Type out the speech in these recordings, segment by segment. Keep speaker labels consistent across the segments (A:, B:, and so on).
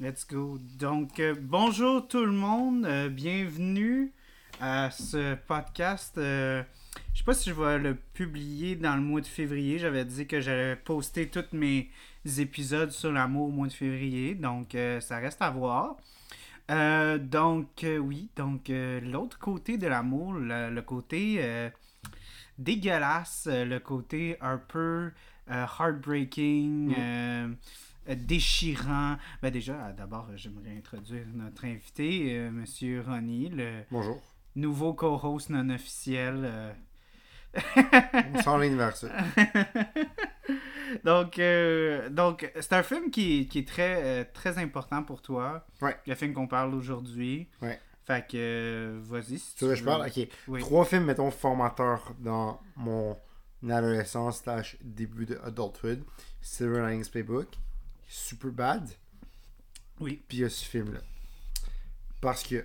A: Let's go. Donc, euh, bonjour tout le monde. euh, bienvenue à ce podcast. Euh, je sais pas si je vais le publier dans le mois de février. J'avais dit que j'allais poster tous mes épisodes sur l'amour au mois de février. Donc, euh, ça reste à voir. Euh, donc, euh, oui. Donc, euh, l'autre côté de l'amour, le, le côté euh, dégueulasse, euh, le côté un peu euh, heartbreaking. euh, euh, déchirant. Ben déjà, euh, d'abord, euh, j'aimerais introduire notre invité, euh, Monsieur Ronnie, le
B: Bonjour.
A: nouveau co-host non officiel. euh.
B: Sans l'anniversaire.
A: donc, euh, donc, c'est un film qui, qui est très, euh, très important pour toi.
B: Ouais.
A: Le film qu'on parle aujourd'hui.
B: Ouais.
A: Fait que, euh, vas-y. Si
B: Tu veux que je parle? Ok.
A: Oui.
B: Trois films, mettons, formateurs dans mon adolescence slash début de adulthood. Silver Linings Playbook, Super Bad,
A: Oui.
B: puis il y a ce film-là. Parce que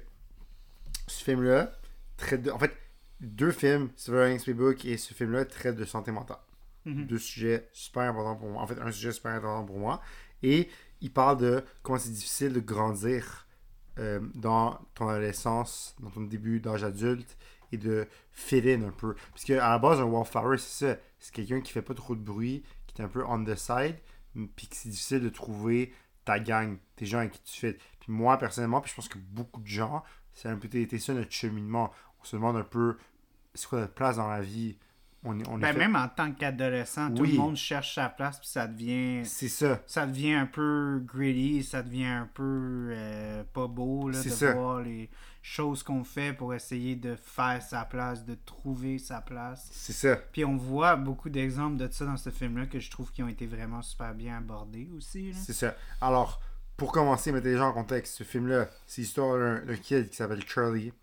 B: ce film-là traite de... En fait, deux films, Silver Linings Playbook et ce film-là traite de santé mentale.
A: Mhm.
B: Deux sujets super importants pour moi. En fait, un sujet super important pour moi. Et il parle de comment c'est difficile de grandir euh, dans ton adolescence, dans ton début d'âge adulte et de fit in un peu. Parce que à la base, un wallflower, c'est ça. C'est quelqu'un qui fait pas trop de bruit, qui est un peu on the side, m- puis que c'est difficile de trouver ta gang, tes gens avec qui tu fais. Puis moi, personnellement, puis je pense que beaucoup de gens, c'est un peu été ça notre cheminement. On se demande un peu c'est quoi notre place dans la vie. On, est- on est
A: Ben,
B: fait-
A: même en tant qu'adolescent, tout le
B: Oui.
A: monde cherche sa place, puis ça devient.
B: C'est ça.
A: Ça devient un peu greedy, ça devient un peu euh, pas beau là, de
B: C'est ça.
A: voir les choses qu'on fait pour essayer de faire sa place, de trouver sa place.
B: C'est ça.
A: Puis on voit beaucoup d'exemples de ça dans ce film-là que je trouve qui ont été vraiment super bien abordés aussi. là.
B: C'est ça. Alors, pour commencer, mettez les gens en contexte. Ce film-là, c'est l'histoire d'un d'un kid qui s'appelle Charlie.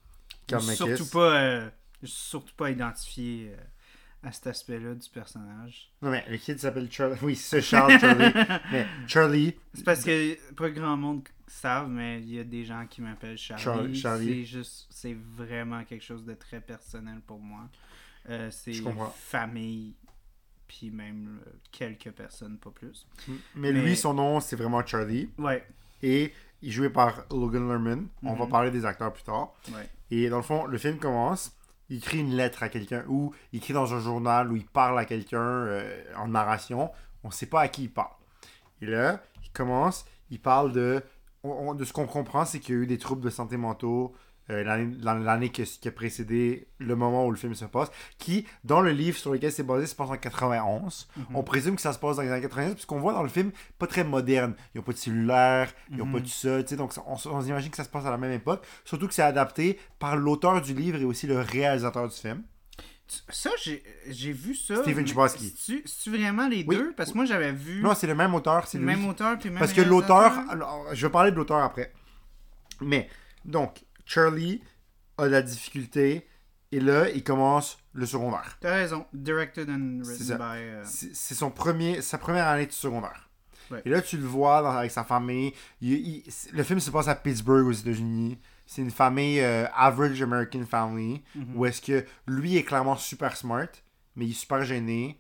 B: Kalmakis.
A: Surtout pas, euh, je suis surtout pas identifié euh, à cet aspect-là du personnage.
B: Non, mais le kid s'appelle Charlie. Oui, c'est ça, Charles Charlie. mais Charlie,
A: C'est parce que pas grand monde savent, mais il y a des gens qui m'appellent Charlie.
B: Char- Charlie.
A: C'est juste, c'est vraiment quelque chose de très personnel pour moi. Euh, c'est
B: Je comprends.
A: famille, puis même euh, quelques personnes, pas plus.
B: mais,
A: Mm. Mais-
B: lui, son nom, c'est vraiment Charlie.
A: Ouais,
B: Et il est joué par Logan Lerman. On va
A: Mhm.
B: parler des acteurs plus tard.
A: ouais.
B: Et dans le fond, le film commence. Il écrit une lettre à quelqu'un ou il écrit dans un journal ou il parle à quelqu'un euh, en narration. On ne sait pas à qui il parle. Et là, il commence, il parle de. on- on- de ce qu'on comprend, c'est qu'il y a eu des troubles de santé mentaux euh, l'année- dans l'année que- qui a précédé le moment où le film se passe, qui, dans le livre sur lequel c'est basé, se passe en 91.
A: Mhm.
B: On présume que ça se passe dans les années 90, puisqu'on voit dans le film pas très moderne. Ils n'ont pas de cellulaire, ils n'ont
A: Mhm.
B: pas de ça, tu sais, donc ça- on, s- on imagine que ça se passe à la même époque. Surtout que c'est adapté par l'auteur du livre et aussi le réalisateur du film.
A: Tu- Ça, j'ai- j'ai vu ça.
B: Steven
A: mais
B: Chbosky.
A: c'est-tu- C'est-tu vraiment les
B: Oui.
A: deux? Parce que moi, j'avais vu
B: Non, c'est le même auteur, c'est
A: Mhm. le
B: lui
A: même
B: qui-
A: auteur puis même
B: Parce que l'auteur.
A: réalisateur.
B: alors, Je vais parler de l'auteur après. Mais, donc, Charlie a de la difficulté et là, il commence le secondaire.
A: T'as raison. Directed and
B: C'est
A: written
B: ça.
A: by... euh,
B: C'est c'est son premier, sa première année de secondaire.
A: Ouais.
B: Et là, tu le vois dans- avec sa famille. Il- il- le film se passe à Pittsburgh, aux États-Unis. C'est une famille euh, average American family
A: Mhm.
B: où est-ce que lui est clairement super smart, mais il est super gêné.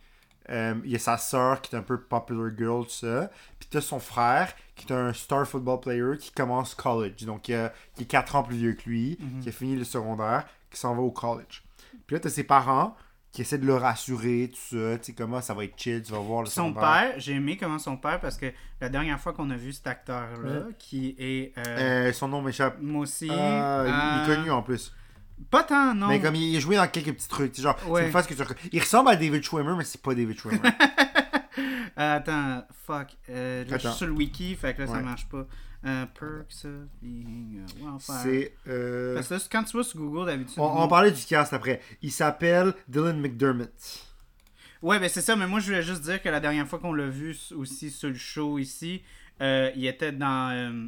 B: Euh, il y a sa sœur qui est un peu popular girl, tout ça. Puis t'as son frère qui est un star football player qui commence college. Donc, euh, qui est 4 ans plus vieux que lui,
A: Mhm.
B: qui a fini le secondaire, qui s'en va au college. Puis là, t'as ses parents qui essaient de le rassurer, tout ça. Tu sais, comment ça va être chill, tu vas voir le
A: Son
B: secondaire.
A: père, j'ai aimé comment son père, parce que la dernière fois qu'on a vu cet acteur-là, qui est... euh,
B: Euh, son nom m'échappe.
A: moi aussi...
B: Ah, il- Il
A: euh,
B: est connu en plus.
A: Pas tant, non.
B: Mais comme il il est joué dans quelques petits trucs, tu sais, genre,
A: Ouais.
B: c'est une face que tu reconnais. Il ressemble à David Schwimmer, mais c'est pas David Schwimmer.
A: Euh, attends, fuck. Euh, là, je
B: Attends.
A: suis sur le wiki, fait que là, ça
B: Ouais.
A: marche pas. Euh, perks of being a wildfire.
B: c'est. euh,
A: Parce que là, quand tu vas sur Google, d'habitude...
B: On, on parlait du cast après. Il s'appelle Dylan McDermott.
A: Ouais, ben c'est ça, mais moi je voulais juste dire que la dernière fois qu'on l'a vu s- aussi sur le show ici, euh, il était dans euh,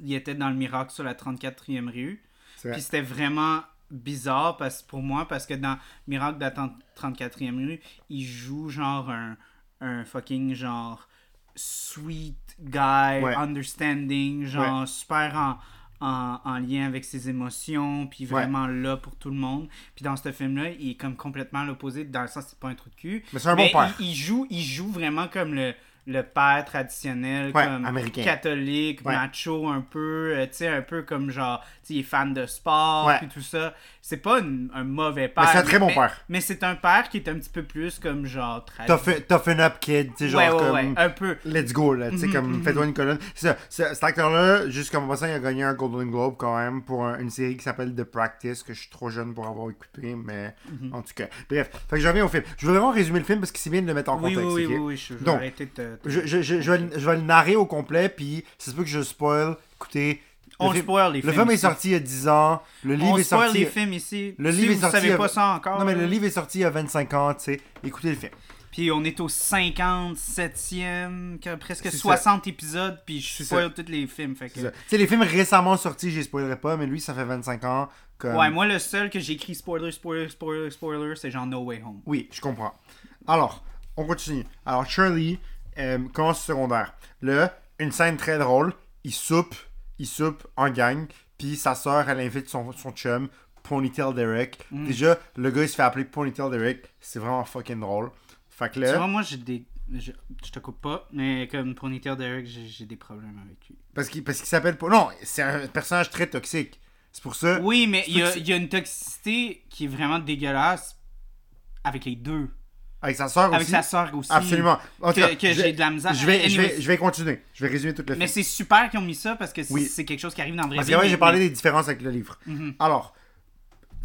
A: il était dans le miracle sur la 34e rue.
B: C'est vrai.
A: Puis c'était vraiment bizarre parce pour moi parce que dans miracle de la 30- 34e rue, il joue genre un un fucking genre sweet guy,
B: Ouais.
A: understanding, genre super en, en, en lien avec ses émotions, puis vraiment là pour tout le monde. Puis dans ce film-là, il est comme complètement à l'opposé, dans le sens c'est pas un trou de cul.
B: Mais c'est un bon père.
A: Il, il joue, il joue vraiment comme le, le père traditionnel,
B: Ouais,
A: comme
B: américain.
A: catholique,
B: Ouais.
A: macho un peu, euh, tu sais, un peu comme genre, tu sais, il est fan de sport,
B: Ouais.
A: puis tout ça. C'est pas une- un mauvais père.
B: c'est un très bon père.
A: Mais c'est un père qui est un petit peu plus comme genre... tradi-
B: Toughen toughen up kid, tu sais, genre
A: Ouais, ouais,
B: comme. euh,
A: ouais, Mm-hmm, un peu.
B: Let's go, là, tu sais, comme fais-toi une colonne. C'est ça, ce- cet acteur-là, juste comme passant, il a gagné un Golden Globe quand même pour un- une série qui s'appelle The Practice, que je suis trop jeune pour avoir écouté, mais
A: Mm-hmm.
B: en tout cas. Bref, fait que je reviens au film. Je veux vraiment résumer le film parce qu'il c'est bien de le mettre en
A: Oui, oui,
B: contexte.
A: oui,
B: ok?
A: oui, oui, je vais
B: Donc,
A: arrêter de te-
B: Je, je, je, je vais, le- je vais le narrer au complet, puis ça se peut que je spoil. Écoutez, le
A: On
B: film-
A: spoil les
B: le
A: films.
B: film est
A: ici.
B: sorti il y a 10 ans, le livre
A: On
B: est
A: spoil
B: sorti.
A: les films ici.
B: Le
A: si
B: livre est
A: vous
B: sorti
A: savez
B: à-
A: pas ça encore.
B: Non, mais
A: là,
B: le livre est sorti il y a 25 ans, tu sais. Écoutez le film.
A: Puis on est au 57e, que- presque
B: C'est ça.
A: 60 épisodes, puis je
B: C'est
A: spoil tous les films. Fait
B: C'est
A: que...
B: ça. Tu sais, les films récemment sortis, je les spoilerai pas, mais lui, ça fait 25 ans. Comme...
A: Ouais, moi le seul que j'écris spoiler, spoiler, spoiler, spoiler, c'est genre No Way Home.
B: Oui, je comprends. Alors, on continue. Alors, Shirley euh, commence au secondaire. Là, une scène très drôle. Il soupe, il soupe en gang. Puis sa sœur, elle invite son, son chum, Ponytail Derek.
A: Mm.
B: Déjà, le gars, il se fait appeler Ponytail Derek. C'est vraiment fucking drôle. Fait que
A: Tu
B: là,
A: vois, moi j'ai des. Je, je te coupe pas, mais comme pour Niter Derek, j'ai j'ai des problèmes avec lui.
B: parce qu'il parce qu'il s'appelle pas. Non, c'est un personnage très toxique. C'est pour ça.
A: Oui, mais il y, a-
B: c'est-
A: il y a une toxicité qui est vraiment dégueulasse avec les deux.
B: Avec sa sœur aussi.
A: Avec sa sœur aussi.
B: Absolument. En tout
A: Que-
B: cas,
A: que
B: je-
A: j'ai de la misère.
B: Je vais, je,
A: Anyway,
B: vais, je vais continuer. Je vais résumer tout le film.
A: Mais c'est super qu'ils ont mis ça parce que c'est
B: Oui.
A: c'est quelque chose qui arrive dans le vrai
B: Parce que
A: vie,
B: ouais,
A: mais-
B: j'ai parlé des différences avec le livre.
A: Mm-hmm.
B: Alors,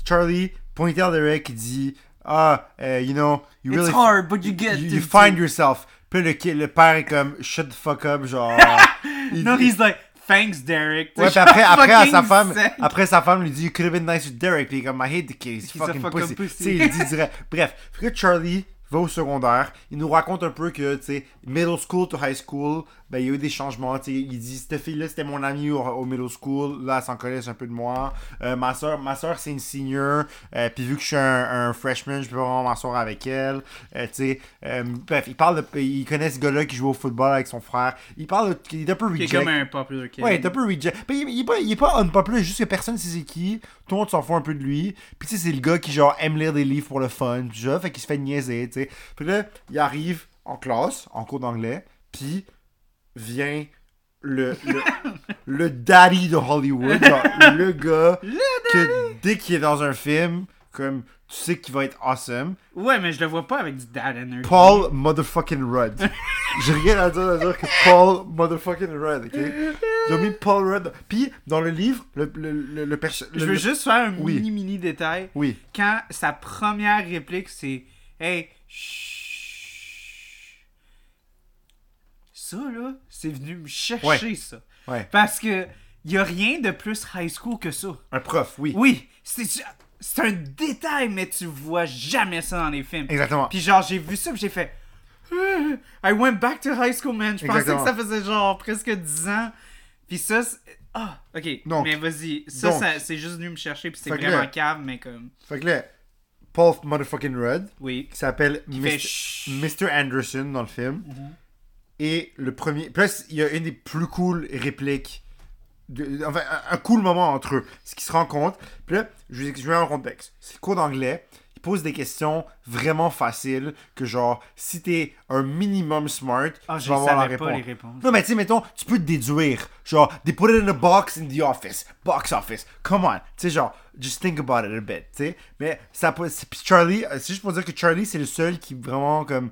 B: Charlie, Ponytail Derek, il dit Ah, euh, you know, you
A: It's
B: really.
A: hard, but you get
B: you,
A: to-
B: you find yourself. Puis le, ki- le père est comme Shut the fuck up, genre. il-
A: No, he's like, thanks, Derek.
B: Ouais, puis après, après, à sa
A: Fucking
B: femme,
A: sick.
B: après sa femme lui dit You could have been nice with Derek. Puis il est comme I hate the kid, he's
A: He's a
B: fucking
A: fucking
B: pussy.
A: pussy.
B: Tu sais, il dit direct. Bref, fait que Charlie va au secondaire. Il nous raconte un peu que, tu sais, middle school to high school, ben, il y a eu des changements. Tu sais, il dit Cette fille-là, c'était mon amie au, au middle school. Là, elle s'en connaît un peu de moi. Euh, ma soeur, ma soeur c'est une senior. Euh, puis vu que je suis un, un freshman, je peux pas vraiment m'asseoir avec elle. Euh, tu sais, euh, bref, il parle de. Il connaît ce gars-là qui joue au football avec son frère. Il parle de. Il est un peu
A: Qui est
B: reject.
A: comme un popular kid.
B: Ouais, il est un peu reject. Mais il, il est pas, il est pas unpopular, juste que personne sait c'est qui. Tout le monde s'en fout un peu de lui. Puis tu sais, c'est le gars qui, genre, aime lire des livres pour le fun, pis genre, fait qu'il se fait niaiser, tu sais. Puis là, il arrive en classe, en cours d'anglais, puis vient le, le, le daddy de Hollywood, genre, le gars que dès qu'il est dans un film, comme, tu sais qu'il va être awesome.
A: Ouais, mais je le vois pas avec du dad energy.
B: Paul motherfucking Rudd. J'ai rien à dire à dire que Paul motherfucking Rudd, ok? J'ai mis Paul Rudd. Puis, dans le livre, le, le, le, le perso-
A: Je
B: le-
A: veux
B: le-
A: juste faire un
B: Oui.
A: mini mini détail.
B: Oui.
A: Quand sa première réplique c'est Hey, chut. Ça là, c'est venu me chercher
B: Ouais.
A: ça.
B: Ouais.
A: Parce que y a rien de plus high school que ça.
B: Un prof, oui.
A: Oui, c'est c'est un détail, mais tu vois jamais ça dans les films.
B: Exactement.
A: Puis genre, j'ai vu ça, puis j'ai fait. "Ah, I went back to high school, man. Je pensais
B: Exactement.
A: que ça faisait genre presque 10 ans. Puis ça, c'est- ah, ok.
B: Donc.
A: mais vas-y, ça,
B: Donc.
A: ça- c'est juste venu me chercher, puis c'est
B: Fait que
A: vraiment
B: là-
A: cave, mais comme.
B: Fait que là, Paul motherfucking Rudd,
A: Oui.
B: qui s'appelle
A: fait
B: Mr.
A: chut.
B: Mr. Anderson dans le film,
A: Mhm.
B: et le premier. Plus, il y a une des plus cool répliques. de- enfin, un, un cool moment entre eux. Ce qu'ils se rencontrent. Puis là, je vous explique un contexte. C'est le cours d'anglais. Ils posent des questions vraiment faciles que genre, si t'es un minimum smart,
A: Ah,
B: tu
A: je
B: vas avoir la
A: savais pas
B: réponse.
A: les réponses.
B: Non, mais tu sais, mettons, tu peux te déduire. Genre, they put it in a box in the office. Box office. Come on. Tu sais, genre, just think about it a bit. Tu sais, mais ça peut- c'est- puis Charlie, euh, c'est juste pour dire que Charlie, c'est le seul qui vraiment comme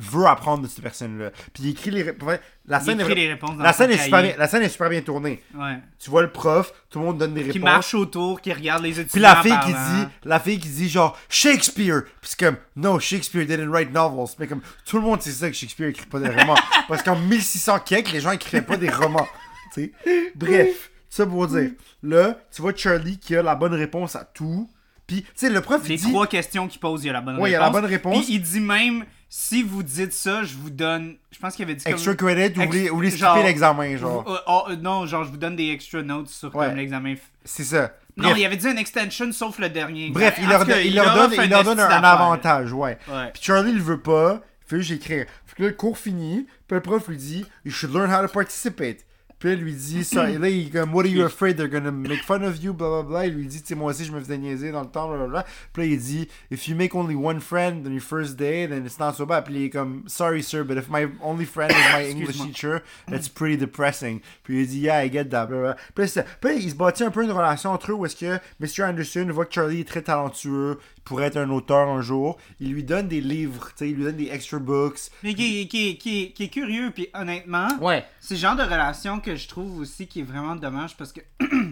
B: veut apprendre de cette personne-là. Puis il écrit les réponses. La
A: Il
B: scène,
A: écrit
B: est...
A: les réponses dans
B: La
A: son
B: scène, est
A: cahier.
B: super bien, la scène est super bien tournée.
A: Ouais.
B: Tu vois le prof, tout le monde donne des
A: Qui
B: réponses.
A: marche autour, qui regarde les étudiants.
B: Puis la fille qui
A: parlant.
B: dit, la fille qui dit genre Shakespeare. Puis c'est comme no Shakespeare didn't write novels. Mais comme tout le monde sait ça que Shakespeare écrit pas des romans parce qu'en 1600 quelque les gens écrivaient pas des romans. Tu sais. Bref, ça pour dire. Là, tu vois Charlie qui a la bonne réponse à tout. Puis tu sais le prof il
A: Les
B: dit
A: trois questions qu'il pose, il y a la bonne réponse.
B: Ouais, il y a la bonne réponse.
A: Puis il dit même, si vous dites ça, je vous donne. Je pense qu'il avait dit comme-
B: extra credit ou
A: Ex-
B: voulez- ou voulez skipper
A: genre-
B: l'examen genre.
A: Vous- euh, oh, euh, non, genre, je vous donne des extra notes sur
B: Ouais.
A: comme l'examen. f-
B: C'est ça.
A: Non,
B: Bref.
A: il avait dit une extension sauf le dernier.
B: Bref,
A: En
B: il
A: tout
B: leur,
A: cas,
B: don- il leur donne,
A: offre
B: il leur
A: esti
B: donne un
A: d'affaire.
B: avantage, ouais.
A: Ouais.
B: Puis Charlie, il veut pas, il fait juste écrire. Fait que là, le cours finit, Puis le prof lui dit, You should learn how to participate. Puis elle lui dit ça. Et là, il est comme, What are you afraid they're gonna make fun of you? Blah blah blah. Il lui dit, Tu sais, moi aussi, je me faisais niaiser dans le temps. Blah blah blah. Puis là, il dit, If you make only one friend on your first day, then it's not so bad. Puis il est comme, Sorry, sir, but if my only friend is my English
A: Excuse-moi.
B: teacher, that's pretty depressing. Puis il dit, Yeah, I get that. Blah blah. Puis, là, c'est- puis là, il se bâtit un peu une relation entre eux où est-ce que Mr. Anderson voit que Charlie est très talentueux, il pourrait être un auteur un jour. Il lui donne des livres, tu sais, il lui donne des extra books.
A: Mais qui, qui, qui, qui est curieux, puis honnêtement,
B: Ouais.
A: c'est le genre de relation que je trouve aussi qui est vraiment dommage parce que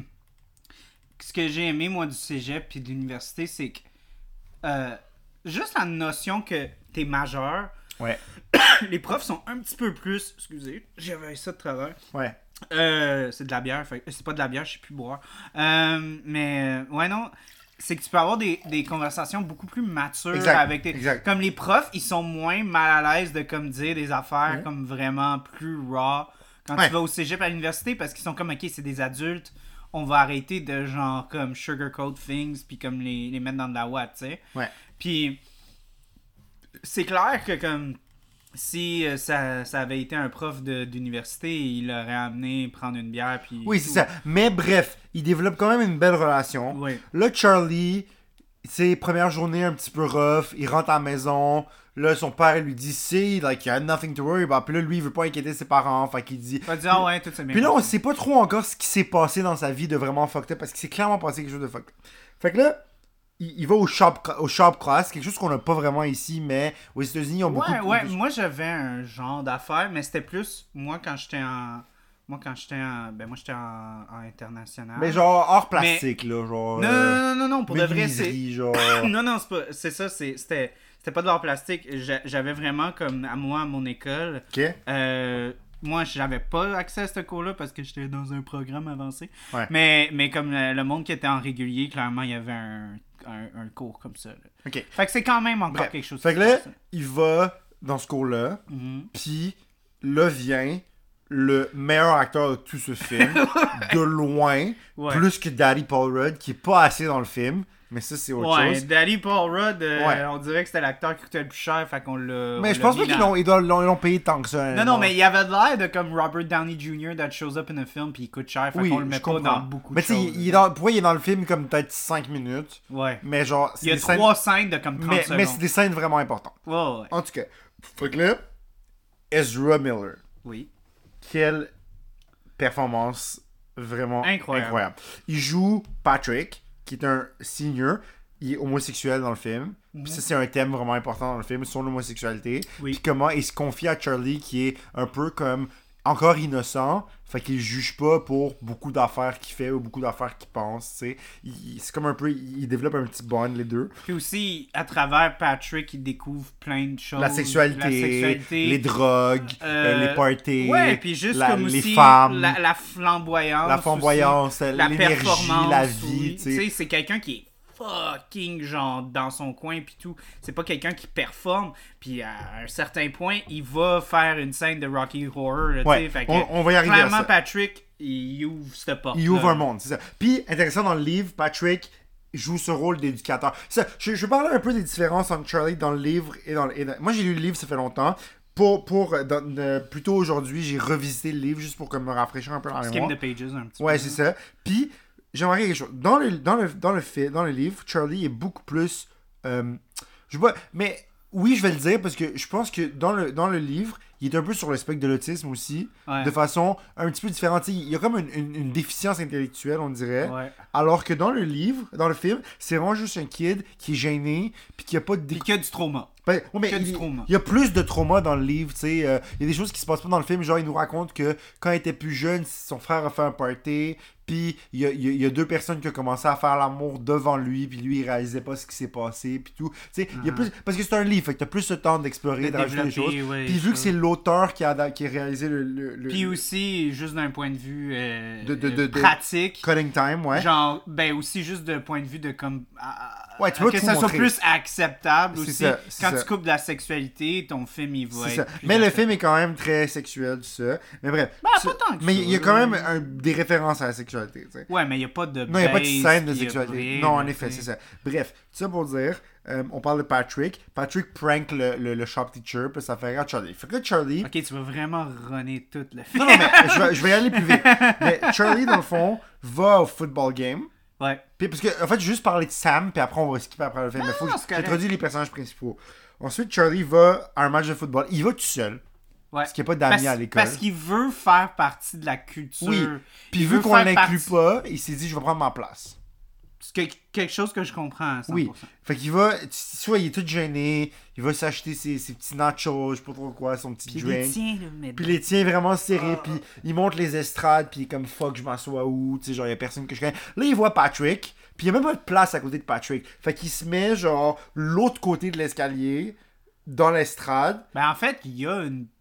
A: ce que j'ai aimé, moi, du cégep puis de l'université, c'est que euh, juste la notion que t'es majeur,
B: Ouais.
A: les profs sont un petit peu plus. Excusez, j'avais ça de travers.
B: Ouais.
A: Euh, c'est de la bière, fait- c'est pas de la bière, je sais plus boire. Euh, mais euh, ouais, non, c'est que tu peux avoir des, des conversations beaucoup plus matures
B: Exact,
A: avec tes.
B: exact.
A: Comme les profs, ils sont moins mal à l'aise de comme dire des affaires comme vraiment plus raw quand
B: Ouais.
A: tu vas au cégep à l'université parce qu'ils sont comme ok, c'est des adultes, on va arrêter de genre comme sugarcoat things puis comme les, les mettre dans de la ouate, tu sais.
B: Ouais.
A: Puis c'est clair que comme si euh, ça, ça avait été un prof de- d'université, il l'aurait amené prendre une bière puis
B: Oui, c'est ça. Mais bref, il développe quand même une belle relation.
A: Oui.
B: Là, Charlie, c'est première journée un petit peu rough, il rentre à la maison. Là, son père lui dit, c'est, like, you have nothing to worry about. Puis là, lui, il veut pas inquiéter ses parents. Fait qu'il dit.
A: Il va dire ah ouais, tout c'est bien.
B: Puis là, on sait pas trop encore ce qui s'est passé dans sa vie de vraiment fucked up parce qu'il s'est clairement passé quelque chose de fucked up. Fait que là, il, il va au shop, au shop class, quelque chose qu'on n'a pas vraiment ici, mais aux États-Unis, ils ont beaucoup
A: Ouais,
B: de-
A: ouais,
B: de-
A: moi j'avais un genre d'affaires, mais c'était plus moi quand j'étais en moi quand j'étais en ben moi j'étais en, en international.
B: Mais genre hors plastique, là, genre.
A: non,
B: euh,
A: non, non, non, non, pour de vrai, c'est
B: menuiserie, genre.
A: non, non, c'est pas, c'est ça, c'est- c'était, c'était pas de l'art plastique. J'a- J'avais vraiment comme, à moi, à mon école,
B: ok.
A: euh, moi, j'avais pas accès à ce cours-là parce que j'étais dans un programme avancé.
B: Ouais.
A: Mais, mais comme le, le monde qui était en régulier, clairement, il y avait un, un- un cours comme ça. là.
B: Ok.
A: Fait que c'est quand même encore
B: Bref.
A: quelque chose.
B: Fait que
A: qui
B: là,
A: se passe.
B: il va dans ce cours-là,
A: Mhm.
B: puis là vient le meilleur acteur de tout ce film, de loin,
A: Ouais.
B: plus que Daddy Paul Rudd, qui est pas assez dans le film, mais ça, c'est autre
A: Ouais,
B: chose.
A: Dali Paul Rudd, euh,
B: Ouais.
A: on dirait que c'était l'acteur qui coûtait le plus cher, fait qu'on l'a. Euh, on
B: Mais je
A: l'a
B: pense
A: mis
B: pas qu'ils
A: dans-
B: l'ont, ils doivent- l'ont- ils l'ont payé tant que ça.
A: Non, non, mais il y avait de l'air de comme Robert Downey Jr. that shows up in a film, puis il coûte cher, fait
B: oui,
A: qu'on le met
B: je
A: pas
B: comprends.
A: dans beaucoup
B: mais
A: de
B: tu sais,
A: choses.
B: il, il est dans- pour moi, il est dans le film comme peut-être 5 minutes,
A: Ouais.
B: mais genre, c'est
A: Il y a
B: des scènes-
A: trois scènes de comme 30
B: mais,
A: secondes.
B: mais c'est des scènes vraiment importantes.
A: Ouais, ouais.
B: En tout cas, fait que là, Ezra Miller.
A: Oui.
B: quelle performance vraiment
A: Incroyable.
B: Il joue Patrick, qui est un senior. Il est homosexuel dans le film. Puis ça, c'est un thème vraiment important dans le film, son homosexualité.
A: Mhm. Oui.
B: Puis comment il se confie à Charlie, qui est un peu comme encore innocent. Fait qu'il juge pas pour beaucoup d'affaires qu'il fait ou beaucoup d'affaires qu'il pense. tu sais. Il- il- C'est comme un peu. Il il développe un petit bond, les deux.
A: Puis aussi, à travers Patrick, il découvre plein de choses.
B: la, sexualité,
A: Oh, La sexualité.
B: les drogues,
A: Euh,
B: euh, les parties,
A: Ouais, puis juste
B: la-
A: comme
B: les
A: aussi,
B: femmes.
A: La, la flamboyance.
B: la
A: aussi,
B: flamboyance,
A: la
B: l'énergie,
A: performance.
B: la
A: oui.
B: vie, tu
A: Tu sais,
B: sais.
A: c'est quelqu'un qui est fucking genre dans son coin puis tout. C'est pas quelqu'un qui performe. Puis à un certain point, il va faire une scène de Rocky Horror. là, tu
B: Ouais,
A: sais, fait que
B: on- on va y arriver à
A: Clairement,
B: ça.
A: Patrick, il ouvre cette porte.
B: Il ouvre un monde, c'est ça. Puis, intéressant dans le livre, Patrick joue ce rôle d'éducateur. Ça, Je, je parlais un peu des différences entre Charlie dans le livre et dans le... et dans- moi, j'ai lu le livre, ça fait longtemps. Pour, pour euh, dans- euh, plutôt aujourd'hui, j'ai revisité le livre juste pour comme me rafraîchir un peu la
A: Skim
B: mémoire.
A: the pages un petit
B: Ouais,
A: peu.
B: c'est ça. Puis, j'ai remarqué quelque chose. Dans le, dans le, dans le, fi- dans le livre, Charlie est beaucoup plus. euh, je sais pas. Mais oui, je vais le dire parce que je pense que dans le, dans le livre, il est un peu sur le spectre de l'autisme aussi.
A: Ouais.
B: De façon un petit peu différente. Tu sais, Il y a comme une, une- une déficience intellectuelle, on dirait.
A: Ouais.
B: Alors que dans le livre, dans le film, c'est vraiment juste un kid qui est gêné, puis qui a pas de
A: Puis qu'il y a du trauma.
B: ben, ouais, mais
A: Que du
B: il,
A: trauma.
B: il y a plus de trauma dans le livre, tu sais. euh, il y a des choses qui se passent pas dans le film. Genre, il nous raconte que quand il était plus jeune, son frère a fait un party, puis il y a, il y a- il y a deux personnes qui ont commencé à faire l'amour devant lui, puis lui, il réalisait pas ce qui s'est passé, puis tout. Tu sais, il y a plus. Parce que c'est un livre, fait que t'as plus le temps d'explorer,
A: Ah. De
B: de, rajouter des choses.
A: développer, ouais,
B: puis
A: je
B: vu que
A: sais.
B: c'est l'auteur qui a, da- qui a réalisé le. le- le-
A: Puis
B: le
A: aussi, juste d'un point de vue euh,
B: De- de-
A: euh,
B: de- de-
A: pratique.
B: Cutting Time, ouais.
A: Genre, ben aussi juste d'un point de vue de comme. à- à-
B: Ouais, tu peux
A: que
B: tout
A: ça soit
B: montrer.
A: plus acceptable
B: C'est
A: aussi.
B: ça, c'est
A: quand
B: ça. ça.
A: tu coupes de la sexualité, ton film, il va être
B: C'est ça.
A: plus
B: Mais le
A: attaquant.
B: film est quand même très sexuel, tout ça. Mais bref.
A: Ben,
B: ça-
A: pas tant que
B: mais
A: ça,
B: il y a quand même
A: là.
B: un- des références à la sexualité, tu sais.
A: Ouais, mais il n'y a pas de.
B: Non, il n'y a pas de
A: base,
B: scène de
A: puis y a
B: sexualité.
A: rien,
B: Non,
A: là,
B: en
A: tu
B: effet,
A: sais.
B: c'est ça. Bref, tout ça pour dire, euh, on parle de Patrick. Patrick prank le, le, le shop teacher, puis ça fait rire à Charlie. Fait que là, Charlie.
A: Ok, tu vas vraiment runner tout le
B: Non,
A: film.
B: non, mais je vais, je vais y aller plus vite. Mais Charlie, dans le fond, va au football game.
A: Ouais.
B: Puis, parce que, en fait, j'ai juste parler de Sam, puis après, on va skipper après le film.
A: Non,
B: mais faut
A: non,
B: que
A: c'est correct.
B: j'introduise les personnages principaux. Ensuite, Charlie va à un match de football. Il va tout seul.
A: ouais.
B: Parce qu'il n'y a pas d'amis
A: Parce-
B: à l'école.
A: Parce qu'il veut faire partie de la culture.
B: Oui. Puis,
A: Il
B: vu
A: veut
B: qu'on
A: faire
B: l'inclut
A: partie-
B: pas, il s'est dit, je vais prendre ma place.
A: C'est que- quelque chose que je comprends à 100%.
B: Oui. Fait qu'il va, soit il est tout gêné, il va s'acheter ses, ses petits nachos, je sais pas trop quoi, son petit
A: Puis il
B: drink.
A: les Ah. tient, là, mais.
B: Puis il les tient vraiment serrés, puis il monte les estrades, puis il est comme fuck, je m'assois où, tu sais, genre y a personne que je connais. Là, il voit Patrick, puis il y a même pas de place à côté de Patrick. Fait qu'il se met genre l'autre côté de l'escalier, dans l'estrade.
A: Ben, en fait, il y a une place.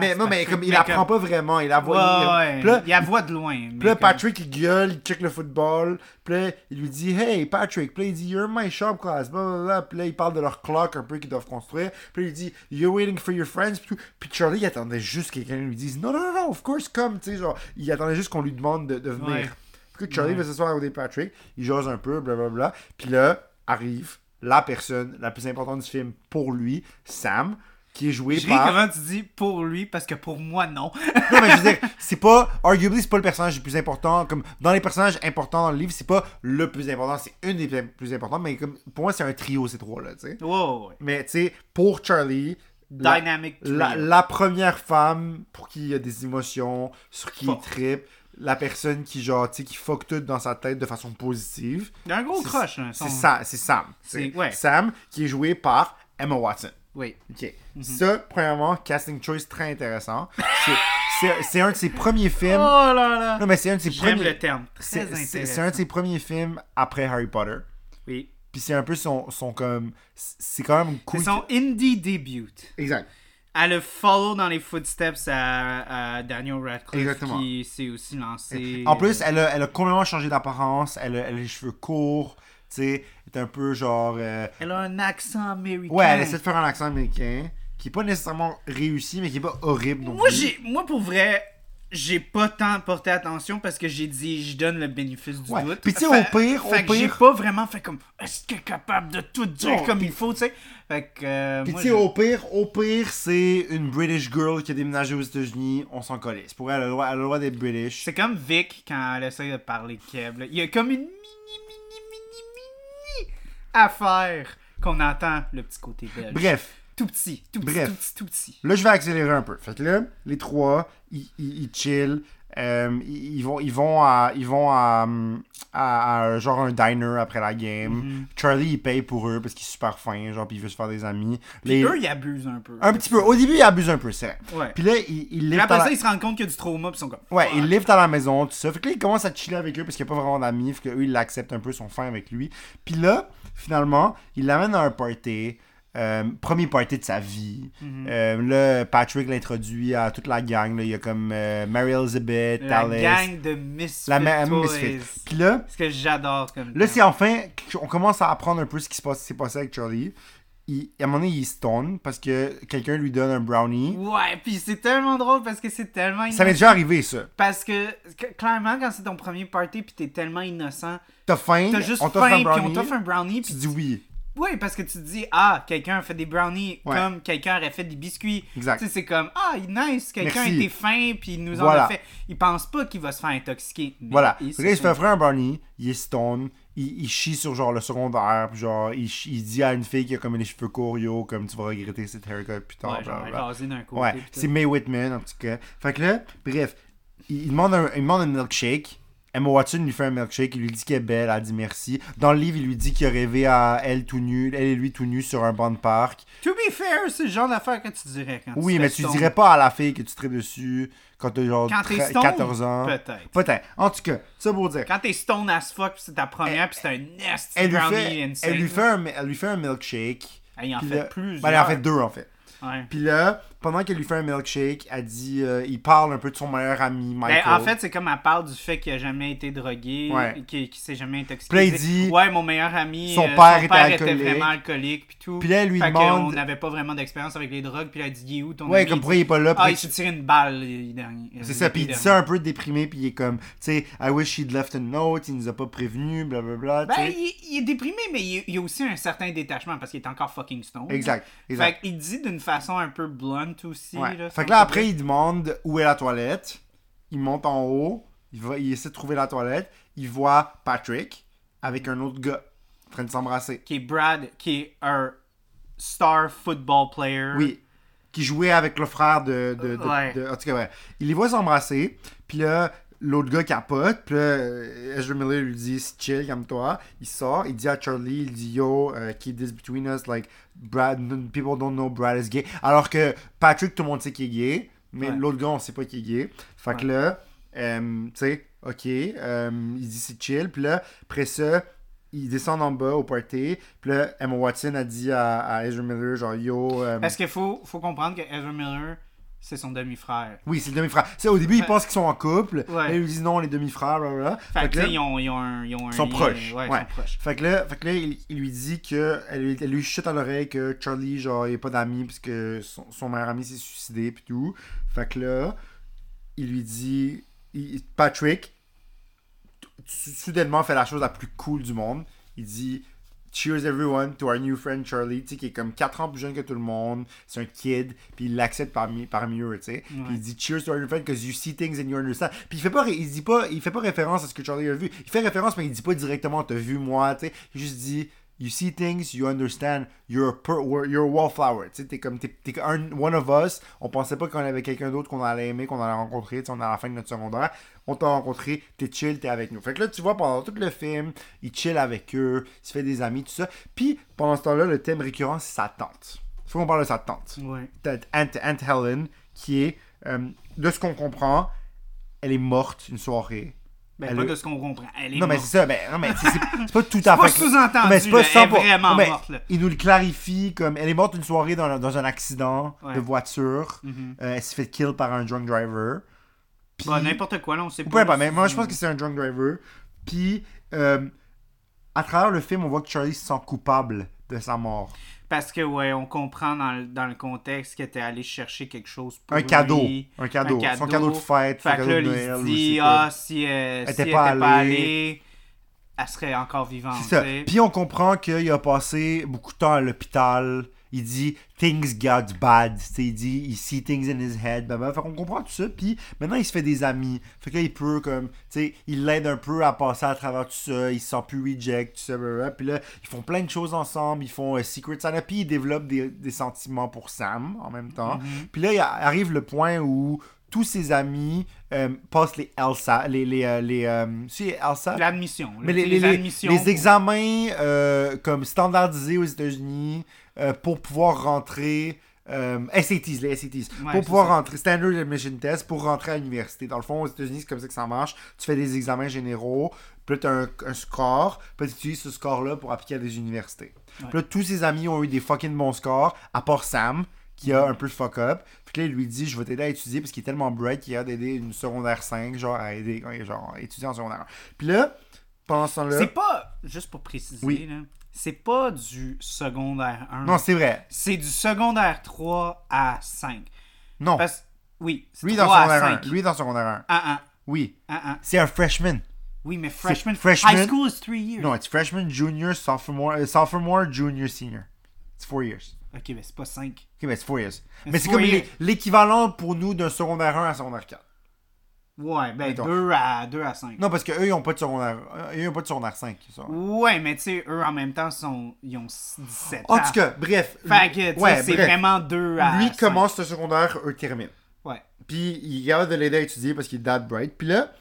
B: mais non, mais
A: Ah, Patrick,
B: comme il apprend pas vraiment, il la
A: Ouais,
B: voit. il-
A: ouais.
B: Puis là,
A: Il la voit de loin. mais
B: puis là,
A: comme-
B: Patrick, il gueule, il check le football. Puis là, il lui dit Hey, Patrick. Puis là, il dit You're my shop class. Blablabla. Puis là, il parle de leur clock un peu qu'ils doivent construire. Puis là, il dit You're waiting for your friends. Puis, tout. Puis Charlie, il attendait juste que quelqu'un lui dise Non, non, non, non, of course, come. Tu sais, genre, il attendait juste qu'on lui demande de, de venir.
A: Ouais.
B: Fait que Charlie
A: Ouais.
B: va s'asseoir à côté de Patrick. Il jase un peu, blablabla. Puis là, arrive la personne la plus importante du film pour lui, Sam, qui est joué
A: Je ris
B: par.
A: comment tu dis pour lui, parce que pour moi, non.
B: Non, mais je veux dire, c'est pas. Arguably, c'est pas le personnage le plus important. Comme dans les personnages importants dans le livre, c'est pas le plus important, c'est une des plus importantes. Mais comme, pour moi, c'est un trio, ces trois-là, tu sais.
A: Wow, ouais.
B: Mais tu sais, pour Charlie. la-
A: Dynamic trio.
B: La, la première femme pour qui il y a des émotions, sur qui il
A: Fuck.
B: tripe, la personne qui, genre, tu sais, qui fuck tout dans sa tête de façon positive.
A: Il y a un gros
B: c'est-
A: crush. hein,
B: C'est
A: son-
B: Sam. C'est Sam. tu sais.
A: C'est- ouais.
B: Sam, qui est joué par Emma Watson.
A: Oui.
B: Ok.
A: Mm-hmm.
B: Ça, premièrement, casting choice très intéressant. C'est- c'est- C'est un de ses premiers films.
A: Oh là là.
B: Non, mais c'est un de ses
A: J'aime le
B: premiers.
A: terme. Très
B: C'est c'est- c'est
A: intéressant.
B: un de ses premiers films après Harry Potter.
A: Oui.
B: Puis c'est un peu son, son comme. C'est quand même
A: C'est
B: cool.
A: son indie debut.
B: Exact.
A: Elle le follow dans les footsteps à, à Daniel Radcliffe
B: Exactement.
A: qui s'est aussi lancé.
B: En plus, elle a, elle a complètement changé d'apparence. Elle a, elle a les cheveux courts. Tu sais, elle est un peu genre. euh,
A: elle a un accent américain.
B: Ouais, elle essaie de faire un accent américain qui est pas nécessairement réussi, mais qui est pas horrible non
A: Moi,
B: plus.
A: j'ai, moi pour vrai, j'ai pas tant porté attention parce que j'ai dit, je donne le bénéfice du
B: Ouais.
A: doute.
B: Puis tu sais, au
A: Fait-
B: pire, au
A: fait que j'ai
B: pire-
A: pas vraiment fait comme, est-ce qu'elle est capable de tout dire
B: Non,
A: comme
B: puis-
A: il faut, tu sais. Fait que. euh,
B: Puis
A: moi,
B: tu sais,
A: je-
B: au pire, au pire, c'est une British girl qui a déménagé aux États-Unis, on s'en colisse. Pour elle, elle a le droit, elle a le droit d'être British.
A: C'est comme Vic quand elle essaie de parler Kev. là. Il y a comme une mini, mini, mini, mini affaire qu'on entend le petit côté belge.
B: Bref,
A: Tout petit, tout petit,
B: Bref.
A: tout petit, tout petit.
B: là je vais accélérer un peu. Fait que là, les trois, ils, ils, ils chill, euh, ils, ils vont, ils vont à, ils vont à, hum, à- à, genre un diner après la game.
A: Mhm.
B: Charlie, il paye pour eux parce qu'il est super fin, genre, puis il veut se faire des amis. Les-
A: Eux, ils abusent un peu.
B: Un petit peu. Au début, il abuse un peu, c'est vrai.
A: Ouais.
B: Puis là, il, il
A: Puis
B: lève
A: après
B: dans
A: ça,
B: la-
A: ils se rendent compte qu'il y a du trauma, puis ils sont comme.
B: Ouais, il live dans la maison, tout ça. Fait que là, il commence à chiller avec eux parce qu'il n'y a pas vraiment d'amis. Fait qu'eux, ils l'acceptent un peu, sont fins avec lui. Puis là, finalement, il l'amène à un party. euh, premier party de sa vie.
A: Mhm.
B: Euh, là, Patrick l'introduit à toute la gang. là. Il y a comme euh, Mary Elizabeth,
A: La
B: Alice.
A: gang de Misfit
B: la ma-
A: Toys.
B: Misfit. Puis là,
A: Ce que j'adore comme.
B: là
A: terme.
B: c'est enfin. On commence à apprendre un peu ce qui se passe- s'est passé avec Charlie. Il- à un moment donné, il stone parce que quelqu'un lui donne un brownie.
A: Ouais, puis c'est tellement drôle parce que c'est tellement.
B: Ça m'est
A: innocent.
B: déjà arrivé, ça.
A: Parce que, que- clairement, quand c'est ton premier party, puis t'es tellement innocent,
B: T'as faim,
A: t'as juste
B: on t'offre un
A: faim, puis on
B: brownie.
A: t'offre un brownie,
B: Tu
A: puis
B: dis oui.
A: Oui, parce que tu te dis, ah, quelqu'un a fait des brownies
B: Ouais.
A: comme quelqu'un aurait fait des biscuits.
B: Exact.
A: Tu sais, c'est comme, ah, nice, quelqu'un
B: Merci.
A: était fin, puis il nous en
B: Voilà.
A: a fait. Il pense pas qu'il va se faire intoxiquer. mais
B: Voilà.
A: il
B: Fait que là, il se fait
A: fait-
B: offrir un brownie, il est stone, il, il chie sur genre le secondaire, puis genre il, chi- il dit à une fille qui a comme les cheveux courts, yo, comme tu vas regretter cette haircut plus tard.
A: Ouais, genre,
B: blablabla.
A: rasé d'un côté.
B: Ouais,
A: puis tout.
B: c'est May Whitman en tout cas. Fait que là, bref, il, il demande un, il demande un milkshake. Emma Watson lui fait un milkshake, il lui dit qu'elle est belle, elle dit merci. Dans le livre, il lui dit qu'il a rêvé à elle tout nu, elle et lui tout nu sur un banc de parc.
A: To be fair, c'est le genre d'affaire que tu dirais quand
B: Oui,
A: te
B: mais
A: fais
B: tu
A: ton-
B: dirais pas à la fille que tu traites dessus quand t'as genre
A: Quand t'es
B: tre-
A: stone,
B: 14 ans.
A: peut-être.
B: Peut-être. En tout cas, ça pour dire.
A: Quand t'es stone as fuck, puis c'est ta première, puis c'est un nest
B: elle lui,
A: brownie
B: fait,
A: insane.
B: elle, lui fait un, elle lui fait un milkshake.
A: Ah, il en
B: Puis
A: fait
B: là-
A: plusieurs.
B: Ben, elle en fait deux, en fait.
A: Ouais.
B: Puis là, pendant qu'elle lui fait un milkshake, elle dit, euh, il parle un peu de son meilleur ami, Michael.
A: Ben, en fait, c'est comme elle parle du fait qu'il a jamais été drogué,
B: Ouais.
A: qu'il, qu'il s'est jamais intoxiqué.
B: Puis là, il dit-
A: ouais, mon meilleur ami,
B: Son
A: euh,
B: père était alcoolique.
A: vraiment alcoolique, puis tout.
B: Puis là, elle lui
A: fait
B: demande-
A: qu'on n'avait pas vraiment d'expérience avec les drogues, puis là, elle dit, il est où ton
B: ouais,
A: ami?
B: comme
A: Il
B: pourquoi il est pas là.
A: dit, ah,
B: pourquoi
A: il
B: tu-
A: s'est tiré une balle, les derniers.
B: C'est ça, puis il dit ça un peu déprimé, puis il est comme, tu sais, I wish he'd left a note, il nous a pas prévenu, blablabla. tu
A: Ben,
B: sais.
A: il, il est déprimé, mais il, il y a aussi un certain détachement parce qu'il est encore fucking stone.
B: Exact, exact.
A: Fait qu'il dit d'une façon un peu blunt aussi.
B: Ouais.
A: Là,
B: fait
A: si
B: que
A: on
B: là,
A: peut
B: après, il demande où est la toilette. Il monte en haut. Il, va, il essaie de trouver la toilette. Il voit Patrick avec un autre gars en train de s'embrasser.
A: qui est Brad, qui est un star football player.
B: Oui. Qui jouait avec le frère de. de, de-
A: Ouais.
B: de- en tout cas, ouais. Il les voit s'embrasser. Puis là, l'autre gars capote. Puis là, euh, Ezra Miller lui dit chill, calme-toi. Il sort. Il dit à Charlie il dit yo, euh, keep this between us. Like, Brad, people don't know Brad is gay. Alors que Patrick, tout le monde sait qu'il est gay. Mais
A: Ouais.
B: l'autre gars, on sait pas qu'il est gay. Fait que là, euh, tu sais, ok. euh, il dit c'est chill. Puis là, après ça. Ils descendent en bas au party. Puis là, Emma Watson a dit à, à Ezra Miller, genre, yo. euh,
A: Parce qu'il faut, faut comprendre que Ezra Miller, c'est son demi-frère.
B: Oui, c'est le demi-frère. Tu sais, au début, ils
A: Ouais.
B: pensent qu'ils sont en couple.
A: Ouais.
B: Là, ils lui disent non, les demi-frères, blablabla.
A: Fait,
B: Fait
A: que
B: que
A: tu sais,
B: là-
A: ils ont, ils ont un. Ils ont un
B: sont
A: lien,
B: proches.
A: Ouais, ils
B: Ouais.
A: sont proches.
B: Fait que là, fait que là il, il lui dit que. Elle, lui- elle lui chute à l'oreille que Charlie, genre, il n'y a pas d'amis puisque son, son meilleur ami s'est suicidé puis tout. Fait que là, il lui dit. il- Patrick, t- sou- soudainement, fait la chose la plus cool du monde. Il dit. Cheers everyone to our new friend Charlie, tu sais, qui est comme 4 ans plus jeune que tout le monde, c'est un kid, puis il l'accepte parmi, parmi eux, tu sais. Puis il dit cheers to our new friend because you see things and you understand. Puis il fait pas, ré- il dit pas, il fait pas référence à ce que Charlie a vu. Il fait référence, mais il dit pas directement t'as vu moi, tu sais. Il juste dit you see things, you understand, you're a, per- we're- you're a wallflower, tu sais. T'es comme, t'es, t'es un- one of us. On pensait pas qu'on avait quelqu'un d'autre qu'on allait aimer, qu'on allait rencontrer, tu sais, on est à la fin de notre secondaire. On t'a rencontré, t'es chill, t'es avec nous. Fait que là, tu vois, pendant tout le film, il chill avec eux, il se fait des amis, tout ça. Puis, pendant ce temps-là, le thème récurrent, c'est sa tante. Faut qu'on parle de sa tante.
A: Ouais.
B: Aunt, Aunt Helen, qui est, euh, de ce qu'on comprend, elle est morte une soirée.
A: Ben,
B: Elle
A: pas
B: est-
A: de ce qu'on comprend. Elle est
B: non, mais
A: morte.
B: c'est ça, mais, non, mais c'est, c'est- c'est pas tout à
A: pas
B: fait.
A: sous-entendu,
B: mais
A: là, elle est
B: 100%.
A: vraiment
B: mais
A: morte, là.
B: Il nous le clarifie comme elle est morte une soirée dans, dans un accident
A: Ouais.
B: de voiture.
A: Mhm.
B: Euh, elle s'est fait kill par un drunk driver. Puis-
A: Bah, n'importe quoi, là, on sait
B: ou
A: pas.
B: peu importe,
A: là,
B: mais moi je
A: c'est-
B: pense que c'est un drunk driver. Puis, euh, à travers le film, on voit que Charlie se sent coupable de sa mort.
A: Parce que, ouais, on comprend dans, le- dans le contexte qu'elle était allée chercher quelque chose pour
B: Un cadeau.
A: lui.
B: Un cadeau.
A: Un
B: Son
A: cadeau.
B: cadeau de fête, son
A: Fait que
B: cadeau
A: là,
B: de
A: il
B: Noël.
A: se
B: ou
A: dit,
B: c'est quoi.
A: ah, si, euh, si elle
B: était
A: n'était
B: pas
A: pas,
B: allée.
A: allée, elle serait encore vivante.
B: C'est ça.
A: tu sais.
B: Puis on comprend qu'il a passé beaucoup de temps à l'hôpital. Il dit things got bad. Tu sais, il dit il see things in his head. blablabla. Fait qu'on comprend tout ça. Puis maintenant il se fait des amis. Fait que là il peut comme, tu sais, il l'aide un peu à passer à travers tout ça. Il se sent plus reject, tout ça. blablabla. Puis là ils font plein de choses ensemble. Ils font euh, Secret Santa. Puis ils développent des, des sentiments pour Sam en même temps.
A: Mm-hmm. Mhm.
B: Puis là il a- arrive le point où tous ses amis euh, passent les ELSA, les les euh, les, euh, si, ELSA?
A: L'admission. là,
B: Mais les,
A: tu sais,
B: les- les-
A: admissions
B: les
A: pour-
B: examens euh, comme standardisés aux États-Unis euh, pour pouvoir rentrer. euh, SATs, les SATs.
A: Ouais,
B: pour
A: c'est
B: pouvoir
A: ça.
B: rentrer, Standard Admission Test, pour rentrer à l'université. Dans le fond, aux États-Unis, c'est comme ça que ça marche. Tu fais des examens généraux, puis là, tu as un, un score, puis tu utilises ce score-là pour appliquer à des universités.
A: Ouais.
B: Puis là, tous ses amis ont eu des fucking bons scores, à part Sam, qui
A: Mhm.
B: a un peu fuck up. Puis que là, il lui dit Je vais t'aider à étudier parce qu'il est tellement bright qu'il a d'aider une secondaire 5, genre à aider, genre à étudier en secondaire. Puis là, pendant ce temps-là.
A: C'est pas, juste pour préciser,
B: Oui.
A: là, c'est pas du secondaire 1.
B: Non, c'est vrai.
A: C'est du secondaire 3 à 5.
B: Non.
A: Parce oui, c'est
B: Lui dans
A: 3
B: son
A: à 5.
B: 1. Lui dans son 1.
A: Ah, ah,
B: Oui.
A: ah, ah.
B: C'est un freshman.
A: Oui, mais freshman,
B: freshman.
A: high school is 3 years.
B: Non, it's freshman, junior, sophomore, euh, sophomore, junior, senior. It's four years.
A: Ok, mais c'est pas 5.
B: Ok, mais c'est four years.
A: Mais
B: Mais c'est
A: four
B: comme
A: years.
B: l'é- l'équivalent pour nous d'un secondaire 1 à secondaire 4.
A: Ouais, ben
B: Mettons.
A: 2 à, 2 à 5.
B: Non, parce qu'eux, ils n'ont pas de secondaire. euh, Ils n'ont pas de secondaire 5. ça.
A: Ouais, mais tu sais, eux en même temps, sont, ils ont 17 ans.
B: En tout cas, bref.
A: Fait que, tu sais,
B: Ouais,
A: c'est
B: bref.
A: vraiment hein. 2 à
B: Lui
A: cinq.
B: commence le secondaire, eux terminent.
A: Ouais.
B: Puis il garde de l'aider à étudier parce qu'il est that bright. Puis là,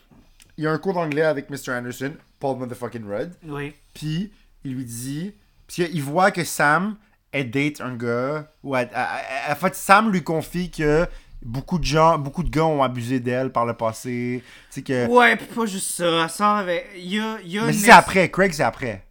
B: il y a un cours d'anglais avec Mr. Anderson, Paul motherfucking Rudd.
A: Oui.
B: Puis il lui dit. Parce qu'il voit que Sam, elle date un gars. Ou elle- elle- elle- en fait, Sam lui confie que beaucoup de gens, beaucoup de gars ont abusé d'elle par le passé. Tu sais que.
A: Ouais, pis pas juste ça. Elle sort avec. Il y a, il y a
B: Euh. mais
A: une
B: c'est après, Craig, c'est après.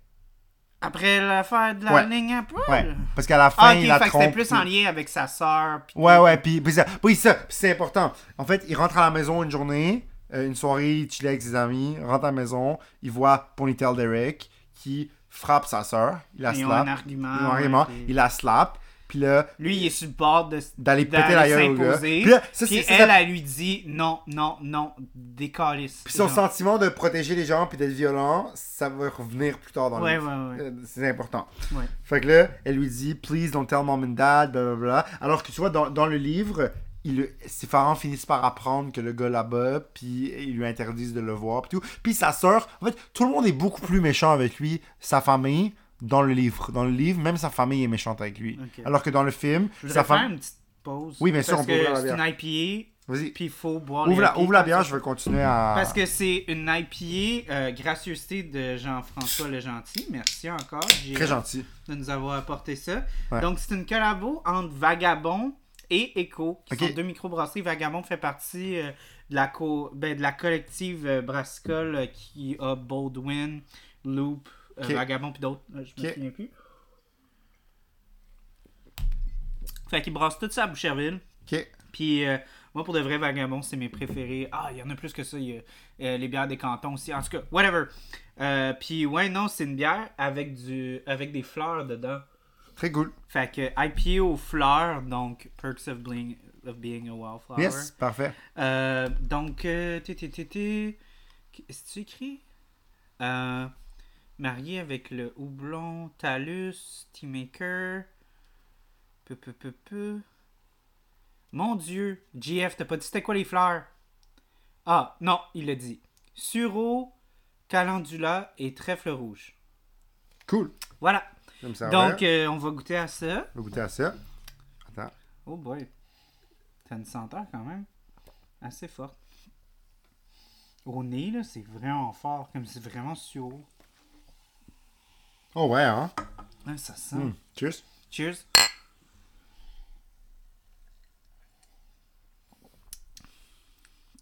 A: Après l'affaire de la
B: Ouais.
A: ligne à poil?
B: Ouais. Parce qu'à la fin,
A: Ah, ok,
B: il la
A: fait que c'était
B: trompe.
A: plus en lien avec sa sœur. puis-
B: Ouais, ouais, puis, puis ça, oui, ça, puis c'est important. En fait, il rentre à la maison une journée, euh, une soirée, il chill avec ses amis, rentre à la maison, il voit Ponytail Derek qui frappe sa sœur, il la
A: Ils ont un
B: slap,
A: argument.
B: il,
A: ouais, puis-
B: il la slap, puis là,
A: Lui, il est sur le bord de
B: d'aller péter
A: d'aller
B: la gueule au gars.
A: s'imposer.
B: Puis
A: Puis,
B: là, ça, c'est- c'est
A: elle,
B: ça-
A: elle lui dit non, non, non, décalisse.
B: puis son
A: Genre.
B: sentiment de protéger les gens puis d'être violent, ça va revenir plus tard dans le
A: Ouais, ouais,
B: livre.
A: ouais.
B: Euh, C'est important.
A: Ouais.
B: Fait que là, elle lui dit, please don't tell mom and dad, blablabla. Alors que tu vois, dans, dans le livre, il, ses parents finissent par apprendre que le gars là-bas, puis ils lui interdisent de le voir, puis tout. Puis sa sœur, en fait, tout le monde est beaucoup plus méchant avec lui, sa famille, dans le livre. Dans le livre, même sa famille est méchante avec lui.
A: Ok.
B: Alors que dans le film,
A: Je
B: sa
A: voudrais faire
B: famille.
A: une petite pause.
B: Oui, bien sûr,
A: parce
B: on peut ouvrir la
A: que C'est une IPA,
B: Vas-y,
A: puis il faut boire
B: ouvre
A: les
B: la,
A: IPA.
B: ouvre la bière, je vais continuer à.
A: Parce que c'est une IPA, euh, gracieuseté de Jean-François Le Gentil. Merci encore, JL,
B: Très gentil.
A: de nous avoir apporté ça.
B: Ouais.
A: Donc, c'est une collabo entre Vagabond et Echo, qui
B: Ok.
A: sont deux microbrasseries. Vagabond fait partie euh, de, la co- ben, de la collective euh, brassicole euh, qui a Baldwin, Loop, euh,
B: Ok.
A: Vagabond, puis d'autres. Euh, je me
B: Ok.
A: souviens plus. Fait qu'il brasse tout ça à Boucherville.
B: Ok.
A: Puis euh, moi, pour de vrais vagabonds, c'est mes préférés. Ah, il y en a plus que ça. Il y a euh, les bières des cantons aussi. En tout cas, whatever. Euh, puis ouais, non, c'est une bière avec, du, avec des fleurs dedans.
B: Très cool.
A: Fait que IPA aux fleurs, donc Perks of Being, of being a Wildflower.
B: Yes, parfait.
A: Euh, donc, euh, tu, tu, tu, tu, c'est-tu écrit? Euh, marié avec le houblon Talus, Teamaker. Peu, peu, peu, peu. Mon Dieu, GF, t'as pas dit c'était quoi les fleurs? Ah, non, il l'a dit. Sureau, calendula et trèfle rouge.
B: Cool.
A: Voilà.
B: Comme ça,
A: Donc,
B: ouais.
A: euh, on va goûter à ça.
B: Je vais goûter à ça. Attends.
A: Oh boy. T'as une senteur quand même. Assez forte. Au nez, là, c'est vraiment fort. Comme c'est vraiment sur.
B: Oh ouais, hein.
A: Ah, ça sent.
B: Hmm. Cheers.
A: Cheers.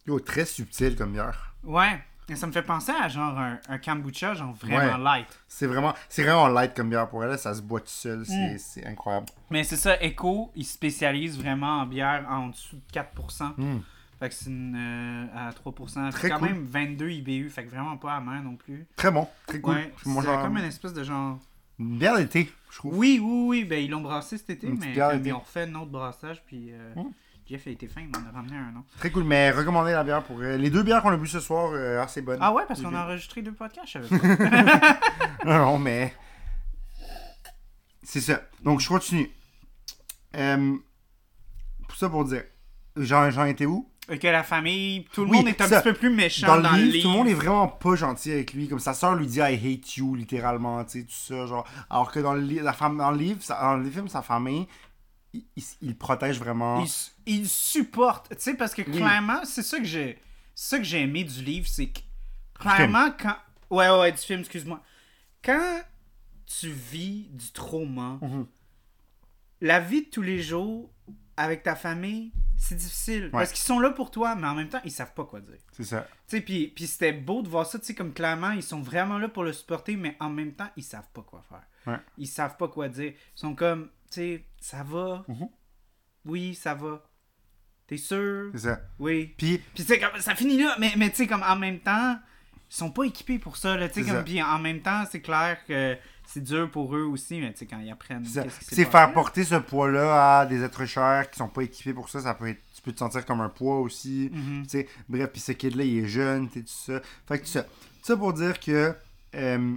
B: Yo, très subtil comme bière.
A: Ouais. Et ça me fait penser à genre un, un kombucha, genre vraiment
B: Ouais.
A: light.
B: C'est vraiment, c'est vraiment light comme bière pour elle. Ça se boit tout seul.
A: Hmm.
B: C'est, c'est incroyable.
A: Mais c'est ça, Echo, il spécialise vraiment en bière en dessous de 4%.
B: Mm.
A: Fait que c'est une, euh, à 3%.
B: Très
A: Puis quand
B: cool.
A: même 22 IBU, fait que vraiment pas à main non plus.
B: Très bon. Très cool.
A: Ouais, c'est
B: Moi, j'en-
A: comme une espèce de genre
B: Une bière d'été, je trouve.
A: Oui, oui, oui, ben ils l'ont brassé cet été,
B: Une
A: mais
B: petite bière
A: comme
B: d'été.
A: ils ont refait un autre brassage, puis euh,
B: Mm.
A: Jeff a été fin, il m'en a ramené un autre.
B: Très cool. Mais recommander la bière pour elle. Les deux bières qu'on a bu ce soir, euh, assez bonnes.
A: Ah ouais, parce
B: Les
A: qu'on
B: deux.
A: a enregistré deux podcasts, je savais pas.
B: Non, non, mais. C'est ça. Donc, je continue. Euh, Tout ça pour dire. J'en, j'en étais où?
A: Et que la famille, tout le
B: Oui,
A: monde est un
B: ça,
A: petit peu plus méchant
B: dans,
A: dans,
B: le livre, tout le monde est vraiment pas gentil avec lui. Comme sa sœur lui dit I hate you, littéralement, tu sais, tout ça. Genre. Alors que dans le, li- la femme, dans le livre, sa- dans le film, sa famille, il, il s- il le protège vraiment.
A: Ils, ils supportent, tu sais, parce que clairement, c'est ça que j'ai c'est ça que j'ai aimé du livre, c'est que clairement, quand... Ouais, ouais, du film, excuse-moi. Quand tu vis du trauma,
B: Mhm.
A: la vie de tous les jours avec ta famille, c'est difficile. Parce qu'ils sont là pour toi, mais en même temps, ils savent pas quoi dire.
B: C'est ça.
A: Tu sais, puis, puis c'était beau de voir ça, tu sais, comme clairement, ils sont vraiment là pour le supporter, mais en même temps, ils savent pas quoi faire.
B: Ouais.
A: Ils savent pas quoi dire. Ils sont comme, tu sais, ça va.
B: Mhm.
A: Oui, ça va. T'es sûr?
B: C'est ça.
A: Oui.
B: Puis,
A: Puis tu sais, comme, ça finit là, mais, mais tu sais, comme en même temps, ils sont pas équipés pour ça, là, tu sais,
B: C'est ça.
A: comme, puis en même temps, c'est clair que c'est dur pour eux aussi, mais tu sais, quand ils apprennent.
B: c'est ça.
A: qu'est-ce qui s'est
B: c'est
A: passé.
B: faire porter ce poids-là à des êtres chers qui sont pas équipés pour ça. ça peut être, tu peux te sentir comme un poids aussi.
A: Mhm.
B: Tu sais, bref, puis ce kid-là, il est jeune, tu sais, tout ça. Fait que tout ça. Tout ça pour dire que euh,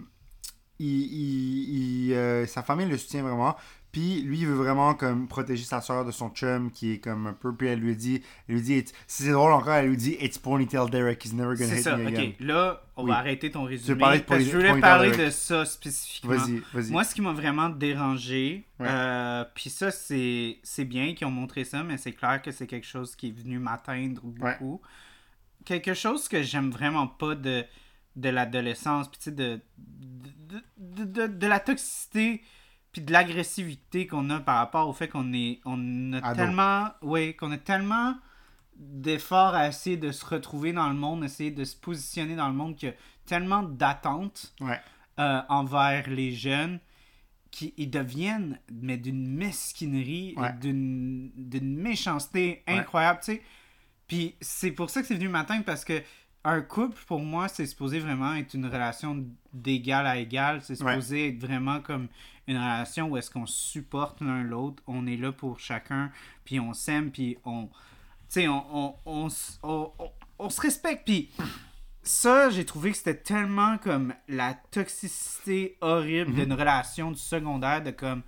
B: il, il- il, euh, sa famille le soutient vraiment. Puis lui, il veut vraiment comme protéger sa soeur de son chum qui est comme un peu. Puis elle lui dit, elle lui dit, It's- si c'est drôle encore, elle lui dit, It's ponytail Derek, he's never gonna
A: C'est
B: hit
A: ça,
B: me
A: ok.
B: again.
A: Là, on
B: Oui.
A: va arrêter ton résumé.
B: parlais de
A: parce que je
B: Pony-
A: voulais
B: Pony
A: parler
B: Direct.
A: de ça spécifiquement.
B: Vas-y, vas-y.
A: Moi, ce qui m'a vraiment dérangé,
B: Ouais.
A: euh, puis ça, c'est c'est bien qu'ils ont montré ça, mais c'est clair que c'est quelque chose qui est venu m'atteindre beaucoup. Quelque chose que j'aime vraiment pas de, de l'adolescence, puis tu sais, de, de, de, de- de la toxicité, puis de l'agressivité qu'on a par rapport au fait qu'on est on a
B: Ado.
A: tellement. Oui, qu'on a tellement d'efforts à essayer de se retrouver dans le monde, essayer de se positionner dans le monde, qu'il y a tellement d'attentes
B: Ouais.
A: euh, envers les jeunes qui ils deviennent mais d'une mesquinerie et
B: Ouais.
A: d'une d'une méchanceté incroyable, tu sais. Puis c'est pour ça que c'est venu m'atteindre parce que un couple pour moi c'est supposé vraiment être une relation d'égal à égal, c'est
B: Ouais.
A: supposé être vraiment comme une relation où est-ce qu'on se supporte l'un l'autre, on est là pour chacun, puis on s'aime, puis on tu sais, on, on, on s- on- on- on se respecte. Puis ça, j'ai trouvé que c'était tellement comme la toxicité horrible
B: Mhm.
A: d'une relation du secondaire, de comme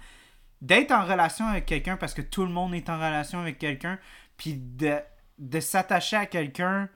A: d'être en relation avec quelqu'un parce que tout le monde est en relation avec quelqu'un, puis de, de s'attacher à quelqu'un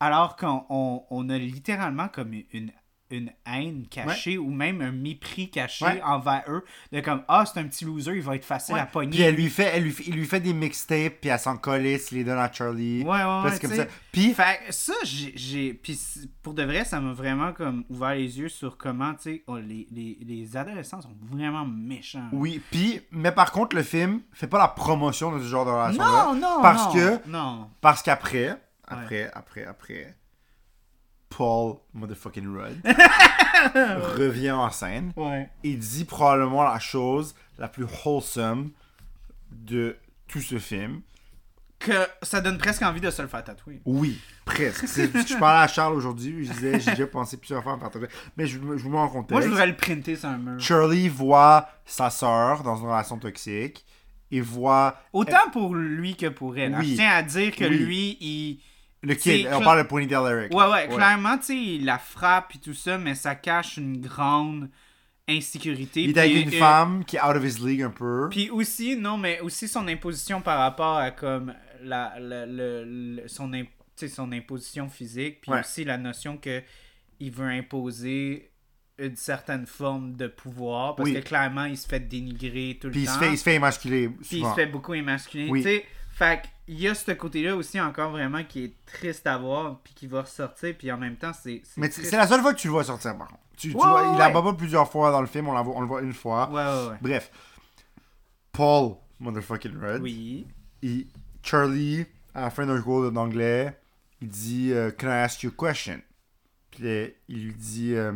A: alors qu'on on, on a littéralement comme une une haine cachée ou même un mépris caché
B: Ouais.
A: envers eux de comme ah c'est un petit loser il va être facile à pogner
B: Puis elle lui fait, elle lui, fait- il lui fait des mixtapes, puis elle s'en colisse, les donne à Charlie.
A: Ouais, ouais,
B: Puis
A: ouais,
B: c'est comme
A: tu sais.
B: ça. Puis,
A: Fait que ça, j'ai- j'ai. Puis c- pour de vrai, ça m'a vraiment comme ouvert les yeux sur comment, tu sais, oh, les, les, les adolescents sont vraiment méchants.
B: oui, puis, mais par contre, le film fait pas la promotion de ce genre de relation-là.
A: Non, non,
B: Parce
A: non,
B: que-
A: Non.
B: Parce qu'après, après, après, après, Paul motherfucking Rudd revient en scène
A: Ouais.
B: et dit probablement la chose la plus wholesome de tout ce film.
A: Que ça donne presque envie de se le faire tatouer.
B: Oui, presque. C'est ce que je parlais à Charles aujourd'hui. Je disais, j'ai déjà pensé plusieurs fois à me faire tatouer. Mais je, vous- je vous mets en contexte.
A: Moi, je voudrais le printer sur un mur.
B: Shirley voit sa sœur dans une relation toxique et voit
A: Autant pour lui que pour elle. hein.
B: Oui.
A: Je tiens à dire que
B: Oui.
A: lui, il.
B: le kid.
A: C'est
B: On
A: cla-
B: parle de Ponytail Eric.
A: Ouais, ouais, clairement, tu sais, il la frappe et tout ça, mais ça cache une grande insécurité.
B: Il est
A: puis- euh,
B: avec une
A: et-
B: femme qui est out of his league un peu.
A: Puis aussi, non, mais aussi son imposition par rapport à comme la, la- le, le- son, imp- tu sais, son imposition physique, puis
B: Ouais.
A: aussi la notion que il veut imposer une certaine forme de pouvoir, parce
B: Oui.
A: que clairement, il se fait dénigrer tout
B: Puis
A: le
B: il
A: temps.
B: se fait, il se fait émasculer
A: Puis il
B: souvent.
A: se fait beaucoup émasculer.
B: Oui.
A: Tu sais, fait qu'il y a ce côté-là aussi encore vraiment qui est triste à voir, puis qui va ressortir, puis en même temps, c'est.
B: Mais c'est
A: triste.
B: c'est la seule fois que tu le vois sortir par contre. Tu, tu
A: Ouais,
B: vois,
A: ouais,
B: il la
A: ouais.
B: bat pas plusieurs fois dans le film, on, la voit- on le voit une fois.
A: Ouais, ouais, ouais.
B: Bref. Paul, motherfucking Red.
A: Oui.
B: il- Charlie, à la fin d'un cours d'anglais, il dit euh, Can I ask you a question? Puis euh, il lui dit, euh,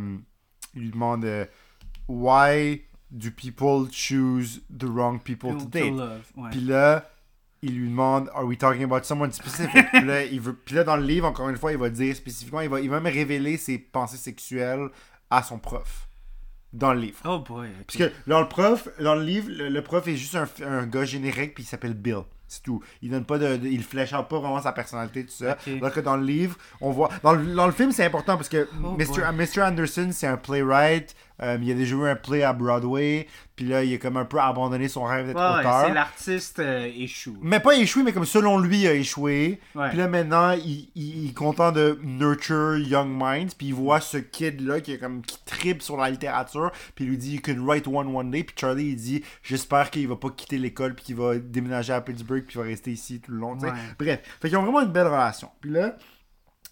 B: il lui demande euh, Why do people choose the wrong people to
A: To- to
B: date?
A: love, ouais.
B: Puis là, il lui demande Are we talking about someone specific? Puis là, il veut, puis là, dans le livre, encore une fois, il va dire spécifiquement, il va, il va même révéler ses pensées sexuelles à son prof. Dans le livre.
A: Oh boy. ok.
B: Parce que dans le prof, dans le livre, le, le prof est juste un, un gars générique puis il s'appelle Bill. C'est tout. Il donne pas de, de- il flèche pas vraiment sa personnalité tout ça.
A: Ok.
B: Alors que dans le livre, on voit dans le, dans le film, c'est important parce que
A: Oh
B: Mr. Mr. Anderson, c'est un playwright, euh, il a déjà joué un play à Broadway, puis là il a comme un peu abandonné son rêve d'être
A: Ouais, ouais,
B: auteur.
A: c'est l'artiste euh, échoue.
B: Mais pas échoué, mais comme selon lui, il a échoué.
A: Ouais.
B: Puis là, maintenant, il, il- il est content de Nurture Young Minds. Puis il voit ce kid-là qui, est comme- qui tripe sur la littérature. Puis il lui dit, You can write one one day. Puis Charlie, il dit, J'espère qu'il va pas quitter l'école. Puis qu'il va déménager à Pittsburgh. Puis il va rester ici tout le long. tu sais.
A: Ouais.
B: Bref. Fait qu'ils ont vraiment une belle relation. Puis là,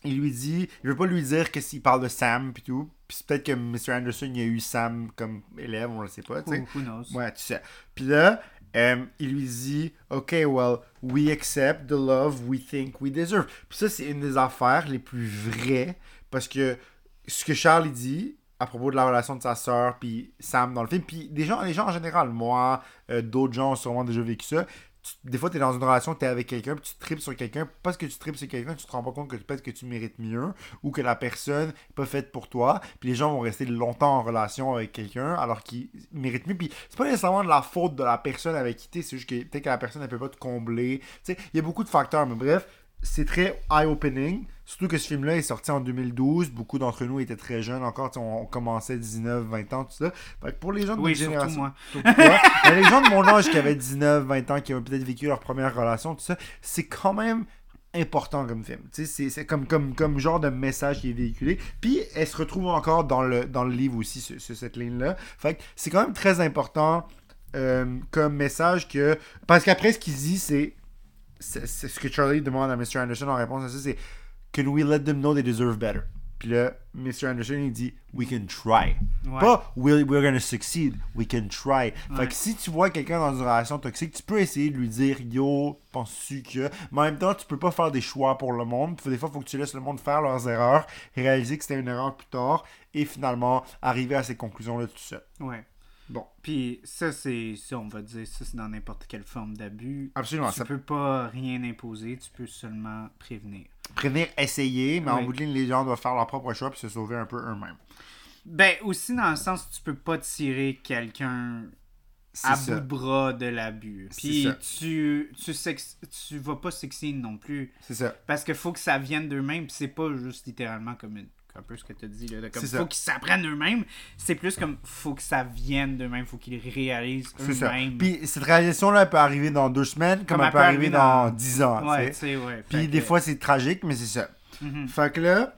B: il lui dit, il veut pas lui dire que s'il parle de Sam. Puis tout. Puis c'est peut-être que Mr. Anderson, il a eu Sam comme élève. On le sait pas, tu sais.
A: Who- who knows?
B: Ouais, tu sais. Puis là, euh, il lui dit, OK, well, we accept the love we think we deserve. Puis ça, c'est une des affaires les plus vraies parce que ce que Charles il dit à propos de la relation de sa sœur, puis Sam dans le film, puis des gens, les gens en général, moi, euh, d'autres gens ont sûrement déjà vécu ça. Tu- des fois, tu es dans une relation, tu es avec quelqu'un, puis tu tripes sur quelqu'un. puis Parce que tu tripes sur quelqu'un, tu te rends pas compte que peut-être que tu mérites mieux ou que la personne n'est pas faite pour toi. Puis les gens vont rester longtemps en relation avec quelqu'un alors qu'ils méritent mieux. Puis c'est pas nécessairement de la faute de la personne avec qui tu c'est juste que peut-être que la personne ne peut pas te combler. Tu sais, il y a beaucoup de facteurs, mais bref, c'est très eye-opening. Surtout que ce film-là est sorti en 2012. Beaucoup d'entre nous étaient très jeunes encore. tu sais, On on commençait 19, 20 ans, tout ça. Fait que pour les gens de
A: Oui,
B: notre
A: surtout
B: génération.
A: moi.
B: Surtout toi. Mais les gens de mon âge qui avaient 19, 20 ans, qui ont peut-être vécu leur première relation, tout ça, c'est quand même important comme film. Tu sais, c'est- c'est comme, comme, comme genre de message qui est véhiculé. Puis, elle se retrouve encore dans le, dans le livre aussi, ce- ce- cette ligne-là. Fait que c'est quand même très important euh, comme message que... Parce qu'après, ce qu'il dit, c'est... c'est- c'est ce que Charlie demande à Mr. Anderson en réponse à ça, c'est « Can we let them know they deserve better? » Puis là, Mr. Anderson, il dit We can try.
A: Ouais.
B: Pas we're, we're gonna succeed, we can try. Fait
A: Ouais.
B: que si tu vois quelqu'un dans une relation toxique, tu peux essayer de lui dire Yo, penses-tu que. Mais en même temps, tu peux pas faire des choix pour le monde. Puis des fois, faut que tu laisses le monde faire leurs erreurs, réaliser que c'était une erreur plus tard, et finalement, arriver à ces conclusions-là tout seul.
A: Ouais.
B: Bon.
A: Puis ça, c'est ça, on va dire, ça, c'est dans n'importe quelle forme d'abus.
B: Absolument.
A: tu
B: Ah, Ça peut
A: peux pas rien imposer, tu peux seulement prévenir.
B: prévenir, essayer, mais en
A: Oui.
B: bout de ligne, les gens doivent faire leur propre choix puis se sauver un peu eux-mêmes.
A: Ben, aussi dans le sens que tu peux pas tirer quelqu'un
B: C'est
A: à
B: ça.
A: bout de bras de l'abus.
B: C'est
A: Puis
B: ça.
A: tu, tu, sex- tu vas pas sexy non plus.
B: C'est ça.
A: Parce que faut que ça vienne d'eux-mêmes, puis c'est pas juste littéralement comme une- un peu ce que tu dis là, de comme
B: C'est ça.
A: faut qu'ils s'apprennent eux-mêmes, c'est plus comme faut que ça vienne d'eux-mêmes, faut qu'ils réalisent
B: C'est ça.
A: eux-mêmes.
B: Puis cette réalisation-là elle peut arriver dans deux semaines, comme, elle peut arriver dans dix ans. tu
A: ouais,
B: sais.
A: tu sais, ouais.
B: Puis
A: Fait
B: des
A: que-
B: fois, c'est tragique, mais c'est ça.
A: Mhm.
B: Fait que là,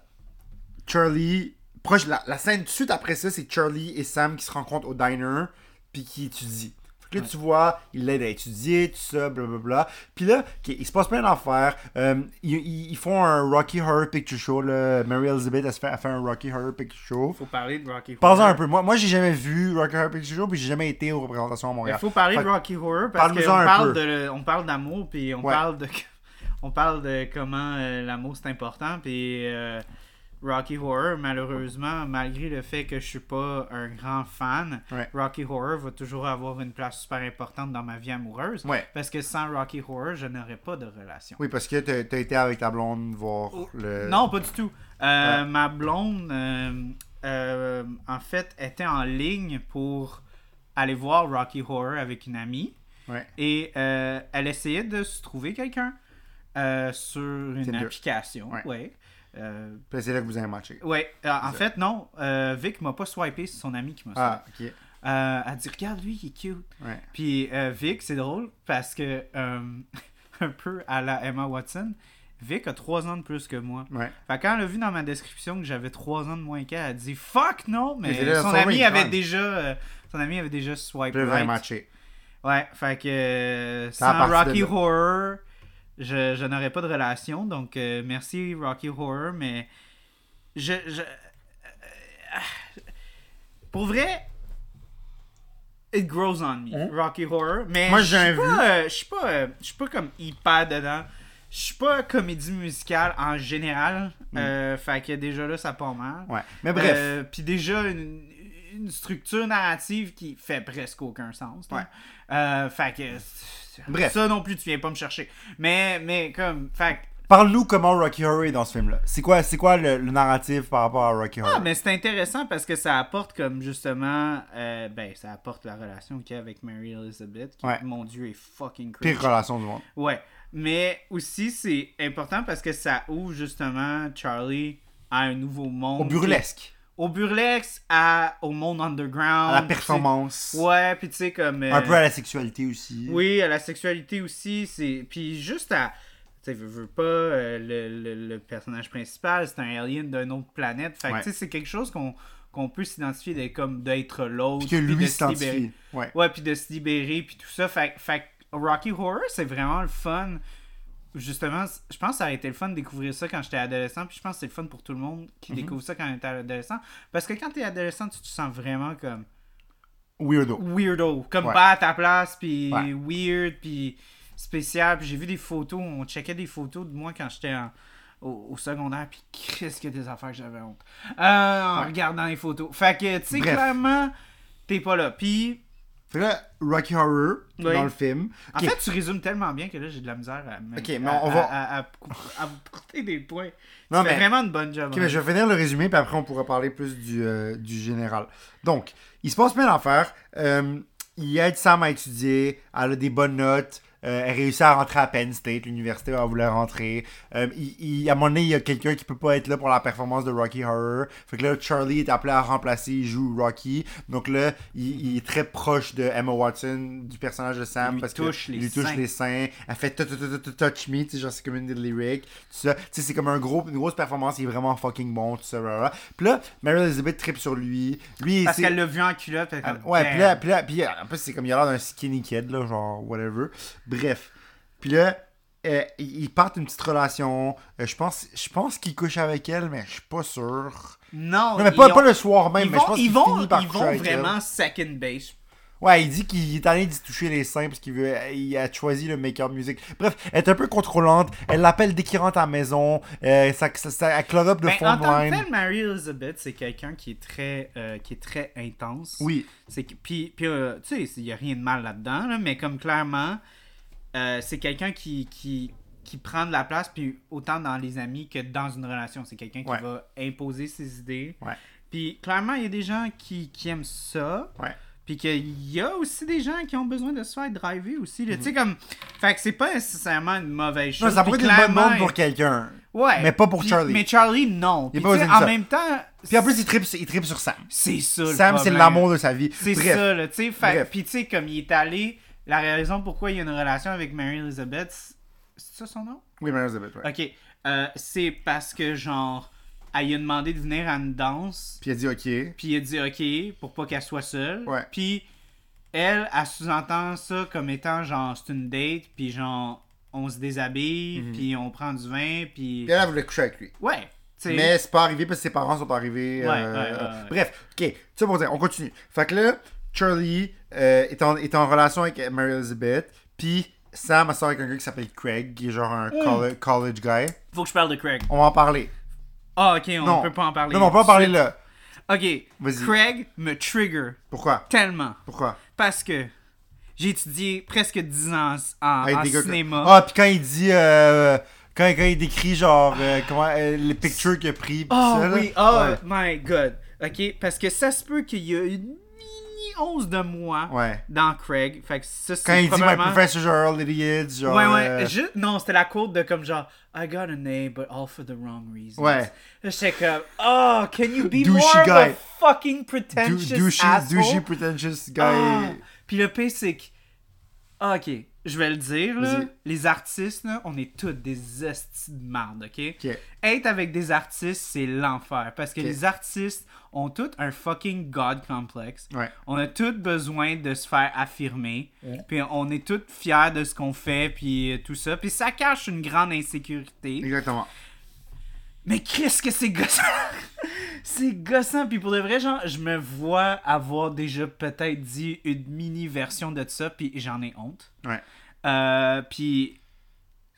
B: Charlie. Proche, la, la scène tout de suite après ça, c'est Charlie et Sam qui se rencontrent au diner, puis qui étudient. Fait que là, tu vois, il l'aide à étudier, tout ça, blablabla. Puis là, ok, il se passe plein d'affaires. Euh, ils, ils- ils font un Rocky Horror Picture Show, là. Mary Elizabeth a fait, a fait un Rocky Horror Picture Show.
A: faut parler de Rocky Horror.
B: Parlons un peu. Moi, moi j'ai jamais vu Rocky Horror Picture Show, puis j'ai jamais été aux représentations à
A: Il
B: Montréal.
A: faut parler
B: Fait
A: de Rocky Horror parce qu'on
B: Parle-nous-en un
A: parle,
B: peu.
A: de- on parle d'amour, puis on
B: Ouais.
A: parle de on parle de comment euh, l'amour c'est important, puis euh, Rocky Horror, malheureusement, malgré le fait que je suis pas un grand fan,
B: Ouais.
A: Rocky Horror va toujours avoir une place super importante dans ma vie amoureuse.
B: Ouais.
A: Parce que sans Rocky Horror, je n'aurais pas de relation.
B: Oui, parce que t'as t'as été avec ta blonde voir le.
A: Oh, Non, pas du tout. Euh, Ma blonde, euh, euh, en fait, était en ligne pour aller voir Rocky Horror avec une amie.
B: Ouais.
A: Et euh, elle essayait de se trouver quelqu'un euh, sur une
B: Tinder.
A: application.
B: Ouais.
A: Ouais. Euh,
B: Puis c'est là que vous avez matché.
A: ouais. Euh, en
B: C'est-
A: fait, non. euh, Vic m'a pas swipé, c'est son ami qui m'a
B: Ah, ok.
A: swipé. Euh, elle dit Regarde lui, il est cute.
B: Ouais.
A: Puis euh, Vic, c'est drôle parce que, euh, un peu à la Emma Watson, Vic a 3 ans de plus que moi.
B: Ouais.
A: Fait que quand elle a vu dans ma description que j'avais 3 ans de moins qu'elle, elle a dit Fuck non Mais,
B: Mais c'est là,
A: son,
B: son
A: ami
B: ring,
A: avait
B: man.
A: déjà, euh, son ami avait déjà swipé.
B: Puis là, vous avez
A: right.
B: matché.
A: Ouais, fait que euh,
B: Ça a
A: sans
B: parti
A: Rocky
B: de là.
A: Horror, je, je n'aurais pas de relation. Donc euh, merci Rocky Horror, mais je, je- euh, euh, pour vrai, it grows on me.
B: Mhm.
A: Rocky Horror, mais
B: Moi,
A: je suis
B: j'ai
A: pas,
B: un
A: euh, je suis pas, euh, je suis pas comme hyper dedans. Je suis pas comédie musicale en général. euh, fait que déjà là, ça part mal.
B: Mm. Ouais. Mais bref.
A: Euh, Puis déjà, une, une structure narrative qui fait presque aucun sens. là.
B: Ouais.
A: Euh, fait que.
B: Bref.
A: Ça non plus, tu viens pas me chercher. Mais, mais comme. Fait que-
B: Parle-nous comment Rocky Horror est dans ce film-là. C'est quoi, c'est quoi le, le narratif par rapport à Rocky Horror?
A: Ah, mais c'est intéressant parce que ça apporte comme justement. euh, ben, ça apporte la relation qu'il y a avec Mary Elizabeth, qui,
B: Ouais.
A: mon dieu, est fucking crazy.
B: Pire relation du monde.
A: Ouais. Mais aussi, c'est important parce que ça ouvre justement Charlie à un nouveau monde.
B: Au burlesque.
A: Au burlesque, à, au monde underground.
B: À la
A: tu sais.
B: performance.
A: Ouais, puis tu sais, comme. euh,
B: Un peu à la sexualité aussi.
A: Oui, à la sexualité aussi, c'est puis juste à tu sais, veux, veux pas euh, le, le- le personnage principal, c'est un alien d'une autre planète. Fait que,
B: Ouais.
A: tu sais, c'est quelque chose qu'on qu'on peut s'identifier d'être comme d'être l'autre,
B: Puis que
A: puis de
B: lui
A: se libérer.
B: s'identifie. Ouais.
A: Ouais, puis de se libérer puis tout ça. Fait, fait que Rocky Horror, c'est vraiment le fun. Justement, c- je pense que ça a été le fun de découvrir ça quand j'étais adolescent, puis je pense que c'est le fun pour tout le monde
B: Mhm.
A: qui découvre ça quand on est adolescent parce que quand t'es adolescent, tu te sens vraiment comme
B: Weirdo.
A: weirdo, comme
B: Ouais.
A: pas à ta place, puis
B: Ouais.
A: weird, puis spécial. Puis j'ai vu des photos, on checkait des photos de moi quand j'étais en- au, au secondaire, puis qu'est-ce que des affaires que j'avais honte. Euh, en
B: Ouais.
A: regardant les photos. Fait que, tu sais,
B: Bref.
A: clairement, t'es pas là. Puis,
B: Fait que là, Rocky Horror,
A: Oui.
B: dans le film.
A: en
B: Ok.
A: fait, tu résumes tellement bien que là, j'ai de la misère à, me-
B: Ok, mais
A: à-
B: on
A: à-
B: va-
A: à- à- à vous porter des points.
B: Non,
A: tu fais
B: mais-
A: vraiment une bonne job. hein.
B: Ok, mais je vais finir le résumé, puis après, on pourra parler plus du, euh, du général. Donc, il se passe plein d'affaires. Euh, il aide Sam à étudier. Elle a des bonnes notes. Euh, elle réussit à rentrer à Penn State, l'université où elle voulait rentrer. Euh, il- il- à un moment donné, il y a quelqu'un qui peut pas être là pour la performance de Rocky Horror. Fait que là, Charlie est appelé à remplacer, il joue Rocky. Donc là, il, il est très proche de Emma Watson, du personnage de Sam.
A: Il lui
B: parce que
A: touche les
B: il lui touche
A: seins.
B: les seins. Elle fait touch, touch, touch, touch me, tu sais, genre c'est comme une des lyrics. Tout ça. Tu sais, c'est comme un gros, une grosse performance, il est vraiment fucking bon, tout ça. blablabla. Puis là, Mary Elizabeth tripe sur lui. Lui,
A: Parce
B: c'est-
A: qu'elle l'a vu en culotte. elle est
B: elle-
A: comme,
B: Ah,
A: Ben, damn.
B: Ouais, puis là, puis là, puis en plus, c'est comme il a l'air d'un skinny kid, là, genre, whatever. Bref. Puis là, euh, euh, ils ils partent une petite relation. Euh, je pense, je pense qu'il couche avec elle, mais je suis pas sûr.
A: Non,
B: Non, mais
A: ils
B: pas,
A: ont-
B: pas le soir même,
A: Ils
B: mais
A: vont,
B: je pense
A: ils
B: qu'il
A: vont,
B: finit par hein.
A: ils
B: coucher
A: vont
B: avec elle.
A: vraiment second base.
B: Ouais, il dit qu'il est allé d'y toucher les seins parce qu'il veut, il a choisi le maker music. Bref, elle est un peu contrôlante. Elle l'appelle dès qu'il rentre à la maison. Euh, ça, ça, ça- elle club up de
A: Ben,
B: phone
A: en tant que
B: line.
A: telle, Mary Elizabeth, c'est quelqu'un qui est très, euh, qui est très intense.
B: Oui,
A: C'est que- puis, puis, euh, tu sais, il n'y a rien de mal là-dedans, là, mais comme clairement, euh, c'est quelqu'un qui, qui, qui prend de la place, puis autant dans les amis que dans une relation. C'est quelqu'un qui
B: Ouais.
A: va imposer ses idées.
B: Ouais.
A: Puis clairement, il y a des gens qui, qui aiment ça.
B: Ouais.
A: Puis qu'il y a aussi des gens qui ont besoin de se faire driver aussi. là. Tu sais, comme. Fait que c'est pas nécessairement une mauvaise chose.
B: Mhm. non, ça
A: Puis
B: pourrait être une bonne
A: clairement,
B: bande pour quelqu'un.
A: Ouais.
B: Mais pas pour
A: Puis-
B: Charlie.
A: Mais Charlie, non. Puis
B: Il a
A: tu
B: pas
A: sais,
B: besoin de
A: en
B: ça.
A: même temps,
B: Puis en plus, il tripe, il tripe sur Sam.
A: c'est ça. le
B: Sam, c'est
A: problème.
B: l'amour de sa vie.
A: C'est
B: Bref.
A: ça, là, tu sais. fait-
B: Bref.
A: Puis, tu sais, comme il est allé, la raison pourquoi il y a une relation avec Mary Elizabeth, c'est c'est ça son nom?
B: Oui, Mary Elizabeth, ouais.
A: Ok. Euh, c'est parce que, genre, elle lui a demandé de venir à une danse,
B: Puis elle dit OK.
A: puis il a dit ok pour pas qu'elle soit seule.
B: Ouais.
A: Puis, elle, elle sous-entend ça comme étant, genre, c'est une date, puis genre, on se déshabille,
B: Mhm.
A: puis on prend du vin, puis.
B: Puis elle, elle voulait coucher avec lui.
A: Ouais. tu sais.
B: Mais c'est pas arrivé parce que ses parents sont pas arrivés.
A: Ouais,
B: euh,
A: ouais, ouais,
B: euh,
A: ouais.
B: Bref, ok, ça pour dire, on continue. Fait que là, Charlie euh, est, en, est en relation avec Mary Elizabeth, puis Sam elle sort avec un gars qui s'appelle Craig, qui est genre un
A: Hmm.
B: colle- college guy.
A: Faut que je parle de Craig.
B: On va en parler.
A: Ah, ok, on
B: non,
A: peut pas en parler.
B: Non, on peut en
A: tout
B: parler
A: de
B: là.
A: suite.
B: Vas-y.
A: Ok. Craig me trigger
B: Pourquoi
A: tellement.
B: Pourquoi
A: Parce que j'ai étudié presque 10 ans en,
B: Avec
A: en
B: des gars que-
A: cinéma.
B: Ah, puis quand il dit. euh, quand, quand il décrit genre. euh, comment. euh, les pictures qu'il a pris. pis
A: Oh
B: ça, là.
A: oui, oh
B: Ouais.
A: my god. Ok, parce que ça se peut qu'il y a une mini once de moi
B: Ouais.
A: dans Craig. Fait que ça, c'est
B: Quand il dit My
A: probablement...
B: Professor Earl Idiot, genre.
A: Ouais, ouais,
B: euh,
A: juste- non, c'était la quote de comme genre, I got a name, but all for the wrong reasons.
B: Ouais.
A: Là, J'étais comme, oh, can you be
B: Douchey
A: more of a
B: guy.
A: fucking
B: dou-
A: pretentious
B: douchey,
A: asshole?
B: douchey pretentious guy.
A: Ah! Puis le pire, c'est que. Ah, ok, je vais le dire, là.
B: Vas-y.
A: Les artistes, là, on est tous des hosties de marde, ok?
B: Ok.
A: Être avec des artistes, c'est l'enfer. Parce que
B: Ok.
A: les artistes ont tous un fucking god complex.
B: Ouais.
A: On a tous besoin de se faire affirmer. Puis on est tous fiers de ce qu'on fait, puis euh, tout ça. Puis ça cache une grande insécurité.
B: Exactement.
A: Mais qu'est-ce que c'est gossant! c'est gossant! Puis pour de vrai, genre, je me vois avoir déjà peut-être dit une mini-version de ça, puis j'en ai honte.
B: Ouais.
A: Euh, puis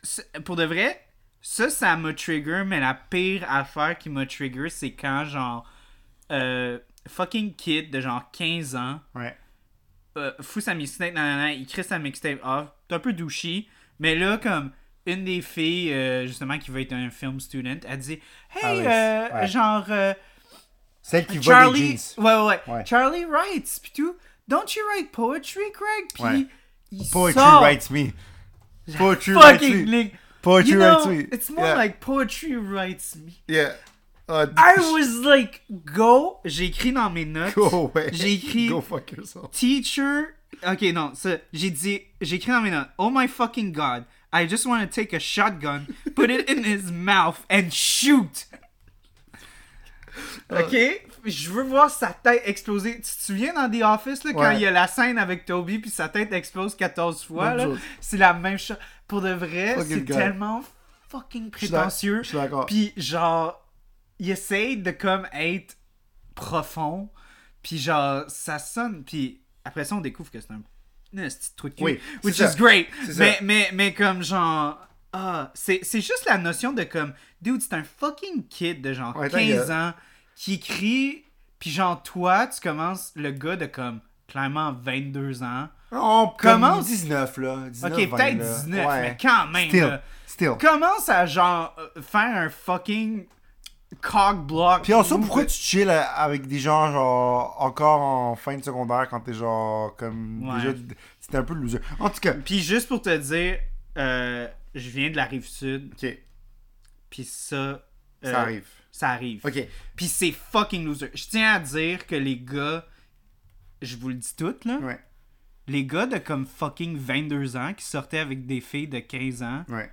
A: c'est- pour de vrai, ça, ça me trigger, mais la pire affaire qui me trigger, c'est quand, genre, euh, fucking kid de genre 15 ans
B: Ouais.
A: euh, fout sa mixtape, nanana, il crée sa mixtape off. C'est un peu douchey. Mais là, comme une des filles, euh, justement, qui veut être un film student, elle dit Hey,
B: Alice,
A: euh,
B: ouais.
A: genre, euh,
B: Celle qui vole des
A: Charlie.
B: jeans.
A: Ouais, ouais, ouais,
B: Ouais.
A: Charlie writes, pis tout. Don't you write poetry, Craig? Puis
B: Ouais.
A: il
B: Poetry
A: sort
B: writes me. Poetry writes
A: fucking
B: me.
A: ligne.
B: Poetry
A: You
B: writes
A: know,
B: me.
A: it's more
B: Yeah.
A: like poetry writes me.
B: Yeah. Uh,
A: I was like, go. J'ai écrit dans mes notes.
B: Go away.
A: J'ai écrit-
B: Go fuck yourself.
A: teacher. Ok, non, ça, j'ai dit, j'ai écrit dans mes notes. Oh my fucking god, I just want to take a shotgun, put it in his mouth and shoot. Ok, je veux voir sa tête exploser. Tu te souviens dans The Office, là, quand
B: Ouais.
A: il y a la scène avec Toby puis sa tête explose 14 fois,
B: Même
A: là?
B: chose.
A: c'est la même chose. Pour de vrai,
B: Fucking
A: c'est
B: god.
A: tellement fucking
B: suis d'ac-
A: prétentieux.
B: je suis d'accord.
A: Puis genre, il essaye de comme être profond. Puis genre, ça sonne. Puis après ça, on découvre que c'est un, un petit truc.
B: Oui, c'est
A: which
B: ça.
A: is great.
B: C'est
A: Mais,
B: ça.
A: mais, mais comme genre. Ah, c'est c'est juste la notion de comme. Dude, c'est un fucking kid de genre
B: Ouais, ta
A: 15
B: gueule.
A: ans qui crie. Puis genre, toi, tu commences le gars de comme clairement 22 ans.
B: On
A: Commence-
B: commence 19 là. 19,
A: Ok,
B: 20,
A: peut-être
B: là.
A: 19,
B: Ouais.
A: mais quand même.
B: Still.
A: là.
B: Still.
A: Commence à genre euh, faire un fucking cock block.
B: Puis en soi, pourquoi tu chill avec des gens genre encore en fin de secondaire quand t'es genre comme
A: Ouais.
B: déjà c'était un peu loser. En tout cas,
A: Puis juste pour te dire, euh, je viens de la rive sud,
B: ok,
A: puis ça. euh,
B: ça arrive.
A: Ça arrive.
B: Ok,
A: Puis c'est fucking loser. Je tiens à dire que les gars, je vous le dis tout là,
B: ouais,
A: les gars de comme fucking 22 ans qui sortaient avec des filles de 15 ans,
B: ouais.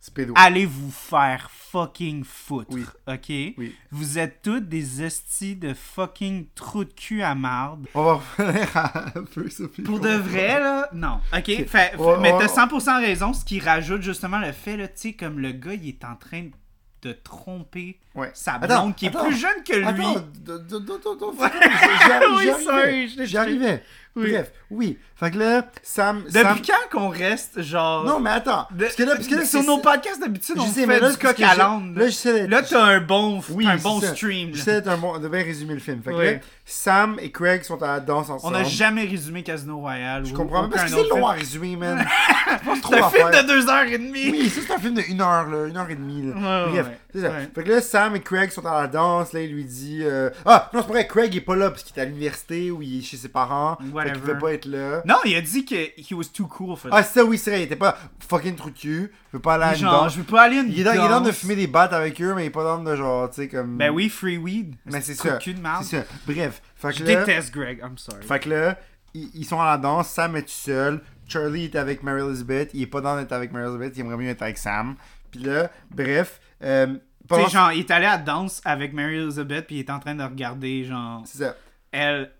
B: Speedo.
A: allez vous faire fucking foutre,
B: Oui.
A: ok?
B: Oui.
A: Vous êtes tous des estis de fucking trous de cul à marde.
B: On va revenir à un peu, Sophie.
A: Pour de vrai, là, non. OK, fait- fait-
B: Ouais,
A: mais
B: ouais.
A: t'as 100% raison, ce qui rajoute justement le fait, là, tu sais, comme le gars, il est en train de tromper
B: Ouais.
A: sa blonde
B: Attends,
A: qui est
B: attends,
A: plus jeune que lui.
B: Attends, d- d- d- attends, j'y-
A: Oui,
B: j'y arrivais,
A: sorry, je l'ai
B: J'y arrivais.
A: Oui.
B: Bref, oui. Fait que là, Sam.
A: Depuis
B: Sam...
A: quand qu'on reste, genre...
B: Non, mais attends.
A: de-
B: Parce que là, parce que là,
A: sur
B: c'est-
A: nos podcasts, d'habitude,
B: Je
A: on
B: sais, mais
A: fait
B: là,
A: du
B: parce
A: coq
B: que
A: à
B: j'ai-
A: l'âne.
B: là, j'essaie d'être-
A: Là, t'as un bon,
B: Oui,
A: un bon
B: c'est ça.
A: stream. là.
B: J'essaie d'être un bon. On devait résumer le film. Fait que
A: Ouais.
B: là, Sam et Craig sont à la danse ensemble.
A: On n'a jamais résumé Casino Royale.
B: Je
A: ou
B: comprends même
A: aucun
B: parce que c'est
A: autre
B: long à
A: film.
B: résumer, man. Je pense trop
A: C'est un
B: à
A: film
B: faire.
A: de deux heures et demie.
B: Oui, ça c'est un film de une heure, là, une heure et demie. Là.
A: Ouais, ouais,
B: Bref,
A: ouais.
B: c'est ça.
A: Ouais.
B: Fait que là, Sam et Craig sont à la danse, là, il lui dit... euh, Ah, non, c'est pas vrai, Craig il est pas là, parce qu'il est à l'université ou il est chez ses parents, fait
A: Whatever.
B: qu'il veut pas être là.
A: Non, il a dit que he was too cool for
B: Ah, ça, oui, c'est vrai, il était pas fucking trou de cul, il veut pas aller à une
A: Genre,
B: danse.
A: je veux pas aller à une
B: Il est, dans, il est dans de
A: danse.
B: fumer des battes avec eux, mais il est pas dans de genre, tu sais, comme...
A: Ben oui, free weed.
B: Mais c'est
A: trou de
B: ça,
A: cul de marde.
B: c'est ça. Bref, fait que
A: Je
B: là...
A: déteste Greg, I'm sorry.
B: Fait que là, ils, ils sont à la danse, Sam est tout seul, Charlie est avec Mary Elizabeth, il est pas dans d'être avec Mary Elizabeth, il aimerait mieux être avec Sam. Puis là, bref, euh,
A: Tu
B: pendant-
A: sais, genre, il est allé à danse avec Mary Elizabeth, puis il est en train de regarder, genre,
B: c'est ça,
A: elle,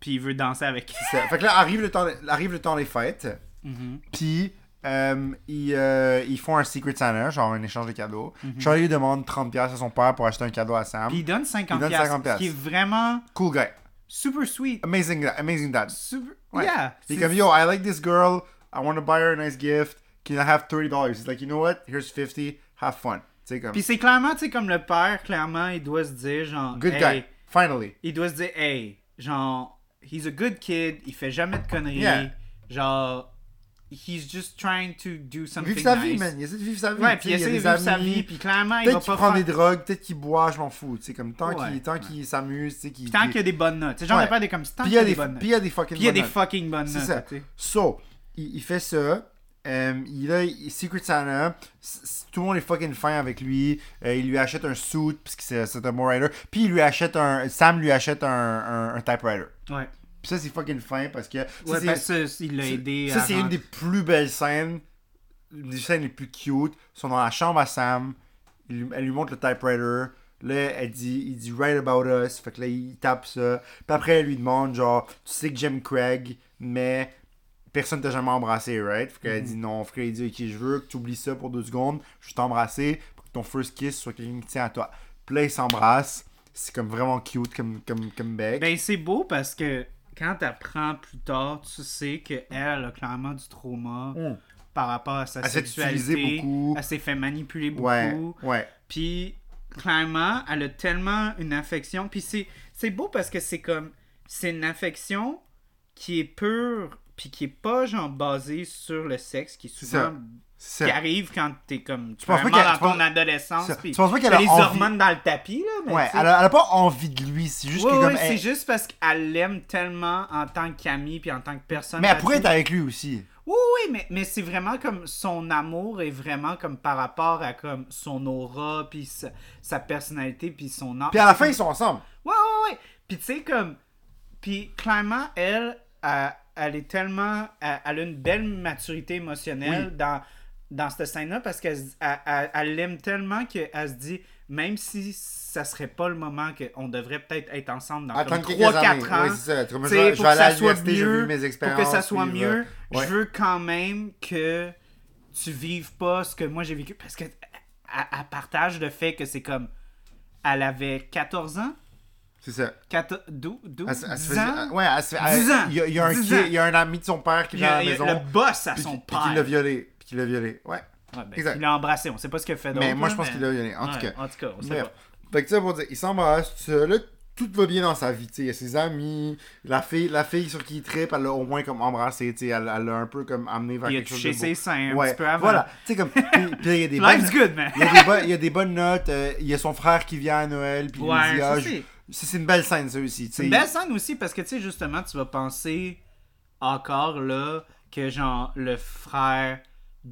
A: puis il veut danser avec elle.
B: c'est ça. Fait que là, arrive le temps, arrive le temps des fêtes,
A: Mm-hmm.
B: puis euh, ils, euh, ils font un Secret Santa, genre un échange de cadeaux. Charlie demande 30$ à son père pour acheter un cadeau à Sam.
A: Mm-hmm. Puis il donne 50$,
B: Il donne 50
A: ce qui est vraiment
B: Cool guy.
A: super sweet.
B: Amazing, da- amazing dad.
A: Super...
B: Ouais.
A: Yeah.
B: He's
A: c'est-
B: comme, yo, I like this girl. I want to buy her a nice gift. Can I have $30? He's like, you know what? Here's 50. Have fun. C'est comme,
A: Puis c'est clairement, tu sais, comme le père, clairement, il doit se dire, genre,
B: good
A: hey,
B: guy. Finally.
A: il doit se dire, hey, genre, he's a good kid, il fait jamais de conneries,
B: Yeah.
A: genre, he's just trying to do something
B: Vive sa
A: nice.
B: vie, man. Il essaie de vivre sa vie.
A: Ouais,
B: tu
A: puis il
B: sais,
A: essaie de
B: y a
A: vivre
B: des
A: sa
B: amis.
A: vie, puis clairement, il va
B: Peut-être qu'il
A: pas
B: prend
A: faire...
B: des drogues, peut-être qu'il boit, je m'en fous. Tu sais, comme tant
A: Ouais,
B: qu'il tant
A: ouais.
B: qu'il s'amuse, tu sais, qu'il.
A: Puis tant
B: qu'il-
A: qu'il y a des bonnes notes. C'est genre,
B: Ouais.
A: le père est comme si tant
B: Puis
A: qu'il
B: il y a des,
A: bonnes notes.
B: puis il y a des fucking.
A: Puis il y a des
B: bonnes
A: fucking bonnes
B: C'est
A: notes.
B: ça.
A: tu sais.
B: So, il, il fait ça. euh, il a il- Secret Santa. s- s- Tout le monde est fucking fin avec lui. euh, il lui achète un suit parce que c'est c'est un Rider. Puis il lui achète un. Sam lui achète un, un, un typewriter.
A: Ouais.
B: Puis ça, c'est fucking fin parce que. ça,
A: Ouais,
B: c'est-
A: parce que ça, il l'a
B: c'est-
A: aidé
B: Ça,
A: à
B: c'est une des
A: rentrer.
B: plus belles scènes, une des scènes les plus cute. Ils sont dans la chambre à Sam. Il lui- elle lui montre le typewriter. Là, elle dit, il dit Write about us. Fait que là, il tape ça. Puis après, elle lui demande genre, tu sais que j'aime Craig, mais personne t'a jamais embrassé, right? Fait
A: Mhm.
B: qu'elle dit non. Fait qu'elle dit Ok, je veux que tu oublies ça pour deux secondes. Je vais t'embrasser pour que ton first kiss soit quelqu'un qui tient à toi. Puis là, ils s'embrassent. C'est comme vraiment cute comme, comme, comme bec.
A: Ben, c'est beau parce que quand t'apprends plus tard, tu sais qu'elle a clairement du trauma
B: Mm.
A: par rapport à sa
B: Elle s'est utilisée
A: sexualité.
B: beaucoup.
A: Elle s'est fait manipuler beaucoup.
B: ouais, ouais.
A: Puis, clairement, elle a tellement une affection. Puis c'est, c'est beau parce que c'est comme. C'est une affection qui est pure, puis qui est pas genre basée sur le sexe, qui est
B: Ça,
A: souvent.
B: ça.
A: qui arrive quand t'es comme. Tu
B: penses
A: penses
B: pas
A: pas
B: qu'elle- tu
A: dans ton
B: penses-
A: adolescence.
B: ça.
A: Puis,
B: Tu penses pas qu'elle
A: t'as
B: a
A: les
B: envie-
A: hormones dans le tapis, là. mais
B: Ouais,
A: tu sais.
B: elle a, elle a pas envie de lui, c'est juste
A: Ouais,
B: que comme
A: ouais, c'est
B: elle-
A: juste parce qu'elle l'aime tellement en tant qu'amie puis en tant que personne.
B: Mais elle
A: parce
B: pourrait
A: que-
B: être avec lui aussi.
A: Oui, oui, mais, mais c'est vraiment comme son amour est vraiment comme par rapport à comme son aura puis sa, sa personnalité puis son âme.
B: Puis à la fin, ils sont ensemble.
A: Ouais, ouais, ouais. Puis tu sais, comme. Puis clairement, elle, elle, elle est tellement. Elle, elle a une belle maturité émotionnelle dans, dans cette scène-là parce qu'elle se- elle, elle- elle l'aime tellement qu'elle se dit, même si ça serait pas le moment qu'on devrait peut-être être ensemble dans
B: Attendre
A: comme
B: Ah, quelques
A: 3-4
B: années.
A: ans.
B: Oui, c'est ça. Comme je
A: tu
B: vais-
A: sais,
B: je
A: pour
B: vais
A: que
B: aller à
A: ça soit
B: l'université, je vais
A: mieux,
B: vivre mes
A: Pour que ça
B: expériences,
A: soit
B: puis,
A: mieux,
B: euh, ouais.
A: je veux quand même que tu vives pas ce que moi j'ai vécu parce que elle- elle partage le fait que c'est comme. Elle avait 14 ans.
B: C'est ça.
A: 14, 12,
B: Elle se- elle se
A: 10
B: faisait-
A: ans.
B: Ouais, elle se fait-
A: Dix
B: elle-
A: ans.
B: Il y a, il y a un
A: Dix
B: kid-
A: ans.
B: il y a un ami de son père qui
A: Il
B: vient
A: y a-
B: à la
A: il y a
B: maison.
A: le boss à
B: puis,
A: son
B: qui- puis qui l'a
A: père.
B: violé. Puis qui l'a violé. Ouais.
A: Ouais, ben,
B: Exact.
A: il l'a embrassé, on sait pas ce qu'il a fait d'autre.
B: Mais moi, je
A: là,
B: pense
A: mais-
B: qu'il l'a violé. En tout
A: hein. Ouais,
B: cas.
A: En tout cas, on sait
B: Bref.
A: pas.
B: Fait que ça pour dire, il s'embrasse, tout ça. Là, tout va bien dans sa vie. tu sais, Il y a ses amis. La fille, la fille sur qui il tripe, elle l'a au moins comme embrassé. tu sais, Elle elle l'a un peu comme amené vers
A: Il a
B: quelque chose. de
A: touché ses
B: beau.
A: seins un
B: Ouais,
A: petit peu avant.
B: Voilà. Tu sais, comme. Puis puis il y a des bonnes-
A: Life's good, man.
B: Il y, a des bonnes, il y a des bonnes notes. euh, il y a son frère qui vient à Noël. Puis il lui
A: Ouais,
B: dit ah,
A: ça,
B: je-
A: c'est-
B: Ça, c'est une belle scène, ça aussi. tu sais.
A: Une belle scène aussi parce que tu sais, justement, tu vas penser encore là que genre le frère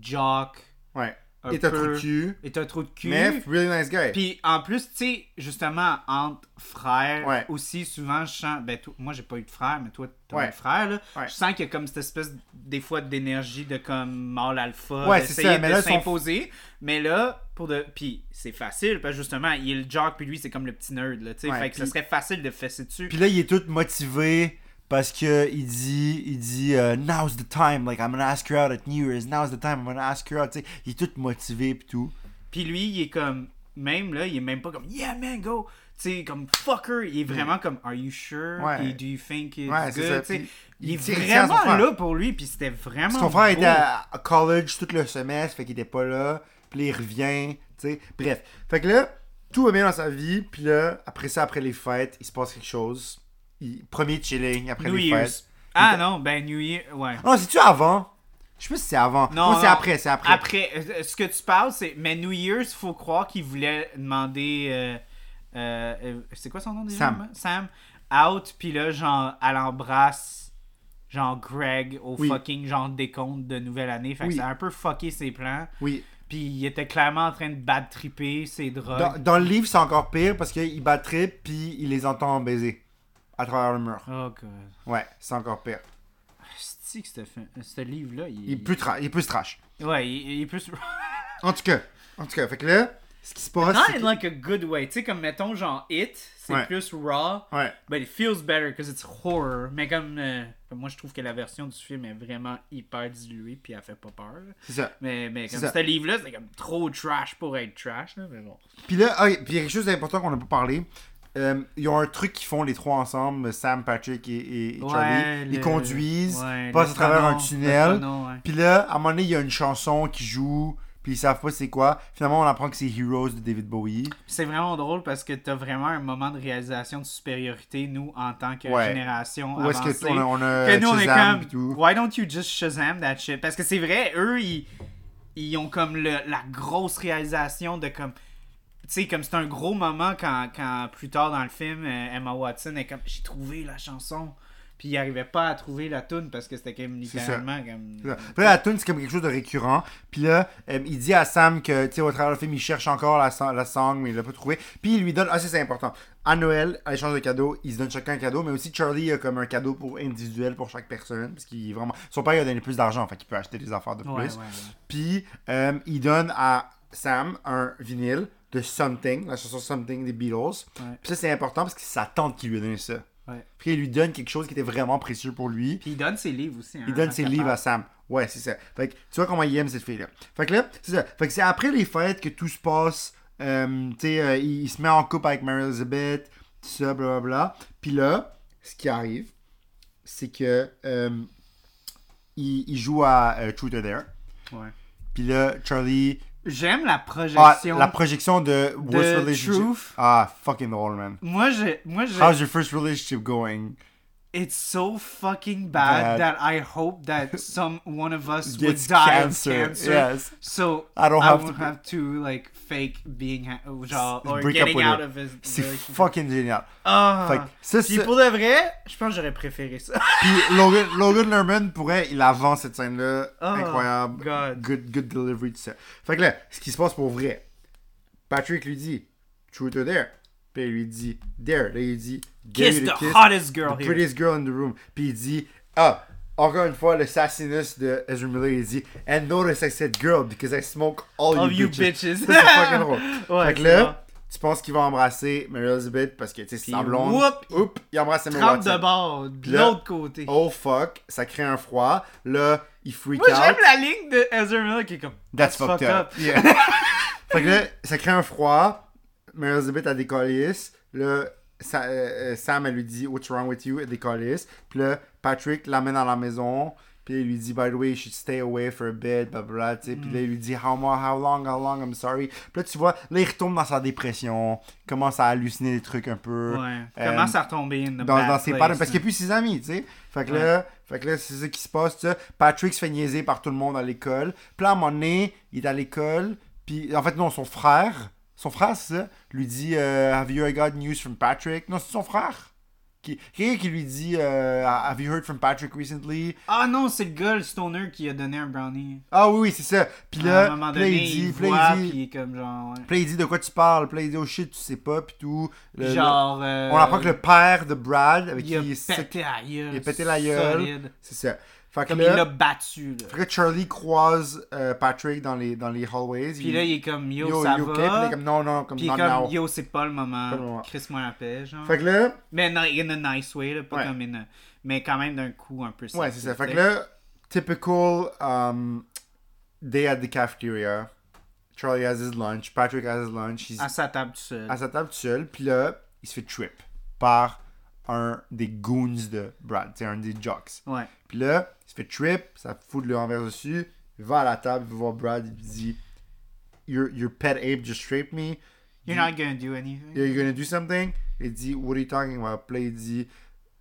A: Jock
B: Ouais.
A: un
B: Et t'as trop
A: peu.
B: de cul.
A: Et t'as trop de cul.
B: Mais really nice guy.
A: Puis en plus, tu sais, justement, entre frères,
B: Ouais.
A: aussi souvent, je sens. Ben, toi- moi, j'ai pas eu de frère, mais toi, t'as
B: Ouais.
A: un frère, là.
B: Ouais.
A: Je sens qu'il y a comme cette espèce, des fois, d'énergie de comme mâle alpha,
B: Ouais, c'est
A: d'essayer
B: ça, mais
A: de
B: là, son-
A: s'imposer. Mais là, pour de. Puis c'est facile, parce que justement, il est le jock, puis lui, c'est comme le petit nerd, là, tu sais.
B: Ouais,
A: fait que ça
B: puis-
A: serait facile de fesser dessus.
C: Puis là, il est tout motivé parce que il dit, il dit euh, Now's the time, like I'm gonna ask her out at New Year's, now's the time, I'm gonna ask her out. Tu sais, il est tout motivé pis tout.
A: Puis lui, il est comme. Même là, il est même pas comme Yeah, man, go! Tu sais, comme fucker. Il est vraiment comme Are you sure?
B: Mm. Ouais.
A: Puis, Do you think it's
B: Ouais, c'est ça.
A: good? Tu sais,
B: Puis,
A: il,
B: il
A: est
B: tire- il tient à son
A: vraiment
B: frère.
A: là pour lui. Puis c'était vraiment.
B: Parce
C: Son frère
A: beau.
C: était à à college tout le semestre, fait qu'il était pas là.
B: Puis là, il revient, tu sais. Bref. Fait que là, tout va bien dans sa vie. Puis là, après ça, après les fêtes, il se passe quelque chose. Il- Premier chilling après
A: New
B: les
A: Year's.
B: fêtes.
A: Ah non, ben New Year, ouais.
B: Non, c'est-tu avant? Je sais pas si c'est avant.
A: Non,
B: Moi, c'est
A: non.
B: après, c'est après.
A: Après, euh, ce que tu parles, c'est. Mais New Year's, faut croire qu'il voulait demander. euh, euh, euh, c'est quoi son nom déjà
B: Sam.
A: moi? Sam. Out, puis là, genre, elle embrasse. Genre Greg au
B: Oui.
A: fucking genre décompte de nouvelle année. Fait
B: Oui.
A: que ça a un peu fucké ses plans.
B: Oui.
A: Puis il était clairement en train de bad tripper ses drogues.
B: Dans, dans le livre, c'est encore pire parce qu'il battrait puis il les entend baiser à travers le mur.
A: Oh god.
B: Ouais, c'est encore pire.
A: cest que ce fi- ce livre-là, il...
B: Il peut, tra- il peut se trash.
A: Ouais, il, il est plus...
B: En tout cas, en tout cas, fait que là, ce qui se passe.
A: Not
B: c'est
A: in
B: que-
A: like a good way. Tu sais, comme mettons genre It, c'est
B: Ouais.
A: plus raw.
B: Ouais.
A: But it Ben, feels better because it's horror. Mais comme... euh, moi, je trouve que la version du film est vraiment hyper diluée puis elle fait pas peur. là.
B: C'est ça.
A: Mais, mais
B: C'est
A: comme
B: ça.
A: ce livre-là, c'est comme trop trash pour être trash. là, mais bon.
B: Puis là, ah, puis il y a quelque chose d'important qu'on n'a pas parlé. Euh, ils ont un truc qu'ils font les trois ensemble, Sam, Patrick et, et- et Charlie.
A: Ouais,
B: ils
A: le-
B: conduisent,
A: ouais,
B: passent à
A: le
B: travers un
A: canon, le
B: tunnel.
A: canon, ouais.
B: Puis là, à un moment donné, il y a une chanson qui joue, puis ils savent pas c'est quoi. Finalement, on apprend que c'est Heroes de David Bowie.
A: C'est vraiment drôle parce que t'as vraiment un moment de réalisation de supériorité, nous, en tant que
B: Ouais.
A: génération
B: Où est-ce que
A: avancée.
B: t- on a- on a
A: que nous, on est
B: Euh, Shazam
A: comme,
B: pis tout.
A: Why don't you just Shazam that shit? Parce que c'est vrai, eux, ils, ils ont comme le- la grosse réalisation de comme... Tu sais, comme c'est un gros moment quand, quand plus tard dans le film, euh, Emma Watson est comme « J'ai trouvé la chanson ». Puis ils arrivaient pas à trouver la tune parce que c'était comme
B: C'est ça.
A: littéralement comme...
B: Puis là, la tune, c'est comme quelque chose de récurrent. Puis là, euh, il dit à Sam que, tu sais, au travers du film, il cherche encore la, sang- la sang, mais il l'a pas trouvé. Puis il lui donne, ah, ça c'est important. À Noël, à l'échange de cadeaux, ils se donnent chacun un cadeau, mais aussi Charlie a comme un cadeau pour individuel pour chaque personne, parce qu'il est vraiment. Son père, il a donné plus d'argent, fait qu'il peut acheter des affaires de plus.
A: Ouais, ouais, ouais.
B: Puis euh, il donne à Sam un vinyle de Something, la chanson Something des Beatles.
A: Ouais.
B: Puis ça, c'est important parce que c'est sa tante qui lui a donné ça.
A: Ouais.
B: Puis il lui donne quelque chose qui était vraiment précieux pour lui.
A: Puis ils donnent ses livres aussi. hein,
B: Il donne
A: tant
B: ses
A: qu'à
B: livres
A: faire.
B: à Sam. Ouais, c'est ça. Fait que tu vois comment il aime cette fille-là. Fait que là, c'est ça. Fait que c'est après les fêtes que tout se passe. Euh, tu sais, euh, il, il se met en couple avec Mary Elizabeth, tout ça, blablabla. Puis là, ce qui arrive, c'est que euh, il, il joue à euh, Truth or Dare.
A: Ouais.
B: Puis là, Charlie.
A: J'aime la
B: Ah,
A: projection.
B: la projection de Worst Relationship.
A: Truth.
B: Ah, fucking drôle, man.
A: Moi, je, moi, je,
B: How's your first relationship going?
A: it's so fucking bad
B: Bad.
A: that I hope that some one of us would
B: Gets
A: die
B: cancer,
A: of cancer.
B: yes.
A: So
B: I don't have
A: won't
B: to be-
A: have to like fake being ha- genre,
B: S-
A: or
B: break up
A: getting
B: with
A: out
B: her.
A: of his.
B: C'est
A: relationship.
B: fucking génial.
A: Ah.
B: Fait que ça,
A: Puis
B: c'est-
A: pour de vrai, je pense que j'aurais préféré ça.
B: Puis Logan, Logan Lerman pourrait, il avance cette scène-là.
A: Oh,
B: incroyable.
A: God.
B: Good, good delivery, tout ça. Fait que là, ce qui se passe pour vrai, Patrick lui dit Truth or Dare. Puis il lui dit Dare. Là, il dit Dare
A: Kiss
B: you
A: the
B: to
A: hottest girl
B: the
A: here.
B: prettiest girl in the room. Puis il dit Ah, encore une fois, le sassiness de Ezra Miller, il dit And notice I said girl because I smoke all,
A: All
B: you
A: you
B: bitches.
A: bitches.
B: Ça, c'est fucking drôle.
A: Ouais,
B: fait que
A: c'est
B: là,
A: bon.
B: tu penses qu'il va embrasser Mary Elizabeth parce que, tu sais, c'est sa blonde.
A: whoop,
B: Oups, il embrasse Mary
A: Trempe
B: Watson.
A: de bord, de
B: Là-
A: l'autre côté.
B: Oh fuck, ça crée un froid. Là, il freak
A: Moi,
B: out.
A: j'aime la ligne de Ezra Miller qui est comme.
B: That's fucked up. Yeah. fait que là, ça crée un froid. Mary Elizabeth a des colis. Là, ça- euh, euh, Sam, elle lui dit What's wrong with you? Elle a des colis. Puis là, Patrick l'amène à la maison. Puis il lui dit, by the way, you should stay away for a bit, blah, blah, blah, tu sais. Puis là, il lui dit, how, mo- how long, how long, I'm sorry. Puis là, tu vois, là, il retombe dans sa dépression, commence à halluciner des trucs un peu.
A: Ouais.
B: Euh,
A: Commence à retomber in the
B: dans,
A: bad
B: dans ses
A: place,
B: patterns parce
A: là.
B: qu'il n'y a plus ses amis, tu sais. Fait que là, fait que là, c'est ça qui se passe, tu sais. Patrick se fait niaiser par tout le monde à l'école. Puis là, à un moment donné, il est à l'école. Puis en fait, non, son frère, son frère, c'est ça, lui dit euh, Have you got news from Patrick Non, c'est son frère. qui- Quelqu'un qui lui dit euh, Have you heard from Patrick recently?
A: Ah non, c'est le gars, le stoner, qui a donné un brownie.
B: Ah oui, oui, c'est ça. Puis
A: à un
B: là,
A: moment
B: puis là,
A: donné,
B: il dit,
A: il
B: puis
A: voit,
B: là,
A: puis
B: il
A: il
B: dit,
A: est comme genre... ouais.
B: puis là, il dit de quoi tu parles, puis là, il dit oh shit, tu sais pas, puis tout. Le- le-
A: genre... euh,
B: on apprend que le père de Brad, avec
A: Il
B: qui
A: a
B: il est-
A: pété la gueule.
B: il a pété la gueule.
A: solide.
B: C'est ça. Fait que
A: Comme
B: là,
A: il l'a battu, là.
B: fait que Charlie croise euh, Patrick dans les, dans les hallways.
A: Puis là, il est comme, yo,
B: Yo,
A: ça
B: you
A: va.
B: okay? Puis là, il est comme non, non, comme
A: Puis il
B: non,
A: est comme,
B: non.
A: yo, c'est pas le
B: Pas le moment.
A: moment. Crisse-moi la paix, genre.
B: Fait que là,
A: Mais non, in a nice way, là, pas
B: Ouais.
A: comme in a- Mais quand même d'un coup un peu
B: ouais,
A: sexy,
B: c'est ça. Fait
A: tu
B: que
A: sais.
B: là, typical um, day at the cafeteria. Charlie has his lunch, Patrick has his lunch, he's
A: À sa table tout seul.
B: à sa table tout seul, puis là, il se fait trip par un des goons de Brad, c'est un des jocks.
A: Ouais.
B: Puis là, il se fait trip, ça fout de l'envers dessus, il va à la table, il va voir Brad, il dit Your, your pet ape just raped me,
A: You're not gonna do anything.
B: are you gonna do something? Il dit What are you talking about? Puis là, il dit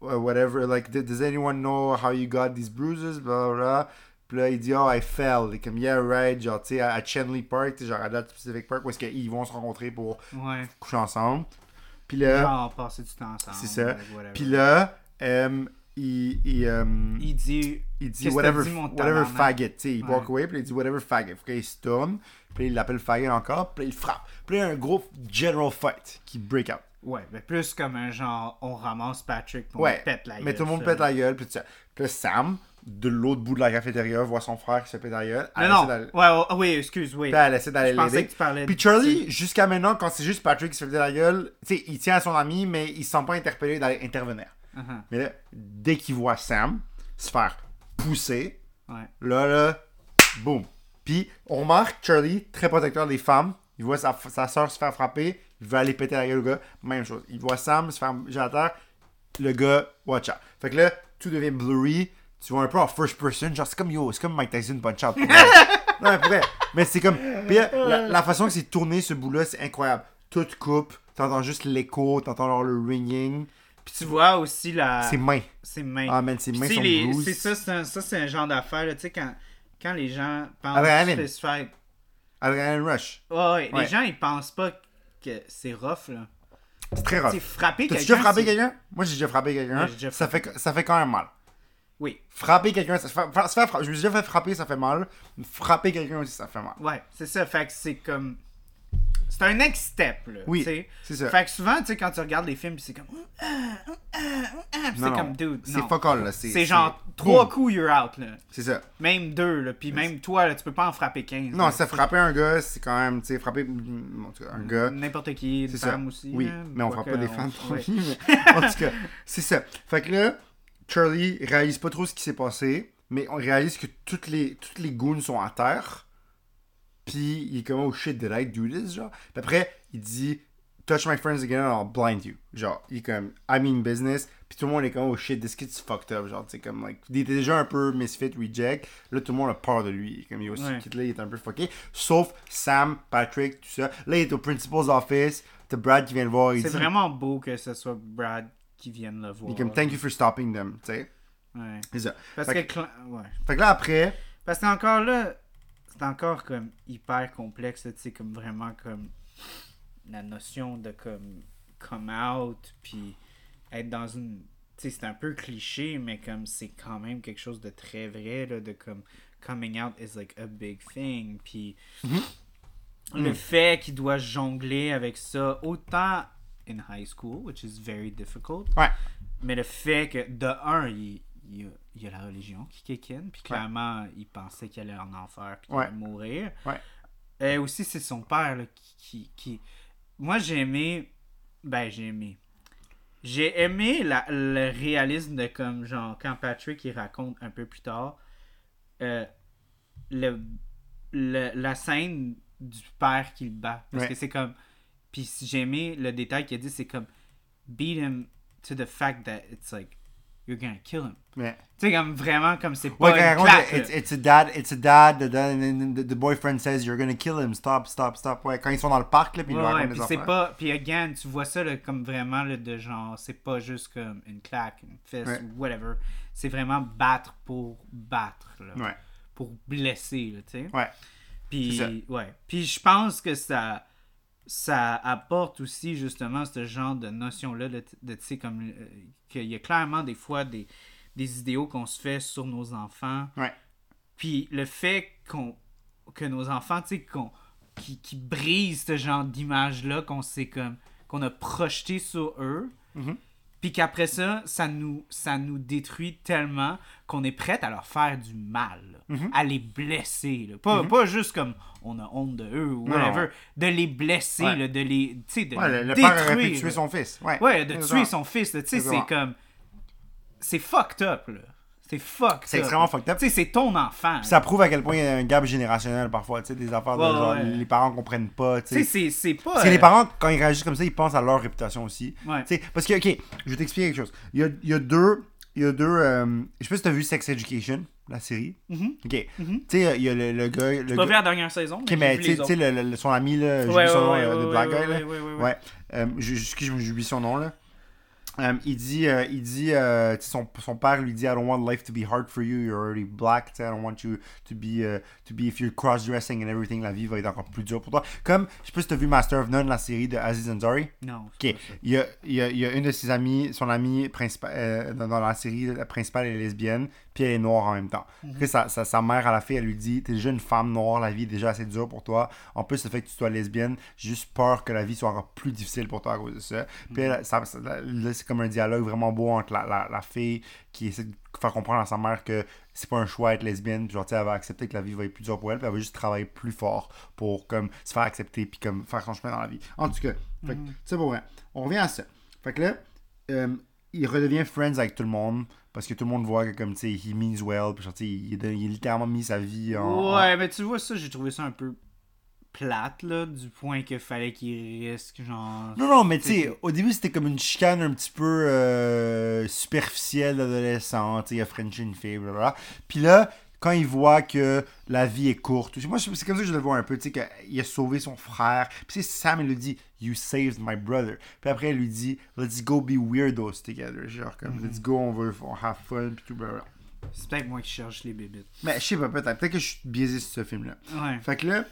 B: Uh, Whatever, like, d- does anyone know how you got these bruises? Blah, blah, blah. Puis là, il dit Oh, I fell. Il est comme Yeah, right, genre, tu sais, à, à Chenley Park, tu sais, genre à la Pacific Park, où est-ce qu'ils vont se rencontrer pour
A: Ouais.
B: coucher ensemble. Puis là.
A: Genre, passer du temps ensemble.
B: C'est ça.
A: like, whatever.
B: Puis là, euh, il, il, euh, il,
A: il dit.
B: dit
A: Qu'est-ce que
B: whatever,
A: t'as dit, mon
B: whatever
A: tabarnak?
B: faggot. tu sais, il
A: Ouais.
B: walk away, puis il dit whatever faggot. Fait qu'il se tourne, puis il l'appelle faggot encore, puis il frappe. Puis là, il y a un gros general fight qui break out.
A: Ouais, mais plus comme un genre, on ramasse Patrick pour
B: Ouais.
A: pète la gueule.
B: mais tout le monde
A: ça.
B: pète la gueule, puis tout ça. Puis là, Sam, de l'autre bout de la cafétéria, voit son frère qui se pète la gueule.
A: Mais
B: Elle
A: non.
B: essaie d'aller-
A: Ouais, ouais, ah oui, excuse, oui.
B: Puis elle essaie d'aller
A: Je pensais
B: l'aider.
A: que tu parlais
B: Puis
A: de-
B: Charlie, jusqu'à maintenant, quand c'est juste Patrick qui se fait la gueule, tu sais, il tient à son ami, mais il se sent pas interpellé d'aller intervenir.
A: Uh-huh.
B: Mais là, dès qu'il voit Sam se faire pousser,
A: Ouais.
B: là, là, boum. Puis, on remarque Charlie, très protecteur des femmes. Il voit sa, sa soeur se faire frapper. Il veut aller péter la gueule au gars. Même chose. Il voit Sam se faire jeter à terre. Le gars, watch out. Fait que là, tout devient blurry. Tu vois un peu en first person. Genre, c'est comme yo, c'est comme Mike Tyson Punch Out. non, mais pour vrai. Mais c'est comme. Puis là, la, la façon que c'est tourné ce bout-là, c'est incroyable. Tout coupe. T'entends juste l'écho. T'entends genre le ringing.
A: Puis tu vois aussi la.
B: Ses mains.
A: Ses mains.
B: Ah, man, ses
A: Puis
B: mains
A: tu sais,
B: sont
A: les-
B: bruisées.
A: C'est ça, c'est un, ça, c'est un genre d'affaire, là, tu sais, quand, quand les gens pensent
B: Adrénaline.
A: que se faire
B: Adrenaline Rush.
A: Ouais, ouais,
B: Ouais.
A: les gens ils pensent pas que c'est rough là.
B: C'est très rough.
A: C'est frapper
B: T'as
A: quelqu'un.
B: Ah. déjà frappé
A: c'est-
B: quelqu'un Moi, j'ai déjà frappé quelqu'un.
A: Ouais, j'ai déjà
B: Ça fait, ça fait quand même mal.
A: Oui,
B: Frapper quelqu'un, ça fait, fra- se faire fra- je me suis déjà fait frapper, ça fait mal. Frapper quelqu'un aussi, ça fait mal.
A: ouais, c'est ça. Fait que c'est comme. C'est un next step là.
B: Oui,
A: tu sais.
B: c'est ça.
A: Fait que souvent, tu sais, quand tu regardes les films, c'est comme. Ah, ah, ah, ah, puis
B: Non,
A: C'est
B: non.
A: comme dude.
B: C'est
A: non.
B: fuck all, là. C'est
A: C'est genre
B: c'est-
A: trois
B: Boum.
A: coups, you're out là.
B: C'est ça.
A: Même deux là. Puis même toi, là, tu peux pas en frapper 15.
B: Non,
A: là.
B: ça frapper un gars, c'est quand même, tu sais, frapper mm, en tout cas, un gars.
A: N'importe qui, une
B: C'est ça.
A: femme aussi.
B: oui,
A: là,
B: mais on
A: quoi
B: frappe pas
A: que
B: des
A: on-
B: femmes
A: ouais.
B: tranquilles. mais en tout cas, c'est ça. Fait que là, Charlie réalise pas trop ce qui s'est passé, mais on réalise que toutes les, toutes les goons sont à terre. Puis il est comme, oh shit, did I do this? Genre. Puis après, il dit, touch my friends again and I'll blind you. Genre, il est comme, I mean business. Puis tout le monde est comme, oh shit, this kid's fucked up. Genre, c'est comme, like, il était déjà un peu misfit, reject. Là, tout le monde a peur de lui. Il est Comme, yo, ce
A: Ouais.
B: kid-là, il est un peu fucké. Sauf Sam, Patrick, tout ça. Là, il est au principal's office. T'as Brad qui vient le voir. Il
A: C'est
B: dit,
A: vraiment beau que ce soit Brad qui vienne le voir.
B: il est comme, thank you for stopping them. Tu sais,
A: Ouais.
B: c'est ça.
A: Parce
B: Fait
A: que, cla- ouais.
B: Fait que là, après,
A: Parce que encore là, c'est encore comme hyper complexe, tu sais, comme vraiment comme la notion de comme come out, puis être dans une... Tu sais, c'est un peu cliché, mais comme c'est quand même quelque chose de très vrai, là, de comme coming out is like a big thing, puis
B: Mm-hmm.
A: le
B: Mm.
A: fait qu'il doit jongler avec ça, autant in high school, which is very difficult,
B: ouais.
A: mais le fait que, de un, il, il y a- il y a la religion qui kick in, puis clairement, il pensait qu'il allait en enfer, puis qu'il
B: Ouais.
A: allait mourir.
B: Ouais.
A: Et aussi, c'est son père là, qui, qui- qui- Moi, j'ai aimé. Ben, j'ai aimé. J'ai aimé la- le réalisme de comme, genre, quand Patrick il raconte un peu plus tard euh, le, le- la scène du père qui le bat. Parce
B: Ouais.
A: que c'est comme. Puis si j'ai aimé le détail qu'il a dit, c'est comme beat him to the fact that it's like you're gonna kill him.
B: Mais.
A: Tu sais, comme vraiment, comme c'est pas
B: Ouais, quand il
A: une
B: raconte,
A: claque.
B: it's,
A: là.
B: it's a dad, it's a dad, the, the, the- the boyfriend says you're gonna kill him, stop, stop, stop. Ouais, quand ils sont dans le parc, là, puis ils lui
A: Ouais,
B: racontent
A: ouais,
B: des
A: puis c'est
B: affaires.
A: pas. Puis again, tu vois ça là, comme vraiment là, de genre, c'est pas juste comme une claque, une fesse,
B: Ouais.
A: ou whatever. C'est vraiment battre pour battre, là.
B: Ouais.
A: pour blesser, là, tu sais.
B: Ouais.
A: Puis
B: c'est ça.
A: ouais. Puis je pense que ça ça apporte aussi justement ce genre de notion-là, de, de, tu sais, comme euh, qu'il y a clairement des fois des, des idéaux qu'on se fait sur nos enfants.
B: Ouais.
A: Puis le fait qu'on que nos enfants, tu sais, qu'on qui, qui brisent ce genre d'image-là qu'on s'est comme qu'on a projeté sur eux.
B: Mhm.
A: Puis qu'après ça, ça nous, ça nous détruit tellement qu'on est prête à leur faire du mal, là.
B: Mhm.
A: à les blesser. là. Pas, pas juste comme on a honte de eux ou
B: Non,
A: whatever,
B: non.
A: de les blesser,
B: Ouais.
A: là, de les, tu sais, de
B: Ouais,
A: les
B: le, le
A: détruire.
B: père aurait pu tuer
A: là.
B: son fils. Ouais,
A: Ouais, de
B: Exactement.
A: tuer son fils, là, tu sais, c'est
B: Exactement.
A: comme. C'est fucked up, là. C'est fucked up.
B: C'est extrêmement fucked up.
A: Tu sais, c'est ton enfant.
B: Ça prouve à quel point il y a un gap générationnel parfois, tu sais, des affaires
A: Ouais,
B: de genre,
A: ouais.
B: les parents comprennent pas, tu
A: Tu sais,
B: sais.
A: c'est- c'est pas.
B: Parce que
A: euh,
B: les parents, quand ils réagissent comme ça, ils pensent à leur réputation aussi.
A: Ouais.
B: Tu sais, Parce que, ok, je vais t'expliquer quelque chose. Il y a, il y a deux. Il y a deux euh, je sais pas si t'as vu Sex Education, la série.
A: Mhm.
B: Ok. Tu sais, il y a le, le gars. Le
A: J'ai pas
B: gars
A: vu la dernière saison.
B: ok, mais
A: mais
B: tu sais- tu sais, le- le- le- son ami, là, j'oublie son nom, euh, le black guy, là. Ouais. Euh, je- je- excuse-moi, j'oublie son nom, là. Euh, il dit, euh, il dit euh, tu sais, son, son père lui dit I don't want life to be hard for you, you're already black, tu sais, I don't want you to be, euh, to be if you're cross-dressing and everything, la vie va être encore plus dure pour toi. Comme, je sais pas si t'as vu Master of None, la série de Aziz Ansari.
A: Non.
B: Ok, il y a, il y a- il y a une de ses amies, son amie principale, euh, dans dans la série la principale est lesbienne, puis elle est noire en même temps. Puis sa, sa, sa mère, à la fille, elle lui dit T'es déjà une femme noire, la vie est déjà assez dure pour toi. En plus, le fait que tu sois lesbienne, j'ai juste peur que la vie soit encore plus difficile pour toi à cause de ça. Puis elle, ça- ça- là, c'est comme un dialogue vraiment beau entre la, la, la fille qui essaie de faire comprendre à sa mère que c'est pas un choix être lesbienne, puis genre, tu sais, elle va accepter que la vie va être plus dure pour elle, puis elle va juste travailler plus fort pour comme se faire accepter, puis comme faire son chemin dans la vie. En tout cas, fait que, c'est pour vrai. On revient à ça. Fait que là, euh, il redevient friends avec tout le monde, parce que tout le monde voit que comme, tu sais, he means well, puis genre, tu sais, il, a- il a littéralement mis sa vie en...
A: Ouais, mais tu vois, ça, j'ai trouvé ça un peu plate, là, du point qu'il fallait qu'il risque, genre.
B: Non, non, mais tu sais, au début, c'était comme une chicane un petit peu euh, superficielle d'adolescent. Tu sais, il a Frenché une fille, blablabla. Puis là, quand il voit que la vie est courte, moi, je- c'est comme ça que je le vois un peu, tu sais, qu'il a sauvé son frère. Puis tu sais, Sam, il lui dit, You saved my brother. Puis après, elle lui dit, Let's go be weirdos together. Genre, comme, Let's go, on veut on have fun, puis tout, blablabla.
A: C'est peut-être moi qui cherche les bébites.
B: Mais je sais pas, peut-être, peut-être que je suis biaisé sur ce film-là.
A: Ouais.
B: Fait que là,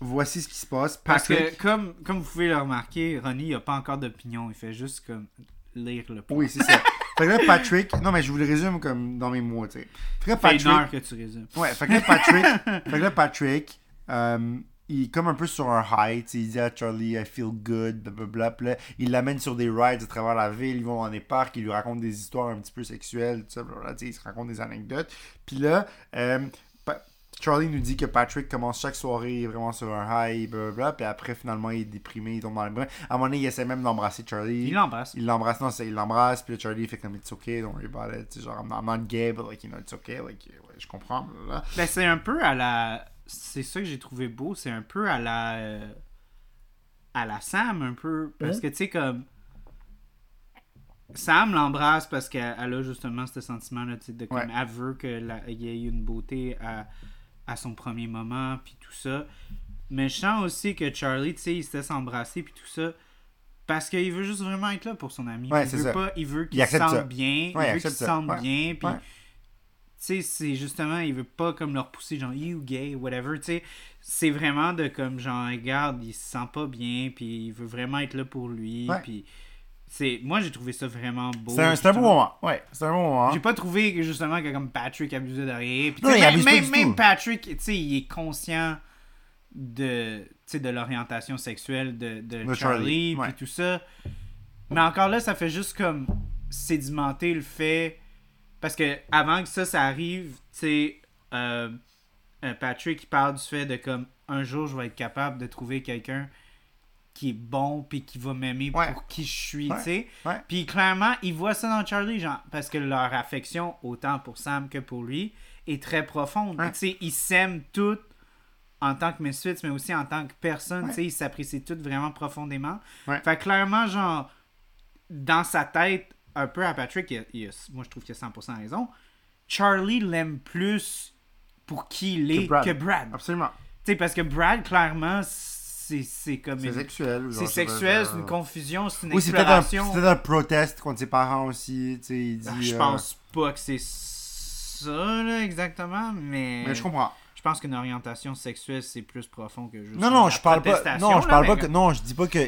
B: voici ce qui se passe.
A: Parce
B: Patrick-
A: que, comme, comme vous pouvez le remarquer, Ronnie, il a pas encore d'opinion. Il fait juste, comme, lire le point.
B: Oui, c'est ça. fait que là, Patrick. Non, mais je vous le résume comme dans mes mots, tu sais. Fait que là,
A: Fait une
B: Patrick.
A: heure que tu résumes.
B: Ouais, fait que là, Patrick. fait que là, Patrick. euh, il est comme un peu sur un high, tu sais, il dit à Charlie, I feel good, blablabla. Puis là, il l'amène sur des rides à travers la ville, ils vont dans des parcs, il lui raconte des histoires un petit peu sexuelles, tout ça, blablabla, tu sais, il se raconte des anecdotes. Puis là, euh, Pa- Charlie nous dit que Patrick commence chaque soirée il est vraiment sur un high, blablabla. Puis après, finalement, il est déprimé, il tombe dans les bras. À un moment donné, il essaie même d'embrasser Charlie.
A: Il l'embrasse.
B: Il l'embrasse, non, c'est, il l'embrasse, puis là, Charlie fait comme, it's okay, don't worry about it. Tu sais, genre, I'm, I'm not gay, but like, you know, it's okay, like, euh, ouais, je comprends, blablabla.
A: Ben, c'est un peu à la. C'est ça que j'ai trouvé beau. C'est un peu à la. euh, À la Sam, un peu. Parce que, tu sais, comme. Sam l'embrasse parce qu'elle elle a justement ce sentiment-là, tu sais, de comme.
B: Ouais.
A: Elle veut qu'il y ait une beauté à, à son premier moment, puis tout ça. Mais je sens aussi que Charlie, tu sais, il se laisse embrasser, puis tout ça. Parce qu'il veut juste vraiment être là pour son ami.
B: Ouais,
A: il
B: c'est
A: veut
B: ça.
A: pas, il veut qu'il
B: Il
A: se
B: accepte
A: sente
B: ça.
A: bien, il
B: Ouais, il
A: veut qu'il
B: accepte
A: se
B: ça.
A: sente
B: Ouais.
A: bien, puis
B: Ouais.
A: tu sais, c'est justement, il veut pas comme leur pousser, genre, you gay, whatever, tu sais. C'est vraiment de comme, genre, regarde, il se sent pas bien, puis il veut vraiment être là pour lui,
B: Ouais.
A: puis c'est... Moi, j'ai trouvé ça vraiment beau.
B: C'est un, c'est un bon
A: justement.
B: moment, ouais, c'est un bon moment.
A: J'ai pas trouvé que, justement que comme Patrick abusait de rien. Puis, tu
B: Non,
A: sais,
B: il
A: même,
B: abuse pas
A: même,
B: du
A: même
B: tout.
A: Patrick, tu sais, il est conscient de, tu sais, de l'orientation sexuelle de, de
B: De Charlie,
A: Charlie,
B: ouais.
A: puis tout ça. Mais encore là, ça fait juste comme sédimenter le fait. Parce que avant que ça, ça arrive, tu sais, euh, euh, Patrick, il parle du fait de comme un jour, je vais être capable de trouver quelqu'un qui est bon puis qui va m'aimer
B: Ouais.
A: pour qui je suis,
B: Ouais.
A: tu sais.
B: Ouais.
A: Puis clairement, ils voient ça dans Charlie, genre, parce que leur affection, autant pour Sam que pour lui, est très profonde.
B: Ouais.
A: Tu sais, ils s'aiment toutes en tant que Misfits, mais aussi en tant que personne, tu sais, ils s'apprécient toutes vraiment profondément.
B: Ouais.
A: Fait que clairement, genre, dans sa tête, un peu à Patrick, il a- il a- moi je trouve qu'il a 100% raison, Charlie l'aime plus pour qui il est que Brad.
B: Absolument.
A: Tu sais, parce que Brad, clairement, c'est c'est comme
B: C'est
A: une-
B: sexuel. ou
A: C'est
B: genre,
A: sexuel,
B: pas-
A: c'est une confusion, c'est une
B: euh, Oui, c'est peut-être un, c'est
A: exploration.
B: peut-être un protest contre ses parents aussi, tu sais, il dit...
A: Ah, je
B: euh,
A: pense pas que c'est ça, là, exactement, mais...
B: Mais je comprends.
A: Je je pense qu'une orientation sexuelle, c'est plus profond que juste.
B: Non, non,
A: la
B: je parle pas.
A: protestation,
B: Non, je
A: là,
B: parle pas
A: mais-
B: que. Non, je dis pas qu'il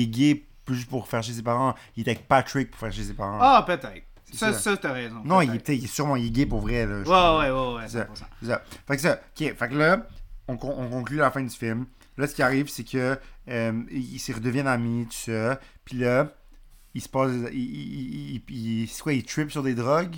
B: est gay juste pour faire chez ses parents. Il est avec Patrick pour faire chez ses parents.
A: Ah, peut-être. Ça,
B: ça.
A: ça, t'as raison.
B: non, il est
A: peut-être.
B: peut-être. il est Sûrement, il est gay pour vrai. Là, je-
A: Ouais, ouais, ouais, ouais,
B: C'est ça.
A: 100%.
B: C'est ça. Fait que ça. Ok, fait que là, on, con- on conclut la fin du film. Là, ce qui arrive, c'est que euh, ils ils se redeviennent amis, tout ça. Puis là, il se passe. Il, il, il- il- il- c'est quoi, il trip sur des drogues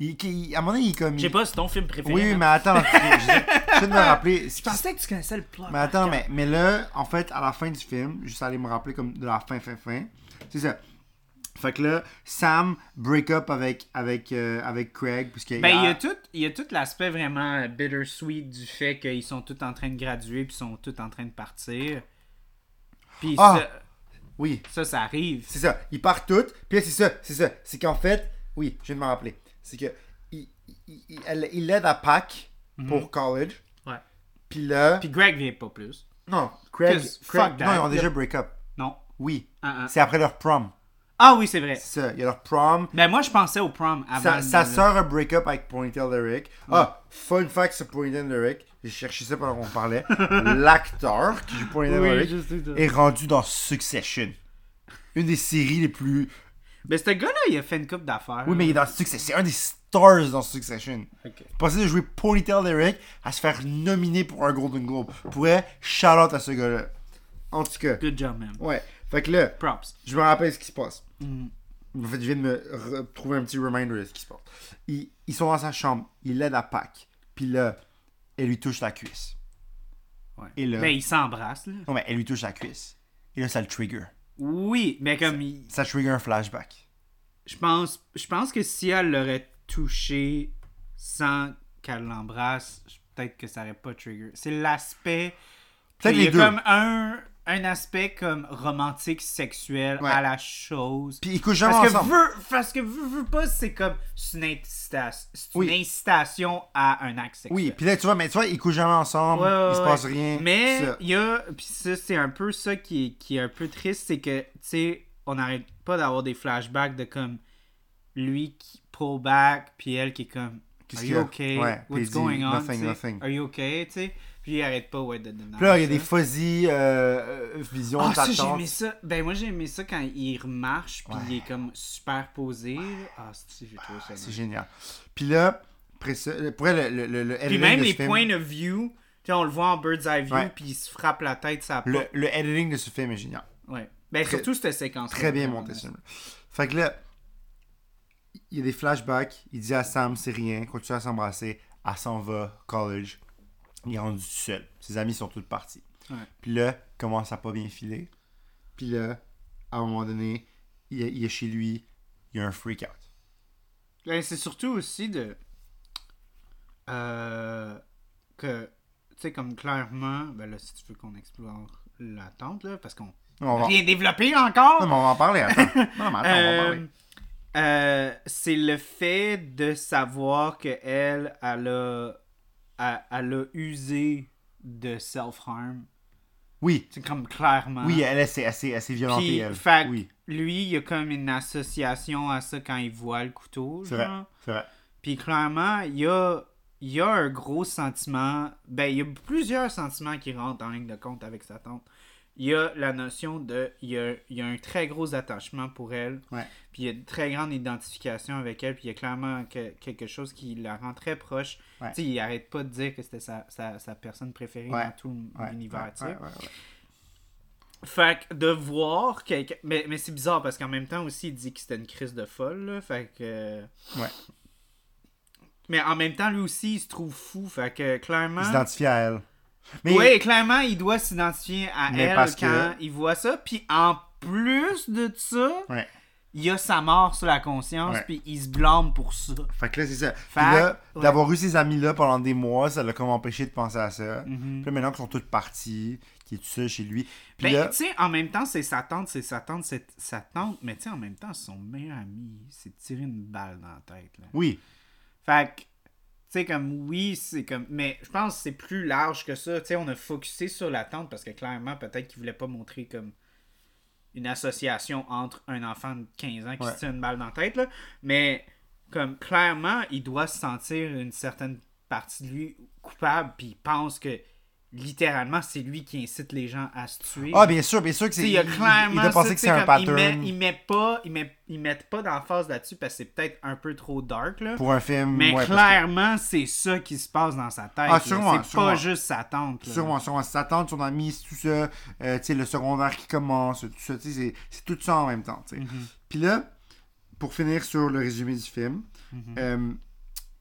B: il, il- À un moment donné, il est comme.
D: Je sais pas, c'est ton film préféré.
B: Oui,
D: hein.
B: mais attends, je je viens de me rappeler.
A: Je pensais que tu connaissais le plot.
B: Mais attends, mais, mais là, en fait, à la fin du film, juste aller me rappeler comme de la fin, fin, fin. C'est ça. Fait que là, Sam break up avec, avec, euh, avec Craig. Parce que
A: Ben, il y a tout, il y a tout l'aspect vraiment bittersweet du fait qu'ils sont tous en train de graduer puis sont tous en train de partir. Puis
B: Ah! Oui,
A: ça, ça, ça arrive.
B: c'est ça. Ils partent toutes. Puis là, c'est ça, c'est ça. C'est qu'en fait, oui, je viens de me rappeler. C'est que il, il, il- elle- il l'aide à Pac pour college.
A: Ouais.
B: Puis là...
A: Mhm. Puis Greg vient pas plus.
B: non, Craig...
A: Cause
B: Craig
A: fuck
B: non,
A: that.
B: ils ont déjà break up.
A: Non.
B: Oui.
A: Ah, ah.
B: C'est après leur prom.
A: Ah oui, c'est vrai.
B: C'est ça. Il y a leur prom.
A: Ben, moi, je pensais au prom avant.
B: Sa,
A: de-
B: sa sœur a break-up avec Ponytail Eric.
A: Mm.
B: Ah, fun fact sur Ponytail Eric. J'ai cherché ça pendant qu'on parlait. L'acteur qui joue Ponytail
A: Oui,
B: Eric
A: je sais ça.
B: est rendu dans Succession. Une des séries les plus.
A: Mais Ben, ce gars-là, il a fait une coupe d'affaires.
B: Oui, mais il est dans Succession. C'est un des stars dans Succession.
A: Ok.
B: Passer de jouer Ponytail Eric à se faire nominer pour un Golden Globe. Pourrait shout-out à ce gars-là. En tout cas,
A: Good job, man.
B: ouais. Fait que là,
A: Props.
B: je me rappelle ce qui se passe.
A: Mm.
B: En fait, je viens de me retrouver un petit reminder de ce qui se passe. Ils, ils sont dans sa chambre, il l'aide à Pâques, puis là, elle lui touche la cuisse.
A: Ouais.
B: Et là-
A: Ben, il s'embrasse, là.
B: Non, mais elle lui touche la cuisse. Et là, ça le trigger.
A: Oui, mais comme il-
B: Ça trigger un flashback.
A: je pense, je pense que si elle l'aurait touché sans qu'elle l'embrasse, je- peut-être que ça aurait pas trigger. C'est l'aspect.
B: Peut-être
A: Il y
B: les
A: a
B: deux.
A: comme un, un aspect comme romantique, sexuel
B: Ouais.
A: à la chose.
B: Puis ils couchent jamais
A: parce que,
B: ensemble.
A: veut, parce que veut, veut pas, c'est comme c'est une, incita- c'est une
B: Oui.
A: incitation à un acte sexuel.
B: Oui, puis là, tu vois, mais tu vois, ils couchent jamais ensemble,
A: Ouais, ouais,
B: il se
A: ouais.
B: passe rien.
A: Mais
B: ça.
A: il y a. Puis ça, c'est un peu ça qui est, qui est un peu triste, c'est que, tu sais, on n'arrête pas d'avoir des flashbacks de comme lui qui pull back, puis elle qui est comme.
B: Qu'est-ce
A: Are
B: qu'il
A: you okay?
B: y a? Ouais, puis il
A: What's
B: dit,
A: going on?
B: nothing,
A: tu sais?
B: nothing.
A: Are you okay? Tu sais? Puis il arrête pas, ouais, de donner.
B: Puis là, il y a des fuzzy euh, euh, visions
A: Ah,
B: de ta
A: ça, j'ai
B: tante.
A: aimé ça. Ben, moi, j'ai aimé ça quand il remarche, puis il est comme superposé. là. Ah, c'est j'ai trouvé ça.
B: C'est
A: nice.
B: génial. Puis là, après ça, euh, pour elle, le, le, le
A: Puis
B: editing
A: même
B: de
A: les
B: ce film-
A: points de view, tu sais, on le voit en bird's eye view,
B: Ouais.
A: puis il se frappe la tête, ça
B: le, le editing de ce film est génial.
A: Ouais. Ben, surtout cette séquence.
B: Très bien monté ce film. Fait que là, il y a des flashbacks. Il dit à Sam, c'est rien. Continue à s'embrasser. Elle s'en va, college. Il est rendu seul. Ses amis sont tous partis.
A: Ouais.
B: Puis là, commence à pas bien filer. Puis là, à un moment donné, il est, il est chez lui. Il y a un freak out.
A: Ben, c'est surtout aussi de. Euh, que. Tu sais, comme clairement. Ben là, si tu veux qu'on explore l'attente, là, parce qu'on.
B: On va...
A: Rien développé encore!
B: Non, mais on va en parler. Attends. Non, mais attends, on va en
A: Euh,
B: parler.
A: euh, c'est le fait de savoir que elle, elle a, elle, elle a usé de self-harm.
B: Oui,
A: C'est comme clairement.
B: oui, elle, elle s'est elle s'est- elle s'est violentée,
A: hein? Puis,
B: elle.
A: fait que
B: euh, Oui,
A: lui, il y a comme une association à ça quand il voit le couteau.
B: c'est vrai.
A: genre.
B: C'est vrai.
A: Puis clairement, il y a, il y a un gros sentiment. Ben, il y a plusieurs sentiments qui rentrent en ligne de compte avec sa tante. Il y a la notion de. Il y a, il y a un très gros attachement pour elle.
B: Ouais.
A: Puis il y a une très grande identification avec elle. Puis il y a clairement que- quelque chose qui la rend très proche.
B: Ouais.
A: Tu sais, il arrête pas de dire que c'était sa, sa- sa personne préférée
B: Ouais.
A: dans tout
B: Ouais,
A: l'univers.
B: ouais,
A: tu sais.
B: ouais, ouais, ouais.
A: Fait que de voir quelqu'un. Mais, mais c'est bizarre parce qu'en même temps aussi, il dit que c'était une crise de folle. Là. Fait que.
B: Ouais.
A: Mais en même temps, lui aussi, il se trouve fou. Fait que clairement.
B: Il s'identifie à elle. Mais
A: Hein? Oui, clairement, il doit s'identifier à
B: Mais
A: elle
B: parce
A: quand il voit ça. Puis en plus de ça,
B: Ouais.
A: il y a sa mort sur la conscience.
B: Ouais.
A: Puis il se blâme pour ça.
B: Fait que là, c'est ça. Puis
A: Fait-
B: là,
A: ouais.
B: d'avoir eu ces amis-là pendant des mois, ça l'a comme empêché de penser à ça.
A: Mhm.
B: Puis là, maintenant qu'ils sont tous partis, qu'il est tout seul chez lui. Puis
A: Mais
B: là,
A: Ben, tu sais, en même temps, c'est sa tante, c'est sa tante, c'est sa tante. Mais tu sais, en même temps, son meilleur ami, c'est tirer une balle dans la tête. Là.
B: oui,
A: Fait que, tu sais, comme oui, c'est comme. Mais je pense que c'est plus large que ça. Tu sais, on a focusé sur l'attente parce que clairement, peut-être qu'ils voulaient pas montrer comme une association entre un enfant de 15 ans qui
B: Ouais.
A: se tient une balle dans la tête, là. Mais, comme, clairement, il doit se sentir une certaine partie de lui coupable, puis il pense que littéralement c'est lui qui incite les gens à se tuer.
B: Ah, bien sûr, bien sûr que
A: Tu
B: c'est.
A: sais, il y a clairement
B: doit penser
A: ça,
B: que
A: tu sais,
B: c'est un
A: comme, ils
B: pattern
A: mettent- Ils mettent pas, ils mettent- ils mettent pas d'emphase là-dessus parce que c'est peut-être un peu trop dark là.
B: pour un film.
A: Mais
B: ouais, parce que-
A: clairement, c'est ça qui se passe dans sa tête.
B: Ah,
A: là.
B: sûrement,
A: c'est
B: sûrement.
A: pas juste sa tante. là.
B: Sûrement, sûrement. Si t'attends son ami, c'est tout ça, euh, tu sais, le secondaire qui commence, tout ça, tu sais, c'est- c'est tout ça en même temps, tu sais.
A: Mm-hmm.
B: Puis là, pour finir sur le résumé du film,
A: Mhm.
B: euh,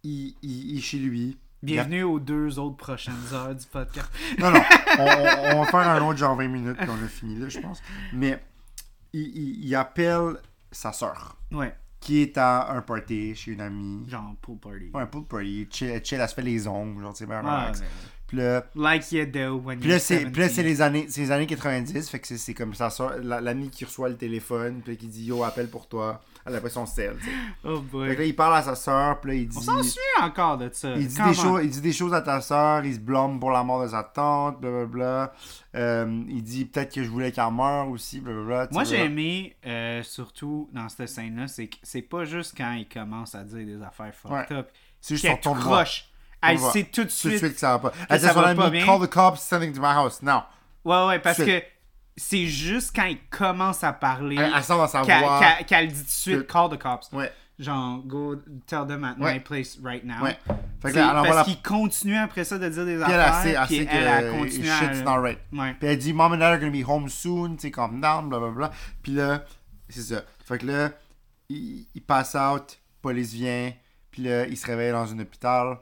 B: il, il- il est chez lui.
A: Bienvenue aux deux autres prochaines heures du podcast.
B: Non, non, on, on- on va faire un autre genre 20 minutes, puis on a fini là, je pense. Mais il, il- il appelle sa sœur,
A: Ouais,
B: qui est à un party chez une amie.
A: genre pool party.
B: Ouais, un pool party, chill, chill, elle se fait les ongles, genre, tu sais, ben,
A: Ah,
B: relax.
A: ouais.
B: Puis là,
A: Like you do when
B: Puis
A: you're
B: là, c'est, puis là,
A: 17.
B: c'est les années, c'est les années 90, fait que c'est, c'est comme ça, l'ami qui reçoit le téléphone, puis qui dit Yo, appelle pour toi. Elle a pas son sel. tu sais.
A: Oh
B: Fait que
A: boy.
B: là, il parle à sa soeur, puis là, il dit.
A: On s'en souvient encore de ça.
B: Il dit,
A: Comment?
B: des choses, il dit des choses à ta soeur, il se blâme pour la mort de sa tante, blablabla. Euh, il dit peut-être que je voulais qu'elle meure aussi, blablabla. tu
A: Moi,
B: sais,
A: j'ai aimé, euh, surtout dans cette scène-là, c'est que c'est pas juste quand il commence à dire des affaires fucked
B: Ouais.
A: up.
B: C'est juste
A: qu'elle
B: sur ton doigt.
A: croche. Elle
B: Ton doigt.
A: sait tout de
B: Tout de
A: suite.
B: suite que ça va pas. Elle dit à
A: ça
B: son
A: va pas
B: ami,
A: bien.
B: call the cops, sending to my house. Non.
A: Ouais, ouais, parce
B: Tout de
A: que c'est juste quand il commence à parler
B: Elle, elle sent dans sa
A: qu'elle
B: voix.
A: qu'elle- qu'elle dit tout de
B: Que-
A: suite call the cops.
B: Ouais.
A: Genre, go tell them at
B: Ouais.
A: my place right now.
B: Ouais. Fait que
A: T'sais,
B: là, elle envoie
A: parce
B: la.
A: qu'il continue après ça de dire des
B: Puis elle, elle sait,
A: affaires.
B: elle
A: puis
B: sait
A: elle,
B: que
A: elle,
B: euh,
A: continue à.
B: shit's not right.
A: Ouais.
B: Puis elle dit, Mom and Dad are gonna be home soon, tu sais, calm down, blablabla. Puis là, c'est ça. Fait que là, il, il passe out, police vient, puis là, il se réveille dans un hôpital,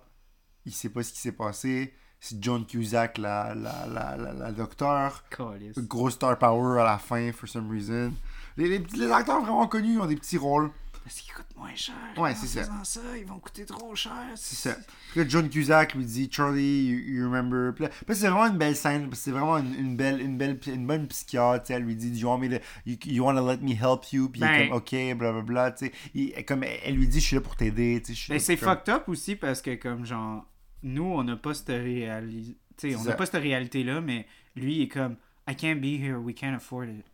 B: il sait pas ce qui s'est passé. C'est John Cusack, la, la, la, la, la docteur.
A: Calisse.
B: Gros star power à la fin, for some reason. Les, les, petits- les acteurs vraiment connus ont des petits rôles.
A: Parce qu'ils coûtent moins cher.
B: Ouais, c'est
A: En
B: ça.
A: faisant ça, ils vont coûter trop cher.
B: C'est ça. Puis là, John Cusack lui dit Charlie, you, you remember. Puis là, puis là, c'est vraiment une belle scène. parce que C'est vraiment une, une belle, une belle, une bonne psychiatre. tu sais, Elle lui dit, do you want me to, you, you wanna let me help you. Puis il est
A: Ben-
B: comme, ok, blablabla. tu sais. Il- Comme elle, elle lui dit, je suis là pour t'aider. tu sais, je suis
A: Mais
B: là
A: Ben, c'est
B: pour-
A: fucked up aussi parce que, comme genre, nous, on n'a pas cette réalité. on
B: ça.
A: n'a pas cette réalité-là, mais lui, il est comme, I can't be here, we can't afford it.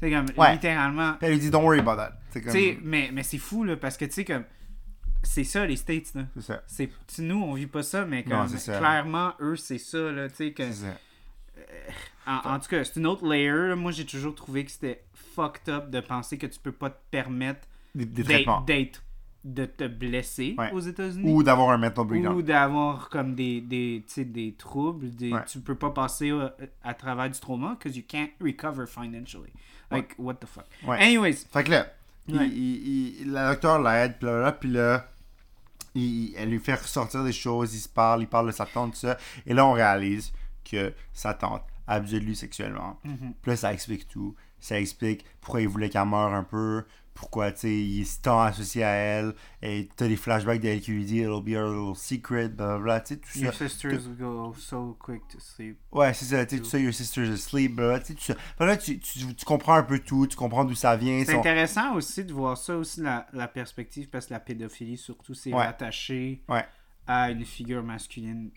A: C'est comme,
B: Ouais.
A: littéralement.
B: Puis elle lui dit, don't worry about that. C'est
A: Tu
B: comme.
A: sais, mais, mais c'est fou, là, parce que, tu sais, comme, c'est ça, les States, là.
B: C'est ça.
A: C'est, tu- nous, on vit pas ça, mais comme,
B: Non, c'est ça.
A: clairement, eux, c'est ça, là, tu sais, que-
B: C'est ça.
A: en, en tout cas, c'est une autre layer, là. Moi, j'ai toujours trouvé que c'était fucked up de penser que tu peux pas te permettre
B: Des, des
A: d'être,
B: traitements.
A: d'être- de te blesser
B: Ouais.
A: aux États-Unis.
B: Ou d'avoir un mental breakdown.
A: ou d'avoir comme des, des, tu sais, des troubles, des,
B: Ouais.
A: tu peux pas passer euh, à travers du trauma because you can't recover financially. Like, what the fuck.
B: Ouais.
A: Anyways,
B: Fait que là, il-
A: Ouais.
B: il- il- la docteur l'aide, puis là, là, puis là, il- il- elle lui fait ressortir des choses, il se parle, il parle de sa tante, tout ça. Et là, on réalise que sa tante abuse lui sexuellement.
A: Mhm.
B: Puis là, ça explique tout. Ça explique pourquoi il voulait qu'elle meure un peu, pourquoi, tu sais, il se tend associé à elle, et t'as des flashbacks d'elle qui lui dit « It'll be our little secret », blablabla, tu sais, tout ça.
A: your sisters go so quick to sleep.
B: Ouais, c'est ça, tu sais, tout ça, « Your sister's asleep », blablabla, tu sais, tout ça. Fait que là, tu, tu, tu comprends un peu tout, tu comprends d'où ça vient.
A: C'est
B: son-
A: intéressant aussi de voir ça aussi, la, la perspective, parce que la pédophilie, surtout, c'est
B: Ouais.
A: rattaché
B: Ouais.
A: à une figure masculine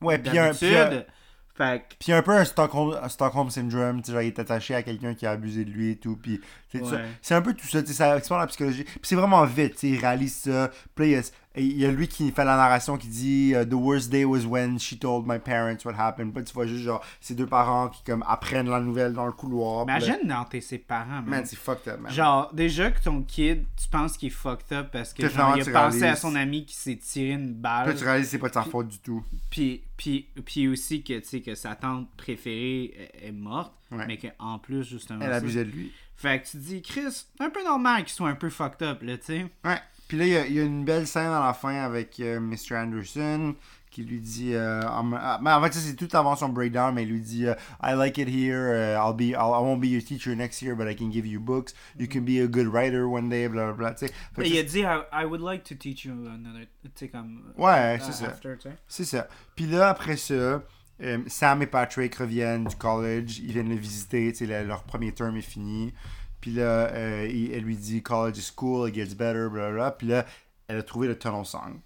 B: Ouais, puis il y a un- puis il y a-
A: d'habitude. Fait que,
B: Puis un peu un Stockholm, un Stockholm syndrome, tu sais, genre, il est attaché à quelqu'un qui a abusé de lui et tout, puis tu sais, tout ça.
A: Ouais.
B: c'est un peu tout ça, tu sais, ça explore la psychologie. Puis c'est vraiment vite, tu sais, il réalise ça. Puis là, il y a- il y, a lui qui fait la narration qui dit euh, The worst day was when she told my parents what happened. Puis là, tu vois juste genre ses deux parents qui comme apprennent la nouvelle dans le couloir. puis là-
A: imagine dans tes ses parents, man.
B: man, c'est fucked up, man.
A: Genre, déjà que ton kid, tu penses qu'il est fucked up parce que
B: Que
A: genre, il a
B: finalement, tu
A: pensé à
B: réalises.
A: son ami qui s'est tiré une
B: Puis
A: balle.
B: là, tu réalises c'est pas de sa faute du tout.
A: Puis, puis, puis aussi que, tu sais, que sa tante préférée est- est morte,
B: Ouais.
A: mais qu'en plus, justement.
B: Elle
A: ça-
B: abusait de lui.
A: Fait que tu te dis, Chris, c'est un peu normal qu'il soit un peu fucked up, là, tu sais.
B: Ouais. Puis là, il y a- il y, a une belle scène à la fin avec euh, Mr. Anderson qui lui dit. euh, I'm- ah, mais en fait, ça, c'est tout avant son breakdown, mais il lui dit euh, I like it here. euh, I'll be, I'll- I won't be your teacher next year, but I can give you books. You can be a good writer one day, bla bla bla. tu sais. Fait que
A: Il a
B: c'est-
A: dit, I, I would like to teach you another. Tu sais, comme.
B: Ouais,
A: euh,
B: c'est ça.
A: after, tu sais.
B: C'est ça. Puis là, après ça. euh, Sam et Patrick reviennent du college, ils viennent le visiter, tu sais, le- leur premier term est fini. Puis là, euh, il- elle lui dit College is cool, it gets better, bla bla. Puis là, elle a trouvé le tunnel song.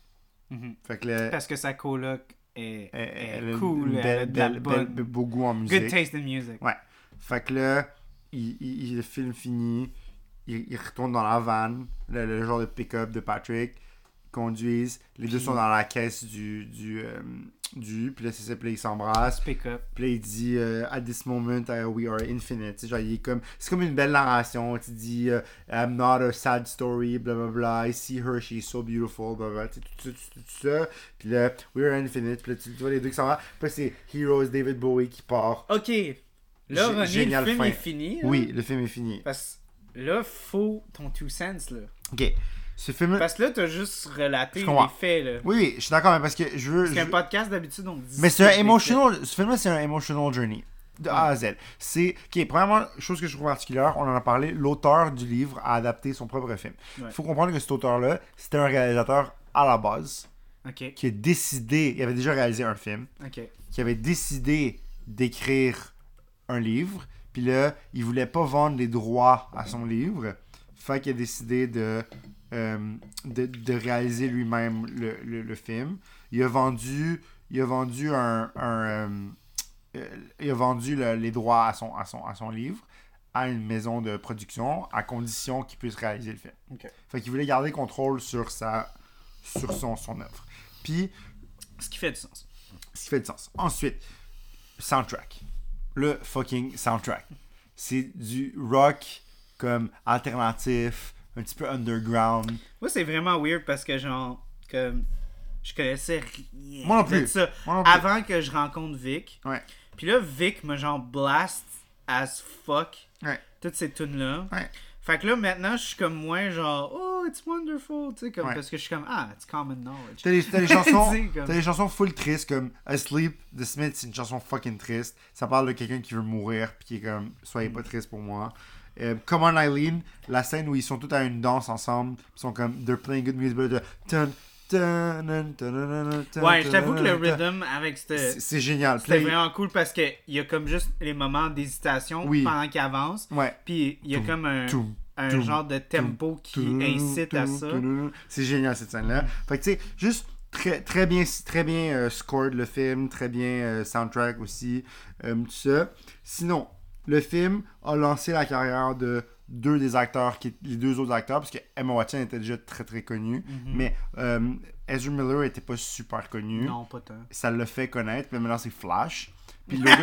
A: Mhm.
B: Fait que là,
A: Parce que sa coloc est,
B: Elle-
A: est
B: elle a
A: cool,
B: une
A: elle
B: belle-
A: a de la
B: belle-
A: bonne-
B: belle- belle- beau goût en musique.
A: Good taste in music.
B: Ouais. Fait que là, il, il- il- le film finit, il, il retourne dans la van, le, le genre de pick-up de Patrick, conduisent. Les deux
A: Puis-
B: sont dans la caisse du. du, euh, du puis là, c'est ça, puis là, ils s'embrassent.
A: pick-up.
B: Puis là, il dit euh, At this moment, I- we are infinite. Tu sais, genre, il est comme, c'est comme une belle narration. Tu dis euh, I'm not a sad story, bla bla bla. I see her, she's so beautiful, bla bla. Tu sais, tout, ça, tout, tout ça. Puis là, we are infinite. Puis là, tu, tu vois les deux qui s'en vont. Puis là, c'est Heroes David Bowie qui part.
A: Ok. Là,
B: Gé-
A: René,
B: génial
A: le film
B: fin.
A: est fini. là.
B: Oui, le film est fini.
A: Parce que là, faut ton two cents, là.
B: Ok. Ce film.
A: Parce que là, t'as juste relaté les
B: Je comprends.
A: faits, là.
B: Oui, oui, je suis d'accord, mais parce que je veux.
A: Parce
B: je-
A: qu'un podcast, d'habitude, on dit...
B: Mais c'est un
A: des
B: emotional. Ce film-là, c'est un emotional journey. De A à Z. C'est. Ok, premièrement, chose que je trouve particulière, on en a parlé, l'auteur du livre a adapté son propre film. Il
A: Ouais.
B: faut comprendre que cet auteur-là, c'était un réalisateur à la base,
A: faits.
B: qui a décidé. Il avait déjà réalisé un film,
A: Ok, ok.
B: qui avait décidé d'écrire un livre, puis là, il voulait pas vendre les droits à son livre, fait qu'il a décidé de. euh, de, de réaliser lui-même le, le- le film. Il a vendu, il a vendu un, un, euh, euh, il a vendu le- les droits à son, à, son, à son livre à une maison de production à condition qu'il puisse réaliser le film.
A: Ok.
B: Fait qu'il voulait garder contrôle sur sa sur son, son œuvre. Puis
A: Ce qui fait du sens.
B: ce qui fait du sens. Ensuite, soundtrack. Le fucking soundtrack. C'est du rock comme alternatif, un petit peu underground.
A: Moi, c'est vraiment weird parce que, genre, comme... Je connaissais rien
B: Moi non
A: de
B: plus.
A: ça
B: Moi non plus.
A: avant que je rencontre Vic.
B: Ouais.
A: Puis là, Vic me, genre, blast as fuck
B: Ouais.
A: toutes ces tunes-là.
B: Ouais.
A: Fait que là, maintenant, je suis comme moins, genre, oh, it's wonderful, tu sais, comme,
B: Ouais.
A: parce que je suis comme, ah, it's common knowledge.
B: T'as des, t'as des chansons,
A: Tu sais, comme-
B: t'as des chansons full tristes comme Asleep de Smith, c'est une chanson fucking triste. Ça parle de quelqu'un qui veut mourir puis qui est comme soyez pas triste pour moi. Euh, Come on Eileen, la scène où ils sont tous à une danse ensemble, ils sont comme they're playing good music, but dun, dun, dun, dun, dun, dun, dun,
A: Ouais,
B: dun,
A: je t'avoue que le
B: dun, dun.
A: rhythm avec
B: c'est
A: cette.
B: c'est génial. Puis
A: C'était
B: là,
A: vraiment cool parce qu'il y a comme juste les moments d'hésitation
B: Oui.
A: pendant qu'il avance.
B: il- Ouais.
A: Puis il y a comme un,
B: Toum,
A: un
B: toum,
A: genre de tempo qui
B: Toulou,
A: incite à
B: toulou,
A: ça.
B: toulou. C'est génial cette scène-là. Fait que tu sais, juste très, très bien, très bien euh, scored le film, très bien euh, soundtrack aussi, euh, tout ça. Sinon, le film a lancé la carrière de deux des acteurs, qui, les deux autres acteurs, parce que Emma Watson était déjà très très connue,
A: Mhm.
B: mais euh, Ezra Miller était pas super connu
A: Non, pas tant.
B: ça le fait connaître, mais maintenant c'est Flash. Puis Logan,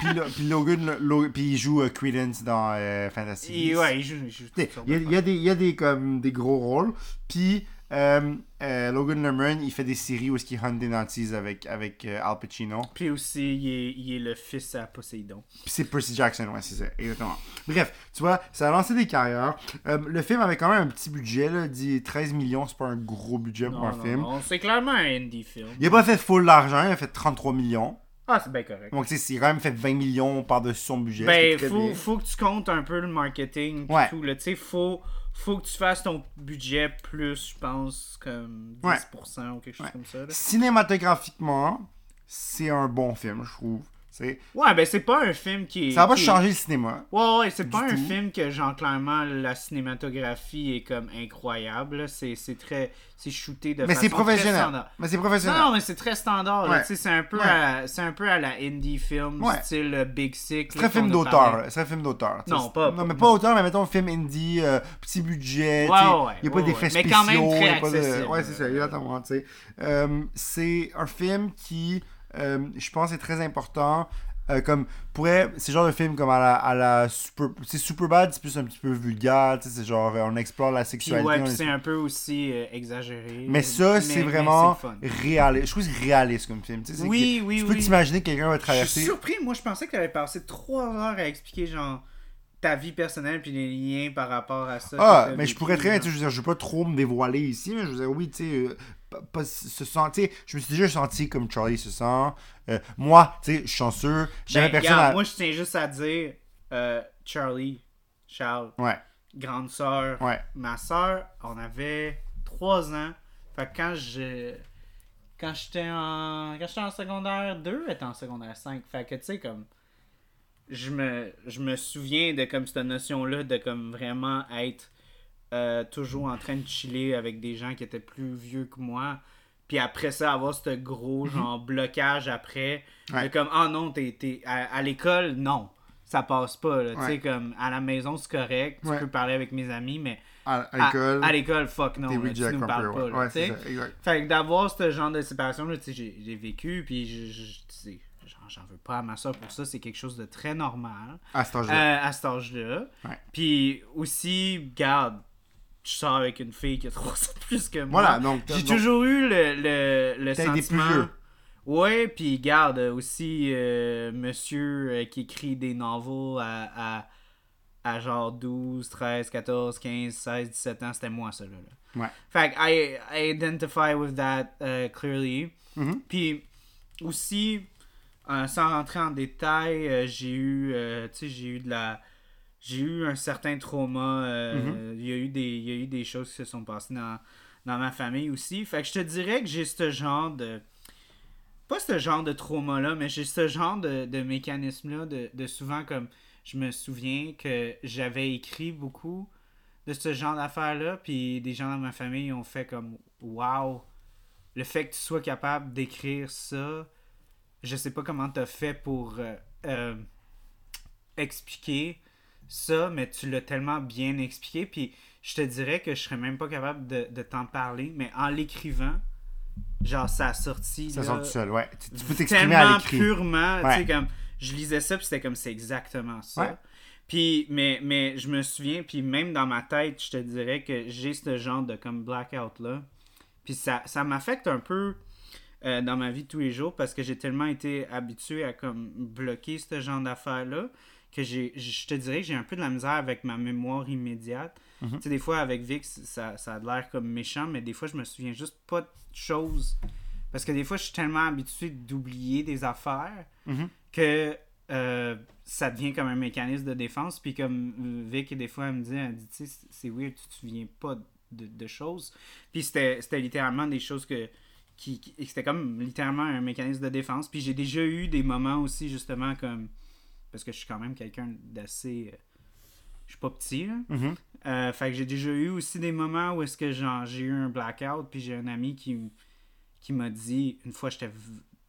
B: puis Lo- puis Logan, le- Lo- puis il joue euh, Credence dans euh, Fantasy.
A: Et, ouais, il joue, il joue
B: Tu
A: toutes
B: sais,
A: sortes
B: Il y a,
A: de
B: il y a des, il y a des, comme, des gros rôles. Puis euh, euh, Logan Lerman, il fait des séries où est-ce qu'il hunt des nantis avec, avec euh, Al Pacino.
A: affaires. Puis aussi, il est, il est le fils à Poséidon.
B: Puis c'est Percy Jackson, ouais, c'est ça, exactement. Bref, tu vois, ça a lancé des carrières. Euh, le film avait quand même un petit budget, là, dit 13 millions, c'est pas un gros budget pour
A: Non,
B: un
A: non,
B: film.
A: non, c'est clairement un indie film.
B: Il a pas fait full l'argent, il a fait 33 millions.
A: Ah, c'est bien correct.
B: Donc, tu sais, il a quand même fait 20 millions par-dessus son budget.
A: Ben,
B: ce qui est très
A: faut,
B: bien.
A: faut que tu comptes un peu le marketing. pis
B: Ouais.
A: Tout, là. Tu sais, faut, faut que tu fasses ton budget plus, je pense, comme 10%
B: Ouais.
A: ou quelque chose
B: Ouais.
A: comme ça. là.
B: Cinématographiquement, c'est un bon film, je trouve. C'est-
A: Ouais, ben c'est pas un film qui est.
B: Ça va pas
A: qui est-
B: changer le cinéma.
A: Ouais, ouais, c'est pas un
B: tout.
A: film que, genre, clairement, la cinématographie est comme incroyable. là. C'est c'est très. C'est shooté de
B: Mais
A: façon
B: c'est
A: Très
B: professionnel.
A: standard.
B: Mais c'est
A: Non,
B: professionnel.
A: non, mais c'est très standard. là.
B: Ouais.
A: Tu sais, C'est un, peu
B: Ouais.
A: à- c'est un peu à la indie film,
B: Ouais.
A: style euh, Big Sick.
B: c'est très
A: là, qu'on
B: film
A: a
B: d'auteur.
A: parlé.
B: là. C'est très film d'auteur. tu sais.
A: Non, pas-
B: Non, mais
A: pas-
B: pas auteur, mais mettons film indie, euh, petit budget.
A: Ouais,
B: tu sais.
A: ouais,
B: Il n'y a pas
A: ouais,
B: d'effets
A: ouais. Mais
B: spéciaux.
A: quand même très
B: il y a pas de-
A: accessible.
B: Ouais, c'est ça, exactement. tu sais. Euh, c'est un film qui, euh, je pense, est très important. Euh, comme pourrait c'est genre de film comme à la, à la super c'est super bad c'est plus un petit peu vulgaire tu sais, c'est genre euh, on explore la
A: Puis
B: sexualité
A: ouais,
B: on
A: puis c'est
B: explore-
A: un peu aussi euh, exagéré.
B: Mais ça, c'est
A: mais
B: vraiment
A: c'est le fun.
B: réaliste. Je trouve que c'est réaliste comme film. Tu sais, c'est
A: Oui,
B: que
A: oui,
B: Tu peux
A: oui.
B: t'imaginer que quelqu'un va
A: Je suis
B: traverser.
A: surpris, moi je pensais que t'avais passé trois heures à expliquer genre ta vie personnelle puis les liens par rapport à ça.
B: Ah,
A: que t'as
B: mais je
A: vécu,
B: pourrais très bien,
A: genre.
B: tu sais, je veux dire, je veux pas trop me dévoiler ici, mais je veux dire, oui, tu sais, euh, pas- pas se sentir. Je me suis déjà senti comme Charlie se sent. Euh, moi, tu sais, je suis chanceux. J'avais
A: Ben,
B: personne
A: regarde,
B: à.
A: Moi je tiens juste à dire euh, Charlie, Charles,
B: Ouais,
A: grande sœur,
B: ouais.
A: ma sœur, on avait trois ans. Fait que quand je quand j'étais en quand j'étais en secondaire 2, elle était en secondaire 5. Fait que tu sais comme je me je me souviens de comme cette notion là de comme vraiment être euh, toujours en train de chiller avec des gens qui étaient plus vieux que moi. Puis après ça, avoir ce gros genre blocage après. de
B: Mhm. Ouais.
A: comme, ah non, t'es, t'es- à, à l'école, non. ça passe pas. là. Tu sais,
B: Ouais.
A: comme à la maison, c'est correct. Tu
B: Ouais.
A: peux parler avec mes amis, mais
B: À,
A: à-
B: à l'école,
A: à, l'école, fuck Ah, non.
B: t'es
A: là, tu
B: reject
A: nous
B: un peu.
A: parles pas.
B: Ouais,
A: là,
B: Ouais,
A: tu sais.
B: c'est ça, exact.
A: Fait que d'avoir ce genre de séparation, là, tu sais, j'ai j'ai vécu, puis je- je- tu sais, j'en- j'en veux pas à ma soeur pour ça, c'est quelque chose de très normal
B: À cet âge-là.
A: euh, à cet âge-là.
B: Ah, Ouais.
A: Puis aussi, garde, je sors avec une fille qui a 300 plus que moi.
B: Voilà, donc.
A: J'ai
B: donc-
A: toujours eu le, le, le
B: T'as été plus
A: sentiment.
B: vieux.
A: Ouais, puis garde aussi euh, monsieur euh, qui écrit des novels à, à, à genre 12, 13, 14, 15, 16, 17 ans, c'était moi ça là.
B: Ouais.
A: Fait que I, I identify with that euh, clearly.
B: Mhm.
A: Puis aussi, euh, sans rentrer en détail, euh, j'ai eu, euh, tu sais, j'ai eu de la, j'ai eu un certain trauma. euh, Il y a eu des, il y a eu des choses qui se sont passées dans, dans ma famille aussi. Fait que je te dirais que j'ai ce genre de, pas ce genre de trauma là, mais j'ai ce genre de, de mécanisme là, de, de souvent comme, je me souviens que j'avais écrit beaucoup de ce genre d'affaires là, puis des gens dans ma famille ont fait comme, wow, le fait que tu sois capable d'écrire ça je sais pas comment t'as fait pour euh, euh, expliquer ça, mais tu l'as tellement bien expliqué. Puis je te dirais que je serais même pas capable de, de t'en parler, mais en l'écrivant, genre ça a sorti.
B: Ça
A: là,
B: sort tout seul, ouais. Tu, tu peux t'exprimer à
A: tellement
B: l'écrit.
A: purement. tu sais,
B: Ouais.
A: comme, je lisais ça, puis c'était comme c'est exactement ça.
B: Ouais.
A: Puis, mais, mais je me souviens, puis même dans ma tête, je te dirais que j'ai ce genre de comme blackout-là. Puis ça, ça m'affecte un peu euh, dans ma vie de tous les jours parce que j'ai tellement été habitué à comme bloquer ce genre d'affaires-là que j'ai, je te dirais que j'ai un peu de la misère avec ma mémoire immédiate.
B: Mhm.
A: Tu sais, des fois, avec Vic, ça, ça a l'air comme méchant, mais des fois, je me souviens juste pas de choses. Parce que des fois, je suis tellement habitué d'oublier des affaires que euh, ça devient comme un mécanisme de défense. Puis comme euh, Vic, des fois, elle me dit, elle dit, tu sais, c'est- c'est weird, tu te souviens pas de, de choses. Puis c'était c'était littéralement des choses que... Qui, qui- et c'était comme littéralement un mécanisme de défense. Puis j'ai déjà eu des moments aussi, justement, comme... Parce que je suis quand même quelqu'un d'assez... euh, Je suis pas petit, là.
B: Mhm.
A: Euh, fait que j'ai déjà eu aussi des moments où est-ce que genre, j'ai eu un blackout, puis j'ai un ami qui, m- qui m'a dit, une fois, j'étais... v-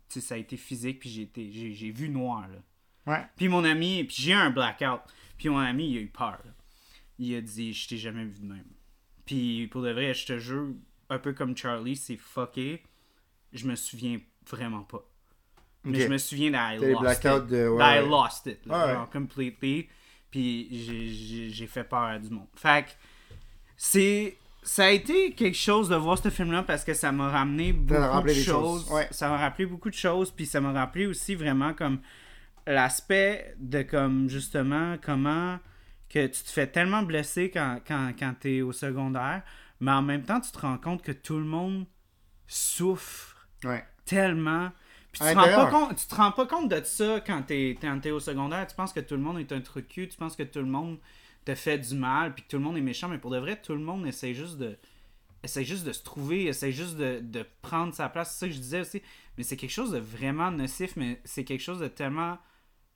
A: Tu sais, ça a été physique, puis j'ai été- j'ai j'ai vu noir, là.
B: Ouais.
A: Puis mon ami, puis j'ai eu un blackout. Puis mon ami, il a eu peur. là. Il a dit, je t'ai jamais vu de même. Puis pour de vrai, je te jure, un peu comme Charlie, c'est fucké. Je me souviens vraiment pas. Mais
B: Ok.
A: je me souviens d'I
B: T'as les
A: lost
B: blackouts
A: it.
B: de- ouais,
A: That I
B: ouais.
A: lost it. là,
B: Ouais, ouais.
A: genre, completely. Puis j'ai- j'ai- j'ai fait peur à du monde. Fait que c'est... Ça a été quelque chose de voir ce film-là parce que ça m'a ramené beaucoup de
B: rappelé des
A: choses.
B: choses, ouais.
A: Ça m'a rappelé beaucoup de choses, puis ça m'a rappelé aussi vraiment comme l'aspect de comme justement comment que tu te fais tellement blesser quand, quand, quand tu es au secondaire, mais en même temps tu te rends compte que tout le monde souffre
B: Ouais.
A: tellement. Puis
B: À
A: tu te, rends pas
B: l'intérieur.
A: compte, tu te rends pas compte de ça quand t'es es, au secondaire. Tu penses que tout le monde est un truc cul, tu penses que tout le monde te fait du mal, puis que tout le monde est méchant, mais pour de vrai, tout le monde essaie juste de essaie juste de se trouver, essaie juste de, de prendre sa place. C'est ça que je disais aussi. Mais c'est quelque chose de vraiment nocif, mais c'est quelque chose de tellement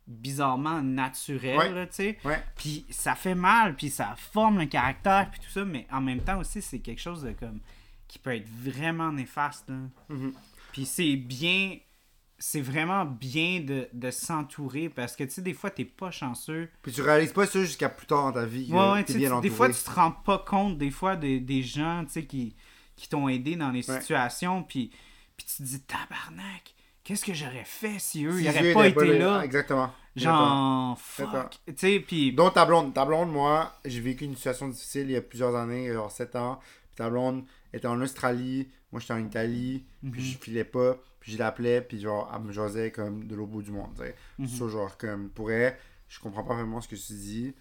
A: bizarrement naturel,
B: Ouais.
A: là, tu sais.
B: Ouais.
A: Puis ça fait mal, puis ça forme le caractère, puis tout ça, mais en même temps aussi, c'est quelque chose de comme qui peut être vraiment néfaste. là.
B: Mm-hmm.
A: Puis c'est bien, c'est vraiment bien de, de s'entourer parce que tu sais, des fois, t'es pas chanceux.
B: Puis tu réalises pas ça jusqu'à plus tard dans ta vie. que
A: Ouais, ouais,
B: euh, t'es
A: tu sais,
B: bien
A: tu-
B: entouré.
A: des fois, tu te rends pas compte des fois des, des gens tu sais, qui, qui t'ont aidé dans les
B: Ouais.
A: situations, puis, puis tu te dis, tabarnak, qu'est-ce que j'aurais fait si eux,
B: Si
A: ils
B: Dieu
A: auraient pas
B: était
A: été
B: bon,
A: là?
B: Exactement. Exactement.
A: Genre, fuck.
B: D'accord.
A: Tu sais, puis.
B: Donc ta blonde, ta blonde, moi, j'ai vécu une situation difficile il y a plusieurs années, genre 7 ans. Puis ta blonde était en Australie, moi j'étais en Italie, puis je filais pas, puis je l'appelais, puis genre elle me jasait comme de l'au bout du monde. tu sais. Ça, genre comme pour elle, je comprends pas vraiment ce que tu dis.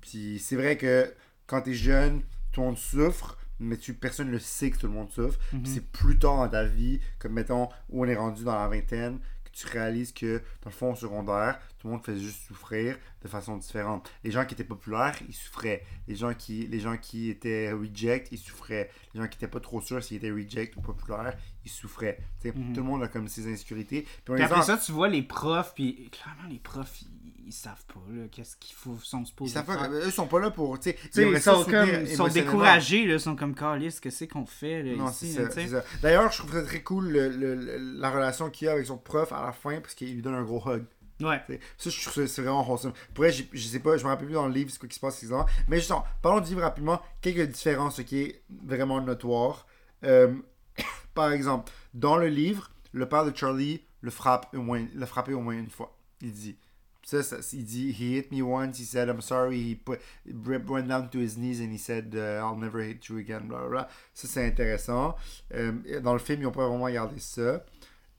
B: Puis c'est vrai que quand t'es jeune, tout le monde souffre, mais tu, personne ne sait que tout le monde souffre.
A: Mhm.
B: Puis c'est plus tard dans ta vie, comme mettons où on est rendu dans la vingtaine, que tu réalises que dans le fond au secondaire, tout le monde fait juste souffrir de façon différente. Les gens qui étaient populaires, ils souffraient. Les gens qui, les gens qui étaient reject, ils souffraient. Les gens qui étaient pas trop sûrs s'ils étaient reject ou populaires, ils souffraient. Tu sais, Tout le monde a comme ses insécurités. Puis on
A: Mhm. Puis
B: les
A: après
B: en-
A: ça, tu vois les profs, puis clairement, les profs, ils, ils savent pas, là, qu'est-ce qu'ils faut, sont
B: ils
A: supposés
B: savent pas,
A: faire.
B: eux sont pas là pour. Tu sais,
A: Tu sais,
B: aimeraient
A: ils
B: ça
A: sont,
B: soutenir
A: comme, ils sont
B: émotionnellement.
A: découragés, là, ils sont comme, Carlis, qu'est-ce qu'on fait, là,
B: Non, c'est
A: ici,
B: ça,
A: là, tu sais.
B: c'est ça. D'ailleurs, je trouve ça très cool le- le- le- la relation qu'il a avec son prof à la fin parce qu'il lui donne un gros hug.
A: Ouais.
B: T'sais, Ça, je trouve ça- c'est vraiment wholesome. Pour vrai, j'ai- je sais pas, je me rappelle plus dans le livre ce qui se passe exactement. Mais justement, parlons du livre rapidement. Quelques différences, qui est vraiment notoire. Euh, par exemple, dans le livre, le père de Charlie le frappe au moins, le frappé au moins une fois. Il dit. Ça, ça, il dit, he hit me once, he said, I'm sorry, he put, he went down to his knees and he said, uh, I'll never hit you again, bla bla, bla. Ça, c'est intéressant. Euh, dans le film, ils n'ont pas vraiment regardé ça.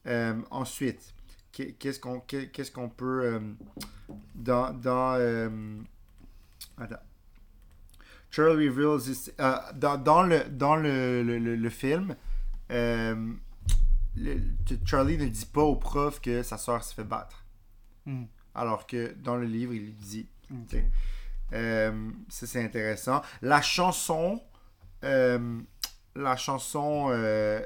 B: Euh, ensuite, qu'est- qu'est-ce qu'on qu'est- qu'est-ce qu'on peut euh, dans dans euh, attends. Charlie reveals his- euh, dans, dans le dans le, le, le- le film euh, le- Charlie ne dit pas au prof que sa soeur se fait battre
A: Hmm.
B: alors que dans le livre il lui dit
A: Ok.
B: T'sais. euh, ça, c'est intéressant. La chanson, euh, la chanson euh,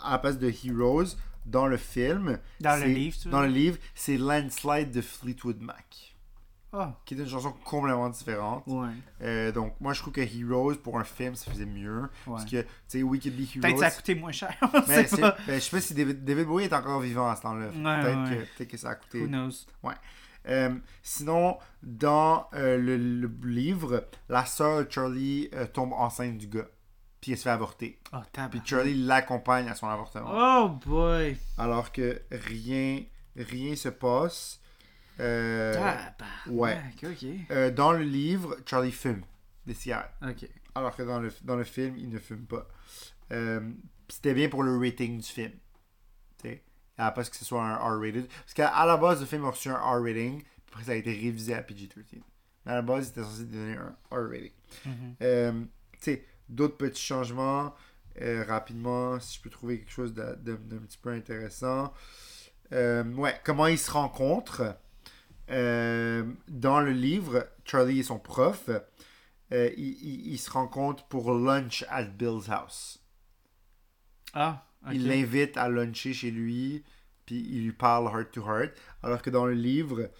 B: à la place de Heroes dans le film,
A: Dans le
B: c'est-
A: livre, tu veux
B: dans
A: dire?
B: le livre, c'est Landslide de Fleetwood Mac,
A: Ah,
B: qui est une chanson complètement différente.
A: ouais.
B: Euh, donc moi je trouve que Heroes pour un film ça faisait mieux
A: ouais.
B: parce que tu sais We Could Be
A: Peut-être que ça a
B: Heroes.
A: coûté moins cher. on
B: Mais
A: sait
B: c'est-
A: pas.
B: ben, je sais pas si David, David Bowie est encore vivant à ce temps-là. Fait que
A: Ouais,
B: peut-être
A: ouais.
B: que, peut-être que ça a coûté.
A: Who knows?
B: Euh, sinon, dans euh, le, le livre, la sœur de Charlie euh, tombe enceinte du gars. Puis elle se fait avorter.
A: Oh,
B: Puis
A: tabac.
B: Charlie l'accompagne à son avortement.
A: Oh boy.
B: Alors que rien, rien se passe. Euh,
A: Ah. Tabac.
B: ouais.
A: Ok.
B: euh, dans le livre, Charlie fume des cigarettes.
A: Ok.
B: Alors que dans le, dans le film, il ne fume pas. Euh, pis C'était bien pour le rating du film. Tu sais. Ah, Parce que ce soit un R-rated. Parce qu'à à la base, le film a reçu un R-rating. puis Après, ça a été révisé à PG-13. Mais à la base, il était censé donner un R-rating.
A: Mhm.
B: Euh, tu sais, d'autres petits changements. euh, rapidement, si je peux trouver quelque chose de- de- d'un petit peu intéressant. Euh, ouais, comment ils se rencontrent. Euh, dans le livre, Charlie et son prof, euh, ils, ils- ils se rencontrent pour lunch at Bill's house.
A: Ah. ok.
B: Il l'invite à luncher chez lui, puis il lui parle heart to heart. Alors que dans le livre,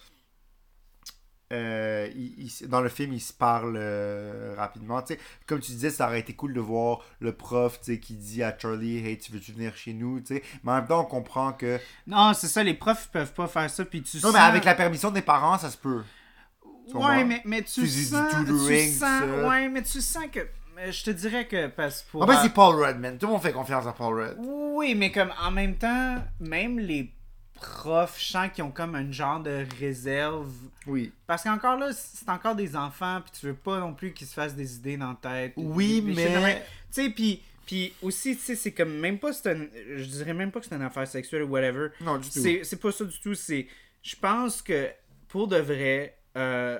B: euh, il- il s- dans le film, il se parle euh, rapidement. Tu sais, comme tu disais, ça aurait été cool de voir le prof tu sais, qui dit à Charlie Hey, tu veux-tu venir chez nous Tu sais, Mais en même temps, on comprend que.
A: Non, c'est ça, les profs ils peuvent pas faire ça. Puis tu
B: Non,
A: sens.
B: mais avec la permission des parents, ça se peut.
A: Ouais,
B: moi.
A: mais, mais tu
B: C'est du- du
A: sens. Tu
B: tutoring,
A: sens.
B: ça.
A: Ouais, mais tu sens que. mais Je te dirais que. Parce que pour.
B: En fait,
A: euh,
B: c'est Paul Rudd, man. Tout le monde fait confiance à Paul Rudd.
A: Oui, mais comme en même temps, même les profs, je sens qu'ils ont comme un genre de réserve.
B: Oui.
A: Parce qu'encore là, c'est encore des enfants, puis tu veux pas non plus qu'ils se fassent des idées dans la tête.
B: Oui,
A: Des- des shit de même.
B: mais.
A: Tu sais, puis, puis aussi, tu sais, c'est comme même pas. c'est un- Je dirais même pas que c'est une affaire sexuelle ou whatever.
B: Non, du tout.
A: C'est c'est pas ça du tout. C'est. Je pense que pour de vrai, euh,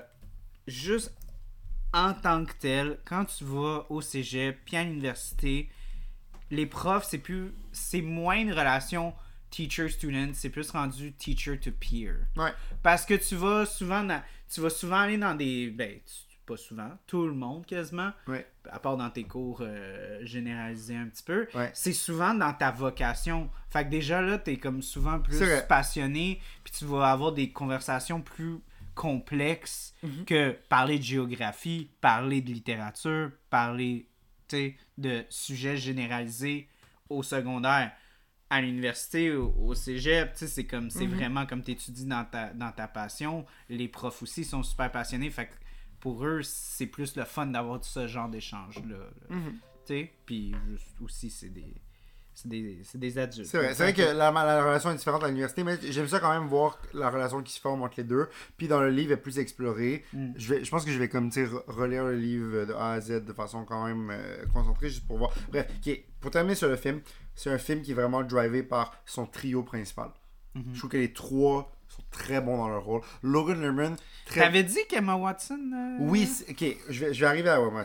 A: juste en tant que tel, quand tu vas au cégep puis à l'université, les profs, c'est plus. C'est moins une relation teacher-student, c'est plus rendu teacher-to-peer.
B: Ouais.
A: Parce que tu vas souvent dans- tu vas souvent aller dans des. Ben, tu- pas souvent, tout le monde quasiment,
B: Ouais.
A: à part dans tes cours euh, généralisés un petit peu,
B: Ouais.
A: c'est souvent dans ta vocation. Fait que déjà là, t'es comme souvent plus
B: C'est vrai.
A: passionné, puis tu vas avoir des conversations plus complexes
B: Mhm.
A: que parler de géographie, parler de littérature, parler tu sais, de sujets généralisés au secondaire. À l'université, au, au cégep, tu sais, c'est comme,
B: Mhm.
A: c'est vraiment comme t'étudies dans ta, dans ta passion. Les profs aussi sont super passionnés, fait que pour eux, c'est plus le fun d'avoir ce genre d'échange-là. là.
B: Mhm.
A: Tu sais, puis juste aussi, c'est des, c'est des, c'est des adultes.
B: C'est vrai, c'est vrai que la, la relation est différente à l'université, mais j'aime ça quand même voir la relation qui se forme entre les deux. Puis dans le livre, elle est plus explorée.
A: Mm.
B: Je, vais, je pense que je vais comme tu sais, re- relire le livre de A à Z de façon quand même euh, concentrée, juste pour voir. Bref, ok, pour terminer sur le film, c'est un film qui est vraiment drivé par son trio principal.
A: Mhm.
B: Je trouve que les trois sont très bons dans leur rôle. Logan Lerman, très
A: T'avais dit qu'Emma Watson. euh,
B: Oui, c'est- ok, je vais, je vais arriver à Woman.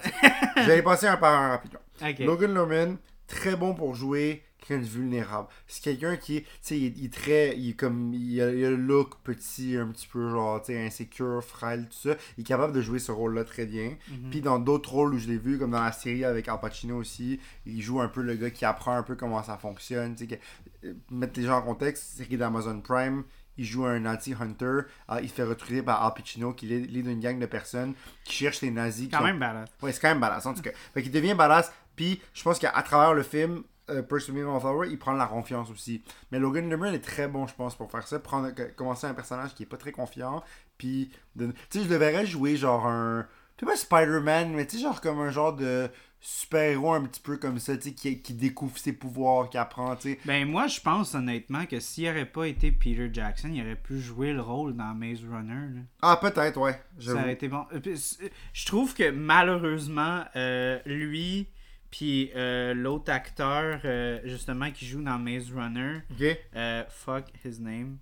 B: je vais aller passer un par un rapidement.
A: Ok.
B: Logan Lerman, très bon pour jouer quelqu'un de vulnérable. C'est quelqu'un qui, est- tu sais, il, est- il est très, il est comme, il a, il a le look petit, un petit peu genre, tu sais, insécure, frêle, tout ça. Il est capable de jouer ce rôle-là très bien.
A: Mhm.
B: Puis dans d'autres rôles où je l'ai vu, comme dans la série avec Al Pacino aussi, il joue un peu le gars qui apprend un peu comment ça fonctionne, tu sais, que- euh, mettre les gens en contexte, série d'Amazon Prime. Il joue un anti-hunter, Ah, il se fait retrouver par Al Pacino, qui est lead d'une gang de personnes qui cherchent les nazis qui
A: Quand
B: ont
A: même badass.
B: Ouais, c'est quand même badass en tout cas. Fait qu'il devient badass, puis je pense qu'à à travers le film, euh, Persevere on Flower, il prend de la confiance aussi. Mais Logan Lerman est très bon, je pense, pour faire ça. Prendre, commencer un personnage qui est pas très confiant, puis... de- Tu sais, je le verrais jouer genre un... Tu sais pas Spider-Man, mais tu sais, genre comme un genre de super-héros un petit peu comme ça, tu sais, qui, qui découvre ses pouvoirs, qui apprend, tu sais.
A: Ben moi, je pense honnêtement que s'il n'aurait pas été Peter Jackson, il aurait pu jouer le rôle dans Maze Runner. là.
B: Ah, peut-être, ouais.
A: Ça
B: j'avoue.
A: aurait été bon. Euh, puis, c- Je trouve que malheureusement, euh, lui puis euh, l'autre acteur euh, justement qui joue dans Maze Runner,
B: Ok,
A: euh, fuck his name,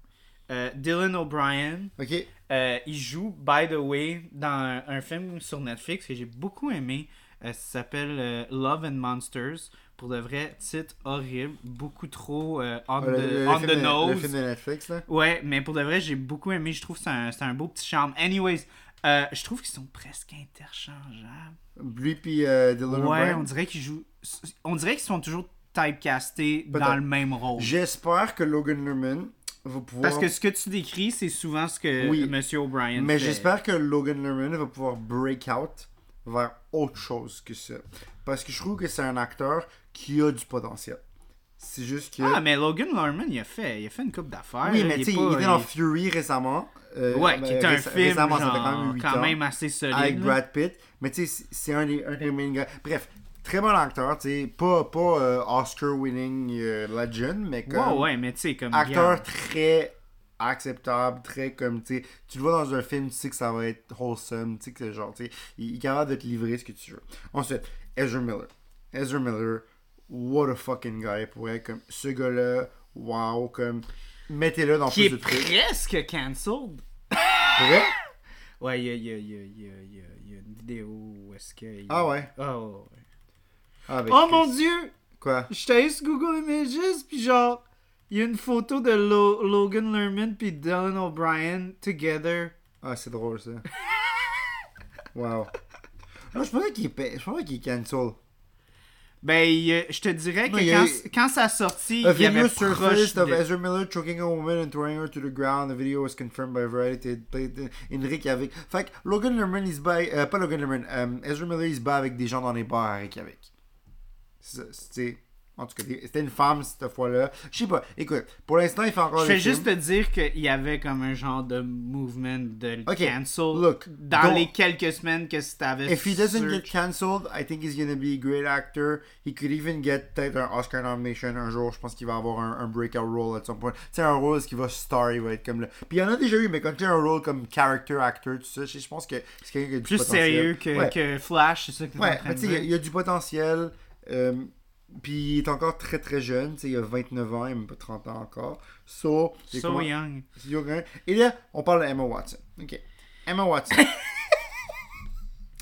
A: euh, Dylan O'Brien,
B: ok.
A: euh, il joue by the way dans un, un film sur Netflix que j'ai beaucoup aimé. Euh, ça s'appelle euh, Love and Monsters. Pour de vrai, titre horrible, beaucoup trop euh, on,
B: Le-
A: the,
B: le- le
A: on
B: film
A: the
B: de-
A: nose.
B: Le film de Netflix, là.
A: Ouais, mais pour de vrai, j'ai beaucoup aimé. Je trouve que c'est un, c'est un beau petit charme. Anyways, euh, je trouve qu'ils sont presque interchangeables.
B: Lui puis euh, Dylan
A: ouais,
B: O'Brien.
A: on dirait qu'ils jouent. On dirait qu'ils sont toujours typecastés dans
B: Peut-être.
A: le même rôle.
B: J'espère que Logan Lerman va pouvoir...
A: Parce que ce que tu décris, c'est souvent ce que
B: Oui.
A: Monsieur O'Brien
B: Mais
A: fait.
B: j'espère que Logan Lerman va pouvoir break out vers autre chose que ça. Parce que je trouve que c'est un acteur qui a du potentiel. C'est juste que...
A: Ah, mais Logan Lerman, il a fait, il a fait une coupe d'affaires.
B: oui,
A: là,
B: mais
A: est
B: tu sais,
A: pas-
B: il était dans Fury récemment. euh,
A: Ouais,
B: ben,
A: qui est un
B: réc-
A: film
B: récemment, ça fait
A: genre, quand, même
B: huit ans.
A: assez solide.
B: avec
A: là.
B: Brad Pitt. Mais tu sais, c'est- c'est un des, un des main guys. Bref, très bon acteur, tu sais. Pas, pas euh, Oscar-winning euh, legend, mais comme
A: Ouais, ouais, mais tu sais, comme.
B: acteur très acceptable, très comme, tu sais, tu le vois dans un film, tu sais que ça va être wholesome, tu sais que c'est genre, tu sais, il il est capable de te livrer ce que tu veux. Ensuite, Ezra Miller. Ezra Miller, what a fucking guy pour être comme, ce gars-là, wow, comme, mettez-le dans
A: Qui
B: plus
A: est
B: de trucs.
A: presque cancelled.
B: Pour vrai?
A: Ouais, il y a, il y a- il y a- il y a- il y a- il y a une vidéo où est-ce que. il-
B: Ah ouais?
A: Ah ouais, ouais.
B: Ah, ben,
A: Oh
B: Chris.
A: mon dieu!
B: Quoi?
A: J'étais allé sur Google Images, puis genre, il y a une photo de Lo- Logan Lerman puis Dylan O'Brien together.
B: Ah, c'est drôle ça. wow. Non, je pensais qu'il pa- je pensais qu'il cancel.
A: Ben, il y a- je te dirais que
B: Non, il y a
A: quand,
B: eu-
A: quand ça a sorti,
B: A
A: il y avait
B: video
A: proche
B: surfaced of
A: de-
B: Ezra Miller choking a woman and throwing her to the ground. The video was confirmed by Variety. Enrique avec. Fait que Logan Lerman, il se bat. euh, pas Logan Lerman. euh, Ezra Miller, il se bat avec des gens dans les bars à Reykjavik. C'est ça, c'est- En tout cas, c'était une femme cette fois-là. Je sais pas. Écoute, pour l'instant, il fait encore
A: Je vais
B: le film.
A: juste te dire qu'il y avait comme un genre de movement de le
B: Ok,
A: cancel
B: look,
A: dans
B: don't-
A: les quelques semaines que c'était
B: If he doesn't get cancelled, I think he's gonna be a great actor. He could even get peut-être un Oscar nomination un jour. Je pense qu'il va avoir un, un breakout role at some point. Tu sais, un rôle qui va star, il va être comme le. Puis il y en a déjà eu, mais quand tu as un rôle comme character actor, tout ça, je je pense que c'est quelqu'un qui a du
A: Plus
B: potentiel.
A: sérieux que,
B: Ouais.
A: que Flash, c'est ça que t'es en
B: Ouais,
A: train
B: mais
A: de
B: tu sais, il y a-
A: dire.
B: il y a du potentiel. euh, puis il est encore très très jeune. Tu sais, il a 29 ans, il a même pas 30 ans encore. So, il est
A: So
B: comment-
A: young.
B: Yoga. Et là, on parle d'Emma Watson. OK. Emma Watson.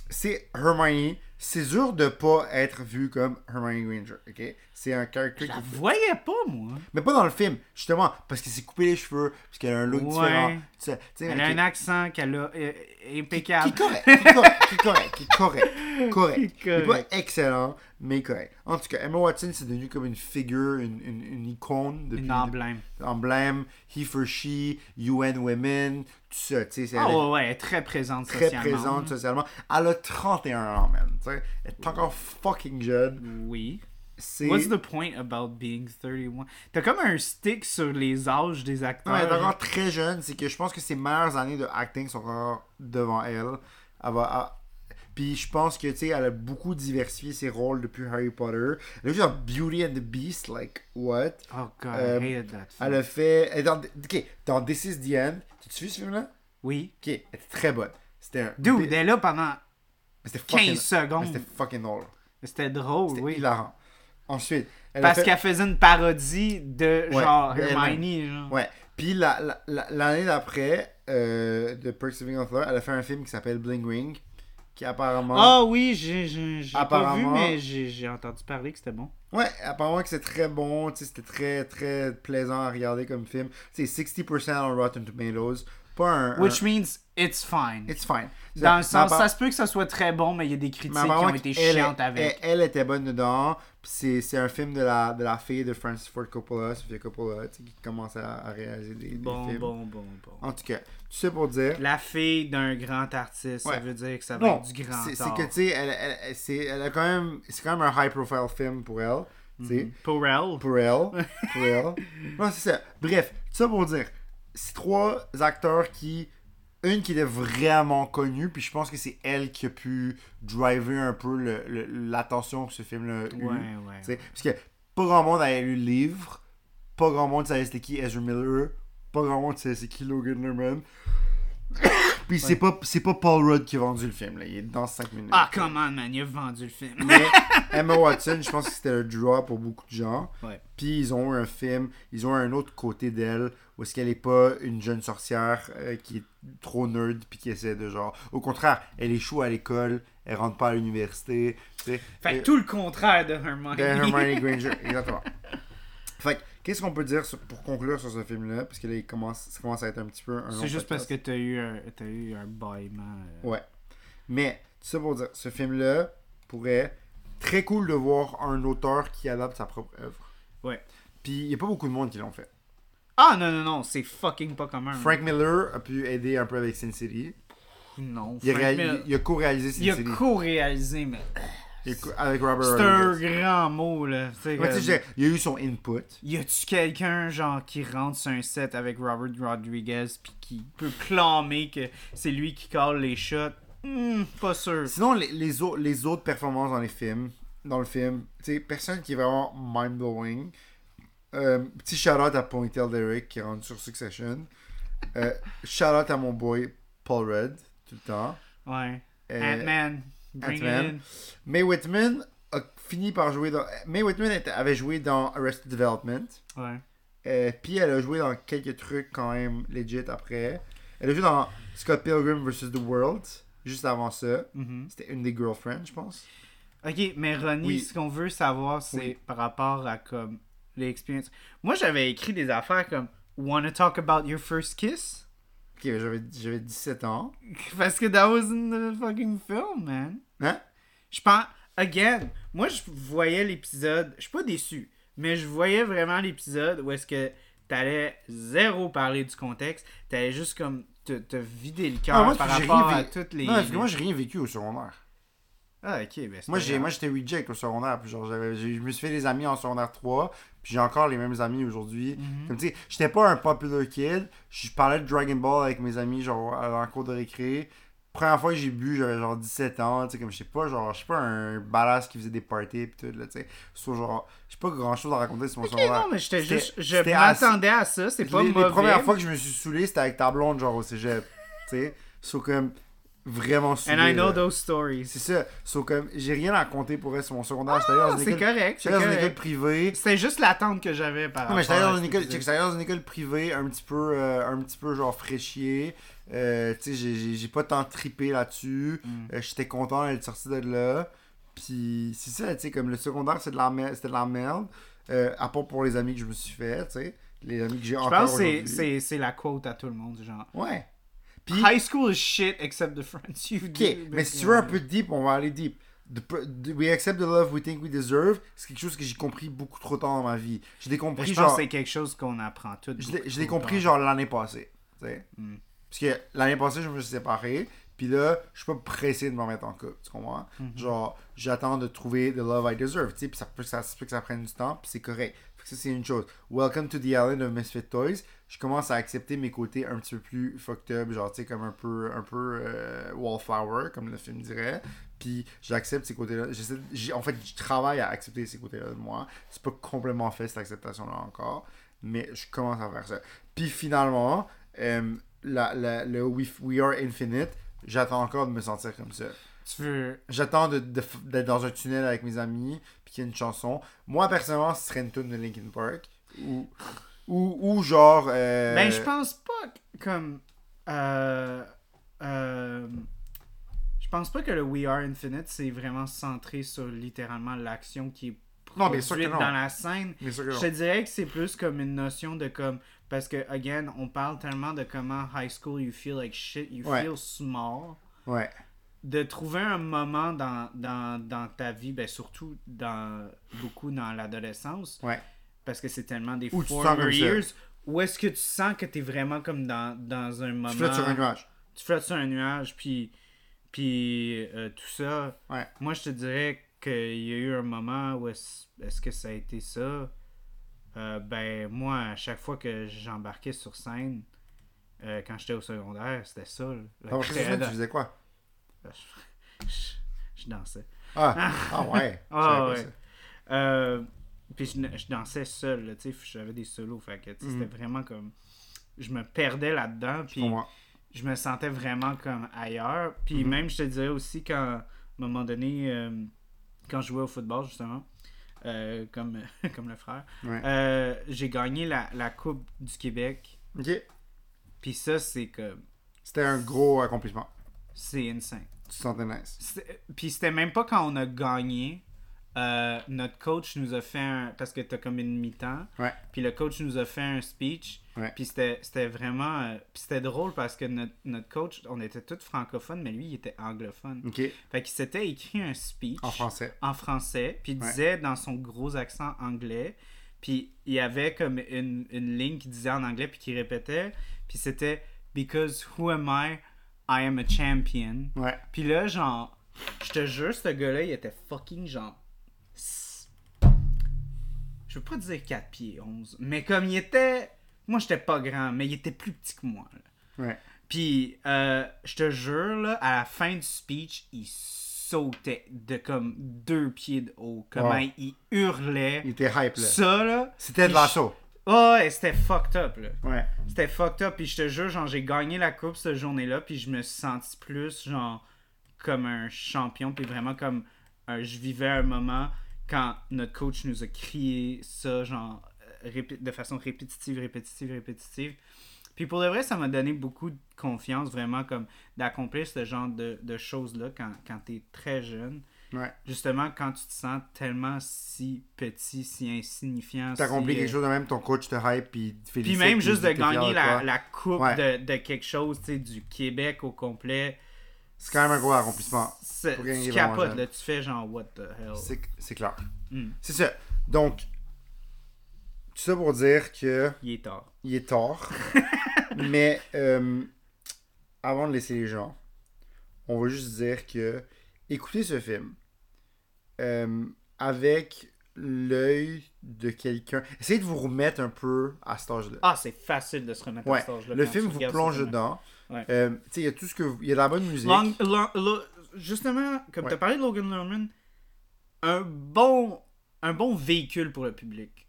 B: c'est Hermione. C'est dur de pas être vu comme Hermione Granger. OK? C'est un
A: Je
B: caractère
A: la
B: qui...
A: voyais pas, moi.
B: Mais pas dans le film, justement, parce qu'elle s'est coupé les cheveux, parce qu'elle a un look
A: Ouais.
B: différent. Tu sais, tu sais,
A: Elle
B: mais
A: a
B: qui-
A: un accent qu'elle a euh,
B: qui
A: impeccable.
B: est correct, qui est correct, qui est correct, qui est correct, correct.
A: Qui est
B: Il est pas excellent, mais correct. En tout cas, Emma Watson, c'est devenu comme une figure, une, une, une icône depuis
A: Une emblème.
B: emblème, he for she, UN women, tout ça, tu sais, c'est-
A: Ah
B: elle est
A: ouais, ouais, elle est très présente
B: très
A: socialement.
B: présente socialement. Elle a 31 ans, man, tu sais, elle est encore fucking jeune.
A: Oui.
B: C'est...
A: What's the point about being 31? T'as comme un stick sur les âges des
B: Non, elle est
A: acteurs.
B: encore très jeune, c'est que je pense que ses meilleures années de acting sont encore devant elle. Elle va... elle- Puis je pense que, tu sais, elle a beaucoup diversifié ses rôles depuis Harry Potter. Elle a joué dans Beauty and the Beast, like, what?
A: oh god,
B: Euh,
A: I hated that film.
B: Elle a fait... Elle est dans... Ok, dans This is the End, t'as-tu vu ce film-là?
A: Oui.
B: Ok, elle était très bonne. C'était un...
A: Dude, elle est là pendant
B: Mais c'était
A: 15
B: fucking-
A: secondes.
B: mais C'était fucking drôle.
A: C'était drôle,
B: C'était
A: oui.
B: hilarant. Ensuite, elle a
A: Parce
B: fait-
A: qu'elle faisait une parodie de
B: Ouais,
A: genre
B: de elle-même.
A: Hermione. Genre.
B: Ouais. Puis la- la- la- l'année d'après, euh, de Persevering of Love, elle a fait un film qui s'appelle Bling Ring, qui apparemment...
A: Ah oui, j'ai j'ai- j'ai pas vu,
B: Apparemment-
A: mais j'ai j'ai entendu parler que c'était bon.
B: Ouais, apparemment que c'est très bon, tu sais, c'était très, très plaisant à regarder comme film. C'est 60% on Rotten Tomatoes, pas un... un-
A: Which means it's fine.
B: Euh, It's fine.
A: Dans le
B: Mais
A: sens,
B: appar-
A: ça se peut que ça soit très bon, mais il y a des critiques
B: mais
A: qui
B: apparemment
A: ont été
B: qu'elle-
A: chiantes avec.
B: Elle, elle était bonne dedans. Puis c'est- c'est un film de la, de la fille de Francis Ford Coppola, Sofia Coppola, tu sais, qui commence à, à réaliser des, des
A: Bon,
B: films.
A: bon, bon, bon.
B: En tout cas, tout ça pour dire.
A: La fille d'un grand artiste, ça
B: Ouais.
A: veut dire que ça va
B: Non,
A: être du grand
B: c'est c'est
A: art.
B: que tu sais, elle, elle- elle- c'est- elle a quand même, c'est quand même un high profile film pour elle. tu
A: Mhm.
B: sais.
A: Purrell.
B: Pour elle. Pour elle. Non, c'est ça. Bref, tout ça pour dire, c'est trois acteurs qui. Une qui était vraiment connue, puis je pense que c'est elle qui a pu driver un peu le- le- l'attention que ce film-là a
A: Ouais,
B: eu.
A: ouais.
B: Tu sais, Parce que pas grand monde avait lu le livre, pas grand monde savait c'était qui Ezra Miller, pas grand monde savait c'est qui Logan Lerman. Puis c'est pas, c'est pas Paul Rudd qui a vendu le film, là. il est dans 5 minutes.
A: Ah, come on, man, il a vendu le film.
B: Mais Emma Watson, je pense que c'était le draw pour beaucoup de gens.
A: Ouais.
B: Puis ils ont eu un film, ils ont un autre côté d'elle, où est-ce qu'elle n'est pas une jeune sorcière euh, qui est trop nerd, puis qui essaie de genre. Au contraire, elle échoue à l'école, elle rentre pas à l'université. tu sais. Euh,
A: Fait
B: Et-
A: que tout le contraire de Hermione.
B: de Hermione Granger, exactement. Fait que, qu'est-ce qu'on peut dire sur- pour conclure sur ce film-là Parce que là, il commence, ça commence à être un petit peu un long
A: C'est juste parce
B: podcast.
A: que t'as eu, un- t'as eu un bâillement. euh,
B: Ouais. Mais, tout ça pour dire, ce film-là pourrait. Très cool de voir un auteur qui adapte sa propre œuvre.
A: Ouais.
B: Puis, il n'y a pas beaucoup de monde qui l'ont fait.
A: Ah non, non, non, c'est fucking pas commun.
B: Frank Miller a pu aider un peu avec Sin City.
A: Non,
B: Il a,
A: Frank
B: réal-
A: Miller.
B: il a co-réalisé Sin
A: Il a
B: City.
A: co-réalisé, mais
B: Il a co- avec Robert
A: c'est un
B: Rodriguez.
A: grand mot, là. tu sais,
B: Ouais, tu sais,
A: comme-
B: je dirais, il a eu son input.
A: Y a-tu quelqu'un, genre, qui rentre sur un set avec Robert Rodriguez puis qui peut clamer que c'est lui qui colle les shots? Hmm, pas sûr.
B: Sinon, les, les, au- les autres performances dans les films, dans le film, tu sais, personne qui est vraiment mind-blowing. Euh, petit shout-out à Ponytail Derek qui rentre sur Succession. Euh, shout-out à mon boy Paul Rudd, tout le temps.
A: Ouais.
B: Euh,
A: Ant-Man. Bring
B: Ant-Man.
A: it
B: May Whitman a fini par jouer dans... May Whitman était- avait joué dans Arrested Development.
A: in. Ouais.
B: Euh, Puis elle a joué dans quelques trucs quand même legit après. Elle a joué dans Scott Pilgrim vs. The World, juste avant ça.
A: Mhm.
B: C'était une des girlfriends, je pense.
A: Ok, mais Ronnie,
B: Oui.
A: ce qu'on veut savoir, c'est
B: Oui.
A: par rapport à comme l'expérience. Moi, j'avais écrit des affaires comme Wanna talk about your first kiss?
B: Ok, ben, j'avais j'avais 17 ans.
A: Parce que that was in the fucking film, man.
B: Hein?
A: Je pense, again, moi je voyais l'épisode, je suis pas déçu, mais je voyais vraiment l'épisode où est-ce que t'allais zéro parler du contexte, t'allais juste comme te, te vider le cœur
B: Ah, moi,
A: par
B: j'ai
A: rapport
B: rien
A: à
B: vé-
A: toutes les.
B: Non, parce que moi, j'ai rien vécu au secondaire.
A: Ah, ok, ben c'est
B: Moi,
A: pas
B: j'ai,
A: grave.
B: moi, j'étais reject au secondaire. Puis genre, j'avais- j'ai- je me suis fait des amis en secondaire 3. Puis j'ai encore les mêmes amis aujourd'hui.
A: Mhm.
B: Comme tu sais, j'étais pas un popular kid. Je parlais de Dragon Ball avec mes amis, genre, à- en cours de récré. Première fois que j'ai bu, j'avais genre 17 ans. Tu sais, comme je sais pas, genre, je suis pas un badass qui faisait des parties. Puis tout, là, tu sais. Sur genre, j'ai pas grand chose à raconter sur mon
A: Ok,
B: secondaire.
A: non, mais j'étais
B: C'était-
A: juste. Je
B: c'était assez-
A: m'attendais à ça, c'est pas
B: les, les
A: mauvais.
B: premières fois que je me suis saoulé, c'était avec ta blonde, genre, au cégep. tu sais, sur comme vraiment saoulé.
A: And I know
B: là.
A: those stories.
B: euh, C'est ça. Sauf que j'ai rien à compter pour rester mon secondaire. j'étais allé dans
A: Ah,
B: une
A: c'est
B: école,
A: correct, c'est
B: j'étais allé dans une école
A: correct.
B: privée.
A: C'était juste l'attente que j'avais par rapport
B: Non, mais j'étais allé
A: à
B: dans une
A: cet
B: école,
A: épisode.
B: j'étais allé dans une école privée, un petit peu, euh, un petit peu genre fraîchier. Euh, tu sais, j'ai- j'ai- j'ai pas tant trippé là-dessus.
A: Mm.
B: Euh, j'étais content d'être sorti de là. Puis c'est ça, tu sais, comme le secondaire, c'est de la merde. C'était de la merde. Euh, à part pour les amis que je me suis fait, tu sais. Les amis que j'ai
A: Je
B: encore
A: pense que c'est-
B: aujourd'hui.
A: c'est c'est la quote à tout le monde, genre.
B: Ouais. Puis-
A: High school is shit except the friends you
B: Ok, mais si tu veux un peu deep, on va aller deep. The pr- the- we accept the love we think we deserve, c'est quelque chose que j'ai compris beaucoup trop tard dans ma vie. Je l'ai
A: Je
B: compris
A: pense
B: genre,
A: que c'est quelque chose qu'on apprend tout.
B: je l'ai- je l'ai compris genre l'année passée, tu sais. Parce que l'année passée, je me suis séparé, puis là, je suis pas pressé de m'en mettre en couple, tu comprends? Genre, j'attends de trouver the love I deserve, tu sais, puis ça peut ça se peut que ça prenne du temps, puis c'est correct. Fait que ça, c'est une chose. Welcome to the island of misfit toys. Je commence à accepter mes côtés un petit peu plus fucked up, genre, tu sais, comme un peu, un peu euh, wallflower, comme le film dirait. Puis j'accepte ces côtés-là. J'essaie de- j'ai- En fait, je travaille à accepter ces côtés-là de moi. C'est pas complètement fait, cette acceptation-là encore. Mais je commence à faire ça. Puis finalement, euh, la, la- le we, We Are Infinite, j'attends encore de me sentir comme ça.
A: Tu veux.
B: J'attends de- de f- d'être dans un tunnel avec mes amis, puis qu'il y ait une chanson. Moi, personnellement, ce serait une tune de Linkin Park. Ou, ou, ou genre. euh,
A: Ben, je pense pas que- comme. euh, euh, Je pense pas que le We Are Infinite, c'est vraiment centré sur littéralement l'action qui est
B: Non, bien sûr que
A: produite
B: non.
A: dans la scène.
B: Bien sûr que
A: Je
B: non.
A: te dirais que c'est plus comme une notion de comme. Parce que, again, on parle tellement de comment high school you feel like shit, you
B: Ouais.
A: feel small.
B: Ouais.
A: de trouver un moment dans, dans, dans ta vie, ben surtout dans beaucoup dans l'adolescence,
B: Ouais.
A: parce que c'est tellement des
B: Où tu te sens
A: former
B: comme ça.
A: years, où est-ce que tu sens que tu es vraiment comme dans, dans un moment...
B: Tu flottes sur Ah, un nuage.
A: Tu flottes sur un nuage, puis, puis euh, tout ça.
B: Ouais.
A: Moi, je te dirais qu'il y a eu un moment où est-ce est-ce que ça a été ça? Euh, ben, moi, à chaque fois que j'embarquais sur scène, euh, quand j'étais au secondaire, c'était ça. là. Like,
B: Ah, parce que
A: j'étais
B: tu
A: dans-
B: faisais quoi?
A: je- je- je dansais.
B: Ah, ah ouais.
A: Ah
B: Je savais pas
A: ouais.
B: ça.
A: Euh, puis je, je dansais seul, là, tu sais, j'avais des solos, fait que tu sais,
B: Mhm.
A: c'était vraiment comme je me perdais là-dedans, puis
B: Pour moi.
A: je me sentais vraiment comme ailleurs. Puis
B: Mm-hmm.
A: même je te dirais aussi quand à un moment donné euh, quand je jouais au football justement, euh, comme comme le frère,
B: Ouais.
A: euh, j'ai gagné la, la coupe du Québec.
B: Ok.
A: Puis ça c'est comme
B: C'était un gros accomplissement.
A: c'est insane.
B: Tu te sentais nice.
A: C'est- Puis c'était même pas quand on a gagné. Euh, notre coach nous a fait un. Parce que t'as comme une mi-temps.
B: Ouais.
A: Puis le coach nous a fait un speech.
B: Ouais.
A: Puis c'était c'était vraiment. euh, puis c'était drôle parce que notre, notre coach, on était tous francophones, mais lui, il était anglophone.
B: Ok.
A: Fait qu'il s'était écrit un speech.
B: En français.
A: En français. Puis il
B: Ouais.
A: disait dans son gros accent anglais. Puis il y avait comme une, une ligne qui disait en anglais, puis qui répétait. Puis c'était Because who am I? I am a champion.
B: Ouais.
A: Puis là, genre, je te jure, ce gars-là, il était fucking genre. s- Je veux pas dire 4 pieds 11, mais comme il était. Moi, j'étais pas grand, mais il était plus petit que moi. là.
B: Ouais.
A: Puis, euh, je te jure, là, à la fin du speech, il sautait de comme deux pieds de haut. Comment
B: Wow.
A: il hurlait.
B: Il était hype là.
A: Ça, là.
B: C'était de
A: puis
B: l'assaut.
A: je- Ah, ouais, c'était fucked up, là.
B: Ouais.
A: C'était fucked up. Puis je te jure, genre, j'ai gagné la coupe cette journée-là. Puis je me suis senti plus, genre, comme un champion. Puis vraiment comme. un- je vivais un moment quand notre coach nous a crié ça, genre, euh, répé- de façon répétitive, répétitive, répétitive. Puis pour de vrai, ça m'a donné beaucoup de confiance, vraiment, comme d'accomplir ce genre de, de choses-là quand, quand t'es très jeune.
B: Ouais.
A: Justement, quand tu te sens tellement si petit, si insignifiant.
B: T'as compris
A: si, euh,
B: quelque chose de même, ton coach te hype puis il te
A: puis
B: félicite.
A: même juste de
B: il était fier
A: gagner
B: toi.
A: la, la coupe
B: Ouais.
A: de, de quelque chose, tu sais, du Québec au complet.
B: C'est quand même un gros accomplissement.
A: C'est-
B: Pour gagner
A: Tu
B: vraiment
A: capotes,
B: jeune.
A: là, tu fais genre, what the hell.
B: C'est c'est clair.
A: Mm.
B: C'est ça. Donc, tout ça pour dire que
A: Il est tard.
B: il est tard. mais euh, avant de laisser les gens, on va juste dire que écoutez ce film euh, avec l'œil de quelqu'un. Essayez de vous remettre un peu à cet âge-là.
A: Ah, c'est facile de se remettre à
B: ouais.
A: cet âge-là
B: Le
A: quand
B: film
A: tu
B: vous
A: regardes
B: plonge
A: ça.
B: dedans.
A: Ouais.
B: Euh, tu sais, il y a tout ce que vous- il y a de la bonne musique.
A: Long- Long- Lo- justement, comme
B: Ouais.
A: tu as parlé de Logan Lerman, un bon, un bon véhicule pour le public.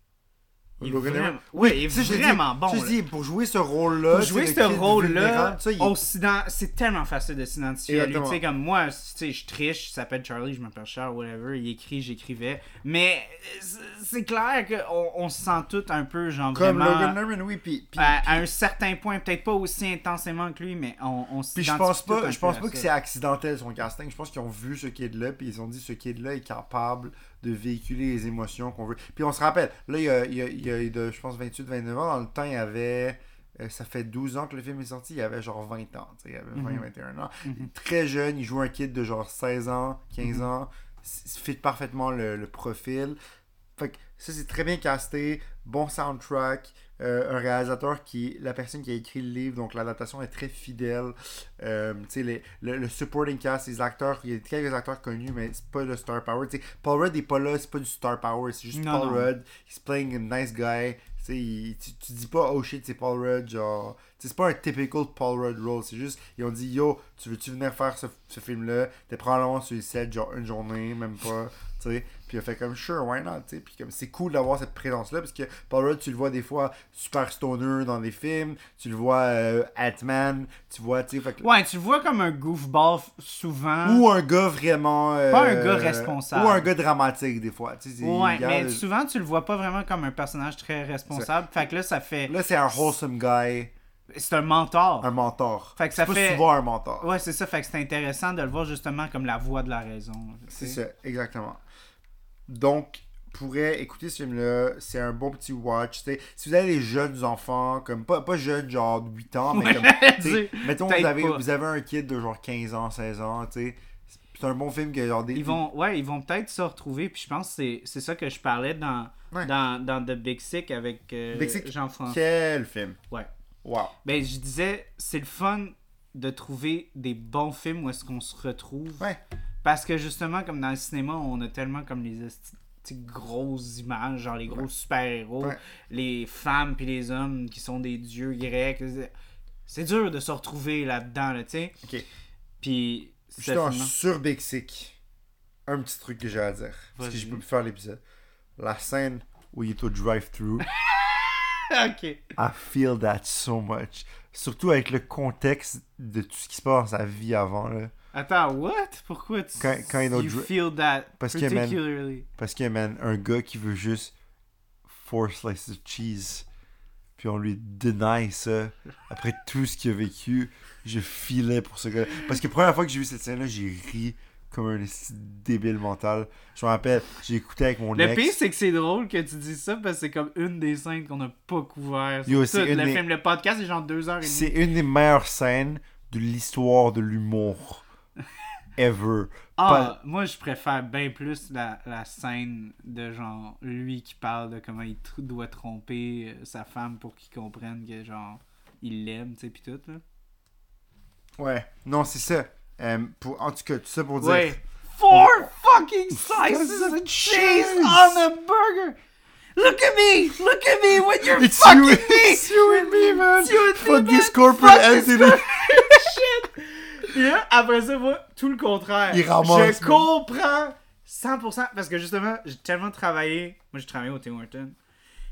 A: Il est
B: Logan
A: vraiment,
B: Lerman?
A: ouais, il est
B: Ça, je te dis-
A: vraiment bon.
B: ça, Je
A: là.
B: dis, pour jouer ce rôle-là,
A: Pour
B: tu sais,
A: jouer
B: le
A: ce
B: kid
A: rôle-là,
B: vulnérable, ça, il-
A: on s'ident- c'est tellement facile de s'identifier à lui. Tu sais,
B: Exactement.
A: comme moi, tu sais, je triche, il s'appelle Charlie, je m'appelle Charles, whatever, il écrit, j'écrivais. Mais c'est- c'est clair qu'on on se sent tout un peu, genre,
B: comme
A: vraiment,
B: Logan Lerman, oui, puis puis-
A: à, à un certain point, peut-être pas aussi intensément que lui, mais on, on
B: Puis je
A: s'identifie
B: pense
A: tout un
B: pas, je
A: peu
B: pense
A: à
B: pas que
A: ça.
B: c'est accidentel son casting. Je pense qu'ils ont vu ce kid-là, puis ils ont dit ce kid-là est capable de véhiculer les émotions qu'on veut. Puis on se rappelle, là, il y a, il y a- il y a de, je pense, 28, 29 ans. Dans le temps, il y avait. euh, Ça fait 12 ans que le film est sorti, il avait genre 20 ans, tu sais, il avait 20,
A: Mhm.
B: 21 ans. Très jeune, il joue un kid de genre 16 ans, 15
A: Mhm.
B: ans, s- fit parfaitement le, le profil. Fait que ça, c'est très bien casté, bon soundtrack, euh, un réalisateur qui, la personne qui a écrit le livre, donc l'adaptation est très fidèle. Euh, tu sais, les- le, le supporting cast, les acteurs, il y a quelques acteurs connus, mais c'est pas le star power. Tu sais, Paul Rudd est pas là, c'est pas du star power, c'est juste
A: Non,
B: Paul
A: non.
B: Rudd, he's playing a nice guy. Tu sais, il- tu, tu dis pas oh shit, c'est Paul Rudd, genre. Tu sais, c'est pas un typical Paul Rudd role, c'est juste, ils ont dit yo, tu veux-tu venir faire ce, ce film-là T'es probablement sur le set, genre une journée, même pas. Tu sais, puis il a fait comme sure, why not, tu sais. Puis comme c'est cool d'avoir cette présence-là, parce que Paul Rudd, tu le vois des fois super stoner dans les films, tu le vois euh, Ant-Man, tu vois, tu sais, fait que-
A: Ouais, tu le vois comme un goofball f- souvent.
B: ou un gars vraiment. euh,
A: Pas un gars responsable.
B: Ou un gars dramatique, des fois. Tu sais,
A: Ouais,
B: il y a-
A: mais souvent tu le vois pas vraiment comme un personnage très responsable. Fait que là, ça fait.
B: Là, c'est un wholesome guy,
A: C'est un mentor.
B: un mentor.
A: Fait que ça
B: c'est
A: fait-
B: pas souvent un mentor.
A: Ouais, c'est ça. Fait que c'est intéressant de le voir justement comme la voix de la raison. tu
B: C'est
A: sais.
B: ça, exactement. Donc, pourrait écouter ce film-là, c'est un bon petit watch. tu sais. Si vous avez des jeunes enfants, comme pas, pas jeunes genre 8 ans, mais comme, tu sais,
A: dis-
B: mettons
A: peut-être
B: vous avez,
A: pas.
B: vous avez un kid de genre 15 ans, 16 ans, tu sais, c'est un bon film que genre des...
A: Ils vont, ouais, ils vont peut-être se retrouver. Puis je pense que c'est- c'est ça que je parlais dans,
B: Ouais.
A: dans, dans The Big Sick avec euh,
B: Big Sick.
A: Jean-François.
B: Quel film!
A: Ouais.
B: Wow!
A: Ben, je disais, c'est le fun de trouver des bons films où est-ce qu'on se retrouve.
B: Ouais.
A: Parce que justement, comme dans le cinéma, on a tellement comme les esti- tu sais, grosses images, genre les gros super-héros,
B: Ouais.
A: les femmes puis les hommes qui sont des dieux grecs. C'est dur de se retrouver là-dedans, là, tu sais.
B: Ok.
A: Puis,
B: Je suis en
A: Stephanie-
B: surbexique. Un petit truc que j'ai à dire. Parce que
A: Vas-y.
B: je peux plus faire l'épisode. La scène où il est au drive-thru.
A: Ok.
B: I feel that so much. Surtout avec le contexte de tout ce qui se passe dans sa vie avant. Là.
A: Attends, what? Pourquoi tu
B: Quand- quand il y a
A: you
B: d'autres-
A: feel that
B: Parce qu'il y a même-
A: particularly?
B: Parce qu'il y a man, un gars qui veut juste four slices of cheese. Puis on lui deny ça. Après tout ce qu'il a vécu, je filais pour ce gars Parce que la première fois que j'ai vu cette scène-là, j'ai ri comme un esti de débile mental. Je me rappelle, j'ai écouté avec mon
A: Le
B: ex.
A: pire, c'est que c'est drôle que tu dis ça parce que c'est comme une des scènes qu'on n'a pas couvert.
B: Yo,
A: C'est
B: c'est
A: tout.
B: une
A: le
B: des-
A: film, le podcast, c'est genre deux heures et demie.
B: C'est une des meilleures scènes de l'histoire de l'humour. Ever.
A: Ah, moi, je préfère bien plus la, la scène de genre lui qui parle de comment il tr- doit tromper euh, sa femme pour qu'il comprenne que genre il l'aime, tu sais, pis tout. Là.
B: Ouais. Non, c'est ça. Euh, pour, en tout cas, tout ça pour dire.
A: Ouais. Four fucking slices
B: Slices
A: of
B: of
A: cheese
B: cheese.
A: on a burger! Look at me! Look at me when you're
B: It's
A: fucking
B: you,
A: me!
B: it's you and me, man!
A: It's you and me, man.
B: Fuck this corporate
A: Fuck this
B: entity.
A: corporate shit. Et là, après ça, moi, tout le contraire.
B: Il ramasse,
A: Je
B: man.
A: comprends 100% parce que justement, j'ai tellement travaillé. Moi, j'ai travaillé au Tim Hortons.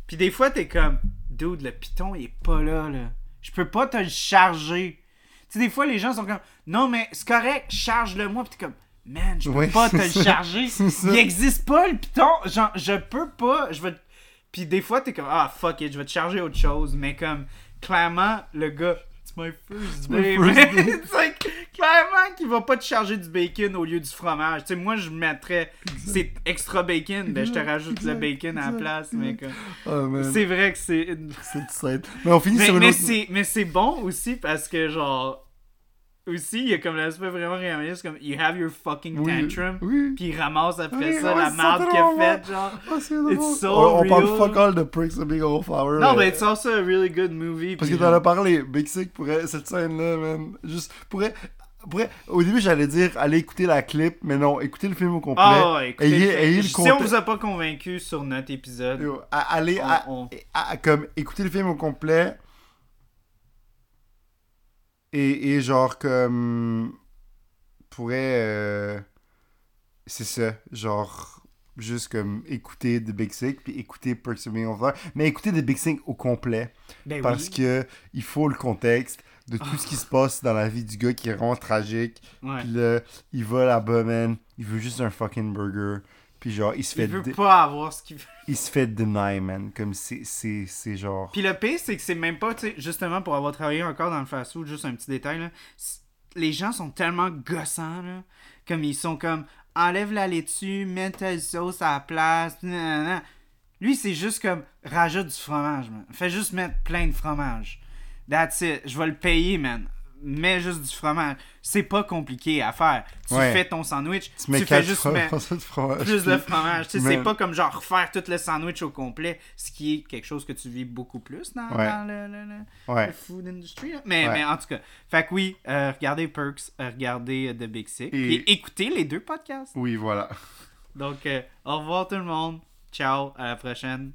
A: Puis des fois, t'es comme, dude, le piton, il est pas là, là. Je peux pas te le charger. Tu sais, des fois, les gens sont comme, non, mais c'est correct, charge-le moi. Puis t'es comme, man, je peux
B: Ouais,
A: pas te
B: c'est
A: le
B: ça.
A: charger.
B: C'est ça.
A: Il existe pas, le piton. Genre, je peux pas. Je vais... te- Puis des fois, t'es comme, ah, fuck it, je vais te charger autre chose. Mais comme, clairement, le gars, it's my first
B: my
A: day,
B: first
A: man. Tu sais, clairement qu'il va pas te charger du bacon au lieu du fromage. Tu sais, moi, je mettrais, c'est extra bacon, ben je te
B: Exact,
A: rajoute le
B: exact,
A: bacon à la
B: exact,
A: place. Mais comme...
B: Oh, man.
A: C'est vrai que c'est. une-
B: Cette scène. Mais on finit
A: Mais,
B: sur une
A: mais
B: autre.
A: c'est, mais c'est bon aussi parce que, genre. Aussi, il y a comme l'aspect vraiment réaliste, comme You have your fucking
B: Oui,
A: tantrum,
B: oui.
A: puis il ramasse après
B: Oui,
A: ça la
B: ouais,
A: marde
B: c'est
A: qu'il a
B: drôle,
A: faite, genre.
B: Oh, c'est drôle.
A: It's so
B: on, on
A: real.
B: parle fuck all de Pricks a Big Old Flower.
A: Non,
B: mais-
A: mais it's also a really good movie.
B: Parce que
A: puis
B: t'en as
A: genre-
B: parlé, Big Sick pourrait. Cette scène-là, man. Juste. Pourrait. pourrait- Au début, j'allais dire, allez écouter la clip, mais non, écoutez le film au complet.
A: Ah, ouais, écoutez,
B: ayez,
A: fait-
B: ayez le
A: si on
B: contexte.
A: vous a pas convaincu sur notre épisode,
B: Yo, à- allez,
A: on-
B: à-
A: on-
B: à- à- ah, comme écouter le film au complet et, et genre comme pourrait euh, c'est ça genre juste comme écouter The Big Sick puis écouter Perks of Being on Fire mais écouter The Big Sick au complet
A: ben
B: parce
A: oui.
B: que il faut le contexte de tout ce qui se passe dans la vie du gars qui est vraiment tragique
A: Ouais.
B: puis là il va là-bas man il veut juste un fucking burger puis genre il se fait
A: Il veut
B: dé-
A: pas avoir ce qu'il veut.
B: il se fait deny, man. Comme c'est, c'est, c'est genre.
A: Puis le pire, c'est que c'est même pas, tu sais, justement, pour avoir travaillé encore dans le fast-food, juste un petit détail, là, c- les gens sont tellement gossants, là, comme ils sont comme, enlève la laitue, mets telle sauce à la place, nanana. Lui, c'est juste comme, rajoute du fromage, man. Fais juste mettre plein de fromage. That's it. Je vais le payer, man. Mets juste du fromage. C'est pas compliqué à faire. Tu
B: Ouais.
A: fais ton sandwich, tu,
B: mets
A: fais
B: quatre
A: juste
B: fro-
A: mettre
B: morceaux de fromage,
A: plus
B: puis-
A: de fromage. Tu sais,
B: Mais-
A: C'est pas comme genre refaire tout le sandwich au complet, ce qui est quelque chose que tu vis beaucoup plus dans,
B: Ouais.
A: dans le, le- le-
B: Ouais.
A: le food industry. là. Mais,
B: Ouais.
A: mais en tout cas, fait que oui, euh, regardez Perks, euh, regardez euh, The Big Sick,
B: Et-
A: et écoutez les deux podcasts.
B: Oui, voilà.
A: Donc, euh, au revoir tout le monde. Ciao, à la prochaine.